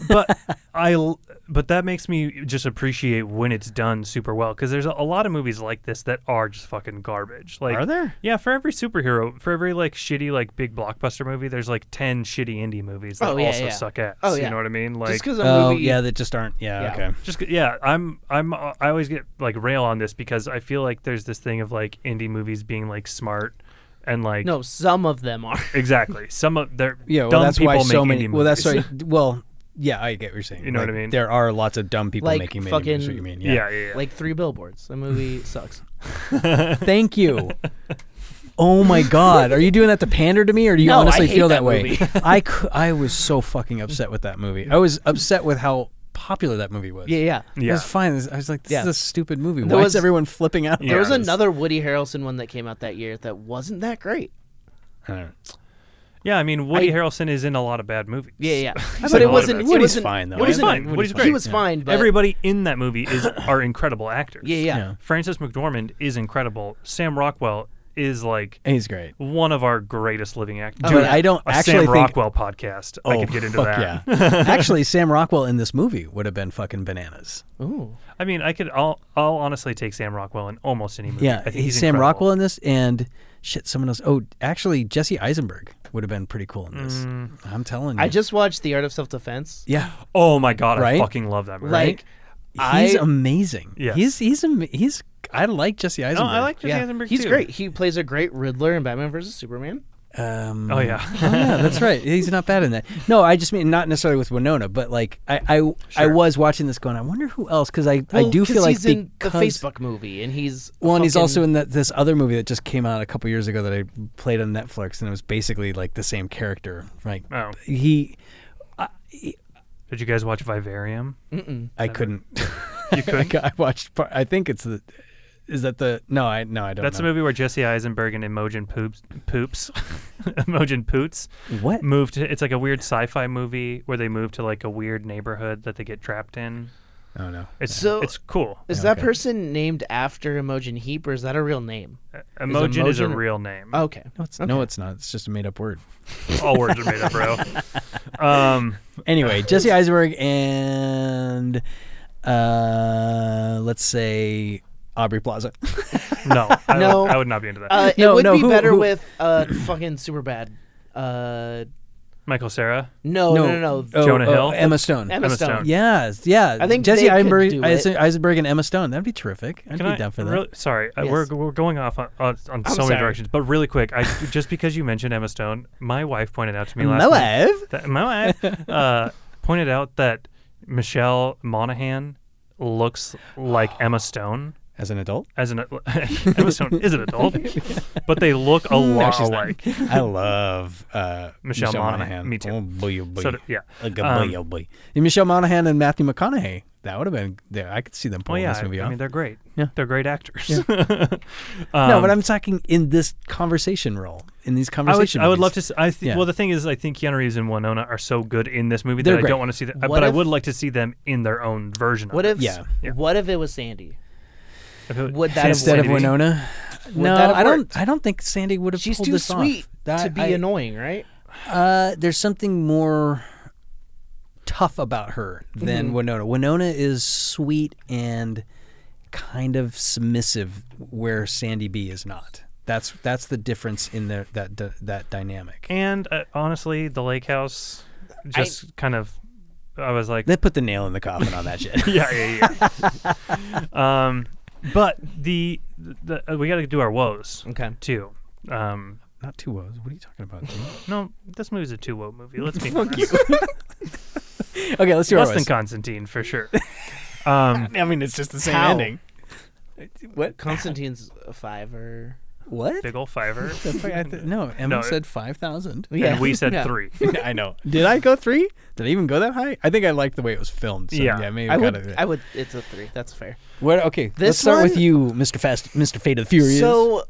Speaker 2: but I l- but that makes me just appreciate when it's done super well because there's a, a lot of movies like this that are just fucking garbage. Like
Speaker 3: Are there?
Speaker 2: Yeah, for every superhero, for every like shitty like big blockbuster movie, there's like ten shitty indie movies that
Speaker 5: Oh, yeah,
Speaker 2: also
Speaker 5: yeah.
Speaker 2: suck ass.
Speaker 5: Oh,
Speaker 2: You
Speaker 5: yeah.
Speaker 2: know what I mean? Like
Speaker 5: Just because a
Speaker 3: oh
Speaker 5: movie,
Speaker 3: yeah, that just aren't. Yeah,
Speaker 5: Yeah.
Speaker 3: okay.
Speaker 2: just c- yeah i'm i'm uh, i always get like rail on this because i feel like there's this thing of like indie movies being like smart and like
Speaker 5: no, some of them are.
Speaker 2: exactly some of their
Speaker 3: Yeah, well
Speaker 2: dumb
Speaker 3: that's
Speaker 2: people
Speaker 3: why
Speaker 2: make
Speaker 3: so
Speaker 2: indie
Speaker 3: many.
Speaker 2: movies.
Speaker 3: Well, that's why. Well, yeah, I get what you're saying.
Speaker 2: You know what I
Speaker 3: Like,
Speaker 2: mean?
Speaker 3: There are lots of dumb people
Speaker 5: Like
Speaker 3: making mini
Speaker 5: fucking-
Speaker 3: movies, what you mean?
Speaker 2: yeah yeah, yeah.
Speaker 5: Like three billboards. The movie sucks.
Speaker 3: Thank you. Oh my God, are you doing that to pander to me, or do you
Speaker 5: No, I
Speaker 3: honestly
Speaker 5: hate
Speaker 3: feel that,
Speaker 5: that
Speaker 3: way?
Speaker 5: movie.
Speaker 3: I, cou- I was so fucking upset with that movie. I was upset with how popular that movie was.
Speaker 5: Yeah, yeah.
Speaker 3: It
Speaker 2: yeah
Speaker 3: was fine. I was like, this is
Speaker 5: Yeah.
Speaker 3: a stupid movie.
Speaker 5: There
Speaker 3: Why
Speaker 5: was-
Speaker 3: is everyone flipping out?
Speaker 2: Yeah,
Speaker 5: There was
Speaker 2: it was-
Speaker 5: another Woody Harrelson one that came out that year that wasn't that great.
Speaker 3: another.
Speaker 2: yeah i mean woody
Speaker 5: I-
Speaker 2: harrelson is in a lot of bad movies
Speaker 5: Yeah, yeah.
Speaker 2: in
Speaker 5: but
Speaker 2: a
Speaker 5: it
Speaker 2: lot of
Speaker 5: wasn't.
Speaker 2: bad
Speaker 5: It
Speaker 3: Woody's
Speaker 5: wasn't,
Speaker 3: fine, though.
Speaker 5: it wasn't-
Speaker 2: Woody's fine. Woody's
Speaker 5: He
Speaker 2: great.
Speaker 5: was fine, but
Speaker 2: everybody in that movie is are incredible actors
Speaker 5: Yeah, yeah.
Speaker 3: Yeah.
Speaker 2: francis mcdormand is incredible sam rockwell is like
Speaker 3: He's great.
Speaker 2: one of our greatest living actors.
Speaker 3: Dude,
Speaker 5: Oh, yeah.
Speaker 3: I don't
Speaker 2: A Sam
Speaker 3: actually think.
Speaker 2: Rockwell podcast. I
Speaker 3: Oh,
Speaker 2: could get into
Speaker 3: fuck
Speaker 2: that.
Speaker 3: Yeah. actually, Sam Rockwell in this movie would have been fucking bananas.
Speaker 5: Ooh.
Speaker 2: I mean, I could. I'll, I'll honestly take Sam Rockwell in almost any movie. I
Speaker 3: Yeah,
Speaker 2: think
Speaker 3: he's,
Speaker 2: he's
Speaker 3: Sam
Speaker 2: incredible.
Speaker 3: Rockwell in this, and shit, someone else. Oh, actually, Jesse Eisenberg would have been pretty cool in this. I'm telling you.
Speaker 5: I just watched The Art of Self Defense.
Speaker 3: yeah,
Speaker 2: Oh my god,
Speaker 3: Right?
Speaker 2: I fucking love that movie.
Speaker 5: Like, I
Speaker 3: he's amazing.
Speaker 2: Yes.
Speaker 3: he's he's am- he's. Oh, I like Jesse
Speaker 2: no,
Speaker 3: Eisenberg.
Speaker 2: I like Jesse
Speaker 5: yeah,
Speaker 2: Eisenberg
Speaker 5: he's
Speaker 2: too.
Speaker 5: great. He plays a great Riddler in Batman vs Superman.
Speaker 3: Um,
Speaker 2: Oh
Speaker 3: oh,
Speaker 2: yeah,
Speaker 3: yeah, that's right. He's not bad in that. No, I just mean not necessarily with Winona, but like I I, I
Speaker 2: Sure.
Speaker 3: was watching this going. I wonder who else because I I
Speaker 5: Well,
Speaker 3: do
Speaker 5: 'cause
Speaker 3: feel like
Speaker 5: he's in the
Speaker 3: because-
Speaker 5: Facebook movie, and he's
Speaker 3: Well, and he's
Speaker 5: fucking-
Speaker 3: also in that this other movie that just came out a couple years ago that I played on Netflix, and it was basically like the same character. Like
Speaker 2: Oh.
Speaker 3: he,
Speaker 2: did you guys watch Vivarium?
Speaker 3: I couldn't.
Speaker 2: You couldn't.
Speaker 3: I watched. Part, I think it's the. Is that the? No, I no, I don't.
Speaker 2: That's the
Speaker 3: know.
Speaker 2: movie where Jesse Eisenberg and Imogen Poops, Poops, Imogen Poots,
Speaker 3: What?
Speaker 2: moved. To, it's like a weird sci-fi movie where they move to like a weird neighborhood that they get trapped in.
Speaker 3: Oh no.
Speaker 2: It's
Speaker 5: So-
Speaker 2: it's cool.
Speaker 3: Oh,
Speaker 5: Is that person named after Emojin Heap, or is that a real name?
Speaker 2: Uh, Imogen is, a
Speaker 5: Imogen- Oh.
Speaker 2: real name.
Speaker 5: Okay.
Speaker 3: No, it's no, it's not. It's just a made up word.
Speaker 2: All words are made up, bro. Um,
Speaker 3: Anyway, Jesse Eisenberg and uh, let's say Aubrey Plaza.
Speaker 2: No, I,
Speaker 5: No.
Speaker 2: Would, I would not be into that.
Speaker 5: Uh,
Speaker 3: No,
Speaker 5: it would
Speaker 3: no,
Speaker 5: be
Speaker 3: who-
Speaker 5: better
Speaker 3: who-
Speaker 5: with uh, fucking super bad. Uh,
Speaker 2: Michael Sarah.
Speaker 5: no, no, no, no.
Speaker 3: Oh,
Speaker 2: Jonah
Speaker 3: oh,
Speaker 2: Hill?
Speaker 3: Emma Stone.
Speaker 5: Emma,
Speaker 2: Emma
Speaker 5: Stone.
Speaker 2: Stone.
Speaker 3: Yes, yeah.
Speaker 5: I think
Speaker 3: Jesse
Speaker 5: they could
Speaker 3: Eisenberg,
Speaker 5: do
Speaker 3: Eisen-
Speaker 5: it.
Speaker 3: Eisenberg and Emma Stone. That'd be terrific. I'd
Speaker 2: Can
Speaker 3: be
Speaker 2: I-
Speaker 3: down for that.
Speaker 2: really- sorry, uh,
Speaker 5: Yes.
Speaker 2: we're we're going off on, on, on so
Speaker 5: sorry.
Speaker 2: many directions, but really quick, I just because you mentioned Emma Stone, my wife pointed out to me last
Speaker 3: My
Speaker 2: night-
Speaker 3: wife?
Speaker 2: that my wife uh, pointed out that Michelle Monaghan looks like Emma Stone
Speaker 3: As an adult,
Speaker 2: as an Emma Stone is an adult, but they look a lot
Speaker 3: she's not.
Speaker 2: alike.
Speaker 3: I love uh,
Speaker 2: Michelle Monaghan. Me too.
Speaker 3: Oh, boy, oh, boy.
Speaker 2: So, yeah.
Speaker 3: Like a
Speaker 2: Um,
Speaker 3: boy, oh, boy. And Michelle Monaghan and Matthew McConaughey. That would have been there. I could see them
Speaker 2: Well,
Speaker 3: pulling
Speaker 2: Oh, yeah,
Speaker 3: this movie
Speaker 2: I
Speaker 3: off.
Speaker 2: mean they're great.
Speaker 3: Yeah.
Speaker 2: they're great actors.
Speaker 3: no,
Speaker 2: Um,
Speaker 3: but I'm talking in this conversation role, in these
Speaker 2: I would,
Speaker 3: conversation.
Speaker 2: I would love to.
Speaker 3: movies.
Speaker 2: s I th-
Speaker 3: Yeah.
Speaker 2: Well, the thing is, I think Keanu Reeves and Winona are so good in this movie
Speaker 3: They're
Speaker 2: that I
Speaker 3: great.
Speaker 2: don't want to see that.
Speaker 5: What
Speaker 2: But I
Speaker 5: if-
Speaker 2: would like to see them in their own version.
Speaker 5: What
Speaker 2: of it.
Speaker 5: if?
Speaker 3: Yeah.
Speaker 2: Yeah.
Speaker 5: What if it was Sandy?
Speaker 2: If it-
Speaker 5: would that
Speaker 2: Sandy-
Speaker 5: have
Speaker 3: instead of
Speaker 2: Sandy Beach.
Speaker 3: Winona. No,
Speaker 5: that have
Speaker 3: I don't.
Speaker 5: worked?
Speaker 3: I don't think Sandy would have.
Speaker 5: She's
Speaker 3: pulled
Speaker 5: too
Speaker 3: this
Speaker 5: sweet
Speaker 3: off. That-
Speaker 5: to be
Speaker 3: I-
Speaker 5: annoying, right?
Speaker 3: Uh, there's something more tough about her than
Speaker 5: Mm-hmm.
Speaker 3: Winona. Winona is sweet and kind of submissive, where Sandy B is not. That's that's the difference in their that d- that dynamic.
Speaker 2: And uh, honestly, the lake house just kind of. I was like,
Speaker 3: They put the nail in the coffin on that shit.
Speaker 2: yeah, yeah, yeah. um, but the, the uh, we got to do our woes
Speaker 5: Okay.
Speaker 2: too. Um,
Speaker 3: not two woes. What are you talking about?
Speaker 2: no, this movie's a two woe movie. Let's be
Speaker 3: Fuck you.
Speaker 2: honest.
Speaker 3: okay, let's do our
Speaker 2: Less than
Speaker 3: woes.
Speaker 2: Constantine for sure. Um,
Speaker 3: I mean, it's just the same
Speaker 5: How?
Speaker 3: ending. What?
Speaker 5: Constantine's a five or
Speaker 3: What?
Speaker 2: big ol' fiver.
Speaker 3: I th- no, Emma
Speaker 2: No.
Speaker 3: said five thousand.
Speaker 2: And we said
Speaker 5: Yeah.
Speaker 2: three.
Speaker 3: I know. Did I go three? Did I even go that high? I think I liked the way it was filmed. So yeah,
Speaker 2: Yeah.
Speaker 3: maybe
Speaker 5: I
Speaker 3: got
Speaker 5: would.
Speaker 3: it.
Speaker 5: I would. It's a three. That's fair.
Speaker 3: What? Okay, let's
Speaker 5: This
Speaker 3: start with
Speaker 5: one-
Speaker 3: you, Mr. Fast, Mr. Fate of the Furious.
Speaker 5: So,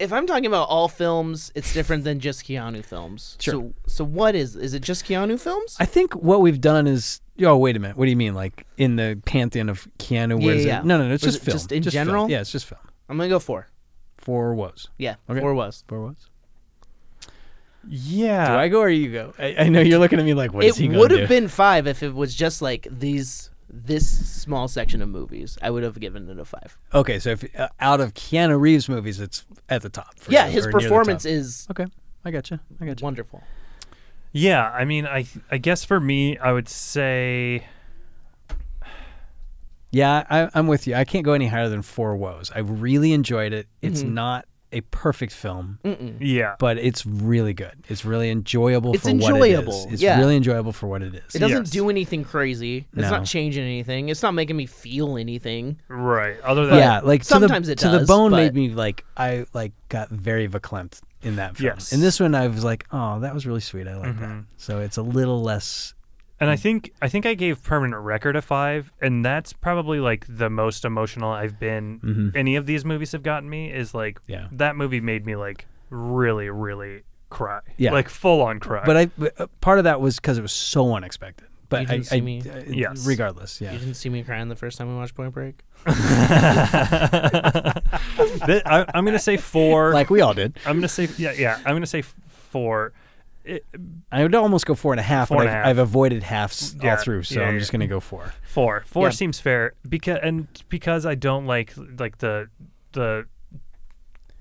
Speaker 5: if I'm talking about all films, it's different than just Keanu films.
Speaker 3: Sure.
Speaker 5: So, so what is? Is it just Keanu films?
Speaker 3: I think what we've done is. Oh, wait a minute. What do you mean? Like in the pantheon of Keanu?
Speaker 5: Yeah,
Speaker 3: where is
Speaker 5: yeah,
Speaker 3: it?
Speaker 5: yeah.
Speaker 3: No, no, no. It's
Speaker 5: Was
Speaker 3: just
Speaker 5: it
Speaker 3: film.
Speaker 5: just in
Speaker 3: film.
Speaker 5: general?
Speaker 3: Yeah, it's just film.
Speaker 5: I'm gonna go four.
Speaker 3: Four woes.
Speaker 5: Yeah,
Speaker 3: Okay.
Speaker 5: four was.
Speaker 3: Four woes.
Speaker 2: Yeah.
Speaker 3: Do I go or you go? I, I know you're looking at me like, what is he
Speaker 5: it
Speaker 3: going
Speaker 5: would
Speaker 3: to
Speaker 5: have been five if it was just like these this small section of movies. I would have given it a five.
Speaker 3: Okay, so if uh, out of Keanu Reeves movies, it's at the top. For
Speaker 5: yeah,
Speaker 3: you,
Speaker 5: his
Speaker 3: or near the
Speaker 5: performance
Speaker 3: top.
Speaker 5: is
Speaker 3: Okay, I got you. I got you.
Speaker 5: wonderful.
Speaker 2: Yeah, I mean, I I guess for me, I would say
Speaker 3: Yeah, I, I'm with you. I can't go any higher than four woes. I really enjoyed it. It's
Speaker 5: Mm-hmm.
Speaker 3: not a perfect film,
Speaker 5: Mm.
Speaker 2: yeah.
Speaker 3: but it's really good. It's really enjoyable
Speaker 5: It's
Speaker 3: for what
Speaker 5: enjoyable,
Speaker 3: it is. It's
Speaker 5: yeah.
Speaker 3: really enjoyable for what it is.
Speaker 5: It doesn't
Speaker 2: Yes.
Speaker 5: do anything crazy. It's
Speaker 3: No.
Speaker 5: not changing anything. It's not making me feel anything.
Speaker 2: Right. Other than
Speaker 3: yeah, like to
Speaker 5: sometimes
Speaker 3: the,
Speaker 5: it
Speaker 3: to the
Speaker 5: does,
Speaker 3: bone
Speaker 5: but-
Speaker 3: made me like I like got very verklempt in that film.
Speaker 2: Yes.
Speaker 3: In this one, I was like, oh, that was really sweet. I
Speaker 5: Mm-hmm.
Speaker 3: like that. So it's a little less.
Speaker 2: and I
Speaker 3: Hmm.
Speaker 2: think I think I gave Permanent Record a 5 and that's probably like the most emotional I've been any of these movies have gotten me is like
Speaker 3: Mm-hmm. Yeah.
Speaker 2: that movie made me like really really cry.
Speaker 3: Yeah.
Speaker 2: Like full on cry.
Speaker 3: But I but, uh, part of that was because it was so unexpected. But
Speaker 5: You
Speaker 3: I,
Speaker 5: didn't see
Speaker 3: I-
Speaker 5: me.
Speaker 3: uh,
Speaker 2: Yes.
Speaker 3: regardless, yeah.
Speaker 5: You didn't see me crying the first time we watched Point Break.
Speaker 2: Th- I I'm going to say 4.
Speaker 3: Like we all did.
Speaker 2: I'm going to say yeah, yeah. I'm going to say 4. It,
Speaker 3: I would almost go four and a half,
Speaker 2: Four
Speaker 3: but
Speaker 2: and a
Speaker 3: I've,
Speaker 2: half.
Speaker 3: I've avoided halves
Speaker 2: Yeah,
Speaker 3: all through, so
Speaker 2: yeah,
Speaker 3: I'm
Speaker 2: yeah.
Speaker 3: just gonna go four.
Speaker 2: Four. Four
Speaker 5: Yeah.
Speaker 2: seems fair because and because I don't like like the the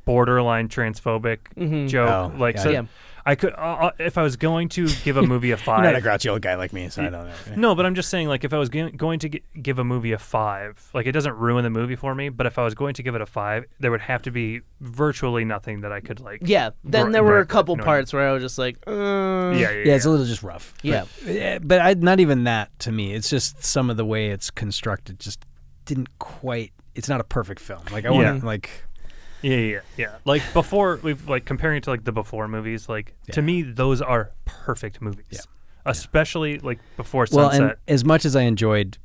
Speaker 2: borderline transphobic joke.
Speaker 3: Oh,
Speaker 2: like
Speaker 3: yeah,
Speaker 2: so,
Speaker 5: yeah.
Speaker 2: I could uh, if I was going to give a movie a
Speaker 3: You're
Speaker 2: 5
Speaker 3: not a grouchy old guy like me, so I don't know.
Speaker 2: no, but I'm just saying like if I was g- going to g- give a movie a five, like it doesn't ruin the movie for me. But if I was going to give it a five, there would have to be virtually nothing that I could like.
Speaker 5: Yeah. Then
Speaker 2: gro-
Speaker 5: there were a
Speaker 2: gripe with,
Speaker 5: couple
Speaker 2: you know what I mean?
Speaker 5: parts where I was just like, uh,
Speaker 2: Yeah, yeah,
Speaker 3: Yeah, it's a little just rough.
Speaker 5: Yeah.
Speaker 3: but, eh, but I, not even that to me. It's just some of the way it's constructed just didn't quite. It's not a perfect film. Like I want
Speaker 2: Yeah.
Speaker 3: to like.
Speaker 2: Yeah, yeah, yeah. Like before, we've like comparing it to like the before movies. Like to me, those are perfect movies.
Speaker 3: Yeah.
Speaker 2: Especially like before
Speaker 3: Well,
Speaker 2: sunset.
Speaker 3: and as much as I enjoyed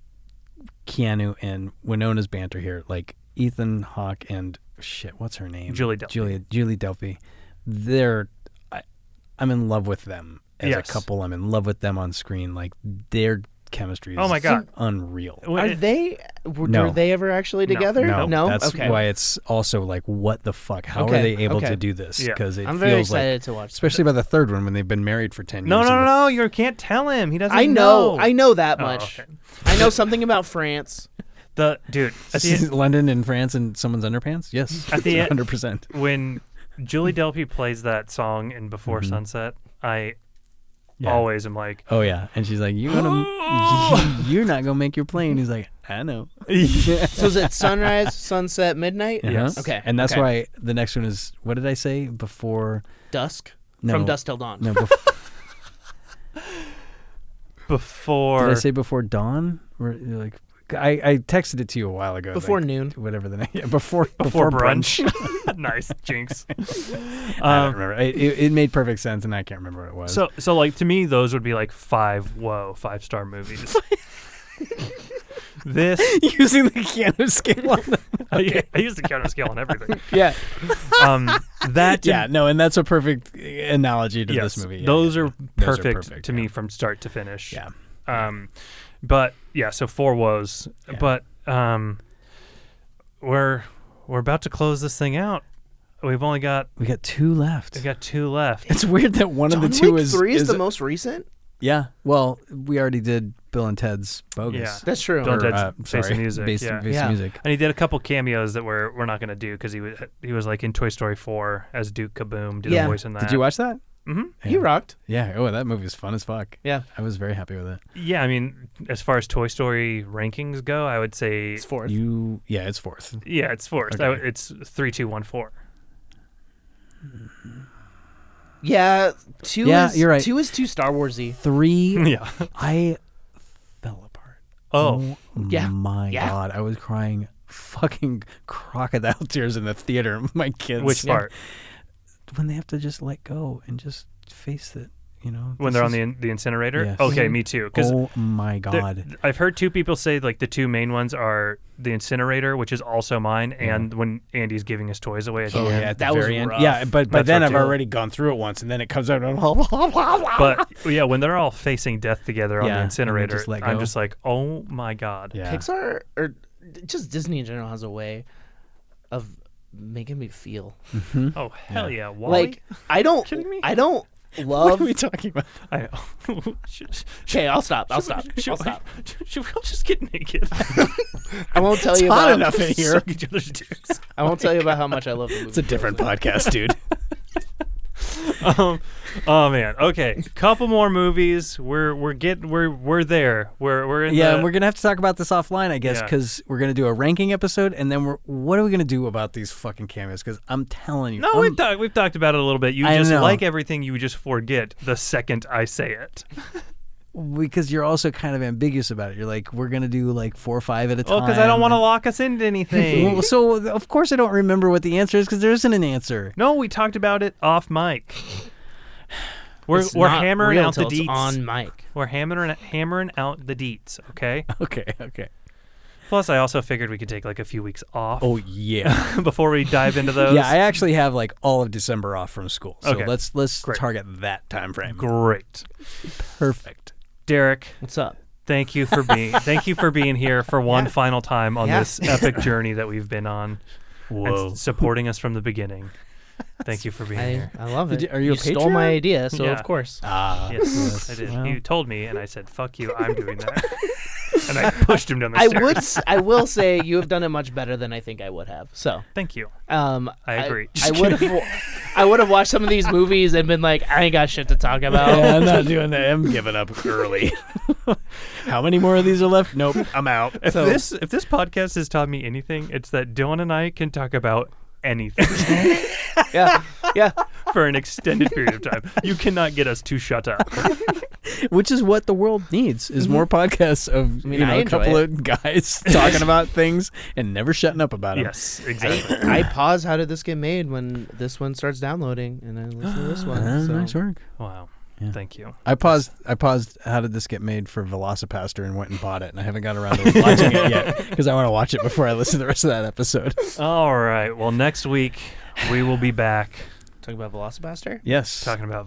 Speaker 3: Keanu and Winona's banter here, like Ethan Hawke and shit, what's her name?
Speaker 2: Julie Delpy.
Speaker 3: Julia Julie Delpy. They're I, I'm in love with them as
Speaker 2: Yes.
Speaker 3: a couple. I'm in love with them on screen. Like their chemistry is
Speaker 2: Oh my God.
Speaker 3: unreal.
Speaker 2: When
Speaker 5: Are
Speaker 2: it-
Speaker 5: they? Were,
Speaker 3: No.
Speaker 5: were they ever actually together?
Speaker 3: No, that's
Speaker 5: okay.
Speaker 3: why it's also like, what the fuck? How are
Speaker 5: Okay,
Speaker 3: they able to
Speaker 5: okay.
Speaker 3: do this?
Speaker 2: Yeah.
Speaker 3: Because it
Speaker 5: I'm
Speaker 3: feels
Speaker 5: very excited
Speaker 3: like,
Speaker 5: to watch.
Speaker 3: especially by the third one when they've been married for ten
Speaker 2: No,
Speaker 3: years.
Speaker 2: no,
Speaker 3: and
Speaker 2: no,
Speaker 3: the-
Speaker 2: no! You can't tell him. He doesn't.
Speaker 5: I know, I know that
Speaker 2: Oh,
Speaker 5: much.
Speaker 2: okay.
Speaker 5: I know something about France.
Speaker 2: the dude at the,
Speaker 3: London and France and someone's underpants? Yes.
Speaker 2: At the end-
Speaker 3: 100%.
Speaker 2: when Julie Delpy plays that song in Before Sunset, I
Speaker 3: Mm-hmm. Yeah.
Speaker 2: always am like,
Speaker 3: Oh, yeah. And she's like, you gonna, You're not going to make your plane. He's like, I know.
Speaker 5: So is it sunrise, sunset, midnight?
Speaker 2: Yes.
Speaker 5: Okay.
Speaker 3: And that's
Speaker 5: okay.
Speaker 3: why the next one is, what did I say? Before.
Speaker 5: dusk
Speaker 3: No.
Speaker 5: from dusk till dawn.
Speaker 3: No, before.
Speaker 2: before
Speaker 3: Did I say before dawn? Or, you're like I, I texted it to you a while ago.
Speaker 5: Before
Speaker 3: like,
Speaker 5: noon.
Speaker 3: whatever the name. Yeah, before,
Speaker 2: before, brunch. nice jinx.
Speaker 3: I don't
Speaker 2: Um,
Speaker 3: remember. I, it, it made perfect sense, and I can't remember what it was.
Speaker 2: so so like to me, those would be like five whoa five star movies. this
Speaker 3: using the piano scale. On the,
Speaker 2: I, I use the counter scale on everything.
Speaker 3: yeah,
Speaker 2: Um, that to
Speaker 3: yeah. No, and that's a perfect analogy to
Speaker 2: yes,
Speaker 3: this movie. Yeah,
Speaker 2: those,
Speaker 3: yeah,
Speaker 2: are
Speaker 3: yeah. Those
Speaker 2: perfect to
Speaker 3: yeah.
Speaker 2: me from start to finish.
Speaker 3: Yeah.
Speaker 2: Um, but yeah, so four woes.
Speaker 3: Yeah.
Speaker 2: But um, we're we're about to close this thing out. We've only got
Speaker 3: We got two left.
Speaker 2: we got two left.
Speaker 3: it's weird that one of
Speaker 5: John
Speaker 3: the two
Speaker 5: Wick
Speaker 3: is
Speaker 5: three is,
Speaker 3: is-
Speaker 5: the most recent.
Speaker 3: Yeah. Well, we already did Bill and Ted's Bogus.
Speaker 5: That's true.
Speaker 2: Bill and
Speaker 3: Or,
Speaker 2: Ted's
Speaker 3: uh,
Speaker 2: Face of
Speaker 3: sorry,
Speaker 2: Music,
Speaker 3: Face-
Speaker 2: yeah.
Speaker 3: Face of
Speaker 5: Yeah.
Speaker 3: music.
Speaker 2: And he did a couple cameos that we're we're not gonna do because he was he was like in Toy Story four as Duke Kaboom, did
Speaker 5: Yeah.
Speaker 2: a voice in that.
Speaker 3: Did you watch that?
Speaker 5: He rocked.
Speaker 3: Yeah. Oh, that movie was fun as fuck.
Speaker 5: Yeah.
Speaker 3: I was very happy with it.
Speaker 2: Yeah, I mean, as far as Toy Story rankings go, I would say
Speaker 5: It's fourth.
Speaker 3: You. Yeah, it's E fourth.
Speaker 2: yeah, it's fourth.
Speaker 3: Okay.
Speaker 2: I would- it's three, two, one, four.
Speaker 5: yeah. Two
Speaker 3: Yeah,
Speaker 5: is
Speaker 3: you're right.
Speaker 5: two is too Star Warsy.
Speaker 3: Three.
Speaker 2: Yeah.
Speaker 3: I fell apart.
Speaker 2: Oh,
Speaker 5: Yeah.
Speaker 3: my
Speaker 5: Yeah.
Speaker 3: god, I was crying fucking crocodile tears in the theater. My kids,
Speaker 2: which part?
Speaker 3: when they have to just let go and just face it, you know,
Speaker 2: When
Speaker 3: This
Speaker 2: they're on
Speaker 3: is-
Speaker 2: the in- the incinerator?
Speaker 3: Yes.
Speaker 2: Okay,
Speaker 3: Mhm.
Speaker 2: me too. Because
Speaker 3: oh my
Speaker 2: There-
Speaker 3: god,
Speaker 2: I've heard two people say like the two main ones are the incinerator, which is also mine, and when Andy's giving his toys away. At the end.
Speaker 5: at the that was very end- rough.
Speaker 3: Oh, yeah, but by
Speaker 2: That's
Speaker 3: then
Speaker 2: what
Speaker 3: I've
Speaker 2: too.
Speaker 3: already gone through it once, and then it comes out and
Speaker 2: But yeah, when they're all facing death together on
Speaker 3: Yeah, and
Speaker 2: the
Speaker 3: they
Speaker 2: incinerator,
Speaker 3: just let
Speaker 2: I'm
Speaker 3: go.
Speaker 2: just like, oh my god.
Speaker 3: yeah,
Speaker 5: Pixar or just Disney in general has a way of making me feel
Speaker 2: Oh hell yeah! Wally.
Speaker 5: like I don't.
Speaker 2: Kidding me?
Speaker 5: I don't
Speaker 3: what are
Speaker 5: love.
Speaker 3: we talking about?
Speaker 2: I, should,
Speaker 5: Okay, I'll stop. I'll stop.
Speaker 2: Should,
Speaker 5: I'll stop.
Speaker 2: we- should we all just get naked?
Speaker 5: I won't tell you
Speaker 3: Hot
Speaker 5: about
Speaker 3: enough in here.
Speaker 2: Suck each other's dicks.
Speaker 5: I won't tell you about how much I love the movie.
Speaker 3: It's a different podcast, dude.
Speaker 2: um, oh man. Okay, couple more movies. We're we're getting we're we're there. We're we're in.
Speaker 3: yeah,
Speaker 2: the,
Speaker 3: and we're gonna have to talk about this offline, I guess,
Speaker 2: Yeah.
Speaker 3: because we're gonna do a ranking episode, and then we're what are we gonna do about these fucking cameos? Because I'm telling you,
Speaker 2: No,
Speaker 3: I'm-
Speaker 2: we've talked we've talked about it a little bit. You
Speaker 3: I
Speaker 2: just
Speaker 3: know.
Speaker 2: like everything you just forget the second I say it.
Speaker 3: because you're also kind of ambiguous about it. You're like, we're gonna do like four or five at a time.
Speaker 2: Oh, because I don't want to
Speaker 3: and-
Speaker 2: lock us into anything.
Speaker 3: Well, so of course I don't remember what the answer is because there isn't an answer.
Speaker 2: no, we talked about it off mic. We're we're hammering out the deets.
Speaker 5: on mic.
Speaker 2: We're hammering hammering out the deets. Okay.
Speaker 3: Okay, okay.
Speaker 2: Plus, I also figured we could take like a few weeks off
Speaker 3: Oh yeah,
Speaker 2: before we dive into those.
Speaker 3: yeah. I actually have like all of December off from school, so
Speaker 2: Okay.
Speaker 3: let's let's
Speaker 2: Great.
Speaker 3: target that time frame.
Speaker 2: Great,
Speaker 3: Perfect.
Speaker 2: Derek.
Speaker 5: What's up?
Speaker 2: Thank you for being thank you for being here for one final time on
Speaker 5: Yeah.
Speaker 2: this epic journey that we've been on and s- supporting us from the beginning. Thank you for being
Speaker 5: I,
Speaker 2: here.
Speaker 5: I love
Speaker 3: Did
Speaker 5: it.
Speaker 3: you- are you a
Speaker 5: stole my
Speaker 3: Patreon?
Speaker 5: idea, so
Speaker 2: Yeah. Oh,
Speaker 5: of course.
Speaker 3: Ah,
Speaker 2: Yes, I did.
Speaker 3: Well,
Speaker 2: You told me, and I said, "Fuck you, I'm doing that," and I pushed him down the
Speaker 5: I
Speaker 2: stairs.
Speaker 5: would. s- I will say you have done it much better than I think I would have. So,
Speaker 2: Thank you.
Speaker 5: um,
Speaker 2: I agree.
Speaker 5: I, would have. wa- I would have watched some of these movies and been like, I ain't got shit to talk about.
Speaker 3: yeah, I'm not doing that. I'm giving up early. How many more of these are left? Nope, I'm out.
Speaker 2: If this if this podcast has taught me anything, it's that Dylan and I can talk about anything
Speaker 5: yeah, yeah.
Speaker 2: for an extended period of time. You cannot get us to shut up.
Speaker 3: which is what the world needs is more podcasts of
Speaker 5: mean,
Speaker 3: you
Speaker 5: I
Speaker 3: know a
Speaker 5: enjoy
Speaker 3: couple
Speaker 5: it.
Speaker 3: of guys talking about things and never shutting up about it.
Speaker 2: Yes, exactly.
Speaker 5: I, I pause. How did this get made? When this one starts downloading, and I listen to this
Speaker 2: Uh,
Speaker 5: one. so.
Speaker 3: nice work.
Speaker 2: Wow. Thank you.
Speaker 3: I paused. I paused. How did this get made for Velocipaster and went and bought it, and I haven't got around to watching it yet because I want to watch it before I listen to the rest of that episode.
Speaker 2: All right. Well, next week we will be back
Speaker 5: Talk about Velocipaster.
Speaker 3: Yes,
Speaker 2: talking about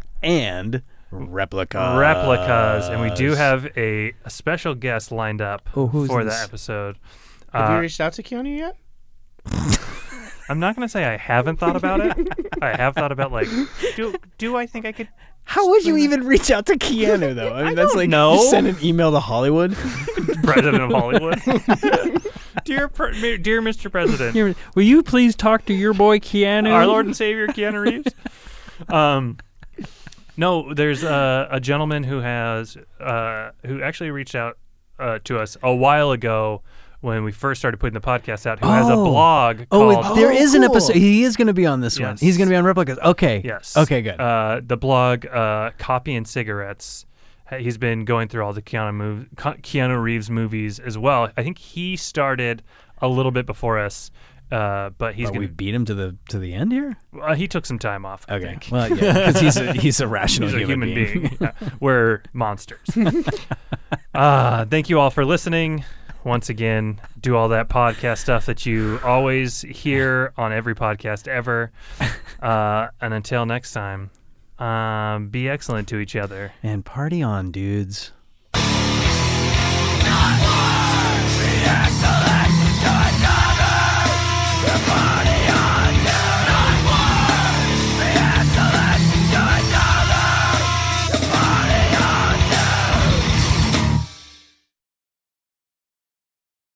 Speaker 2: Velocipaster
Speaker 3: and replica
Speaker 2: replicas, and we do have a, a special guest lined up
Speaker 3: Oh, uh, who's
Speaker 2: for
Speaker 3: this?
Speaker 2: that episode.
Speaker 5: Have
Speaker 2: Uh,
Speaker 5: you reached out to Keanu yet?
Speaker 2: I'm not gonna say I haven't thought about it. I have thought about like, do do I think I could?
Speaker 3: How would you even reach out to Keanu though? I mean, that's
Speaker 2: don't
Speaker 3: like
Speaker 2: know.
Speaker 3: you send an email to Hollywood.
Speaker 2: President of Hollywood, dear pre- dear Mr. President,
Speaker 3: Here, Will you please talk to your boy Keanu?
Speaker 2: our Lord and Savior Keanu Reeves. Um, no, there's a, a gentleman who has uh, who actually reached out uh, to us a while ago when we first started putting the podcast out. Who has a
Speaker 3: Oh.
Speaker 2: blog?
Speaker 3: Oh,
Speaker 2: called,
Speaker 3: it- there is an
Speaker 5: Oh, cool.
Speaker 3: episode. He is going to be on this one.
Speaker 2: Yes.
Speaker 3: He's going to be on replicas. Okay.
Speaker 2: Yes.
Speaker 3: Okay. Good.
Speaker 2: Uh, the blog, uh, Copy and Cigarettes. Ha- He's been going through all the Keanu, mov- Ca- Keanu Reeves movies as well. I think he started a little bit before us, uh, but he's
Speaker 3: But we
Speaker 2: gonna.
Speaker 3: beat him to the to the end here.
Speaker 2: Uh, he took some time off. I think.
Speaker 3: Well, yeah, because he's a, he's a rational
Speaker 2: He's a
Speaker 3: human,
Speaker 2: human being. Yeah. We're monsters. uh, thank you all for listening. Once again, do all that podcast stuff that you always hear on every podcast ever. Uh, and until next time, um, be excellent to each other.
Speaker 3: And party on, dudes.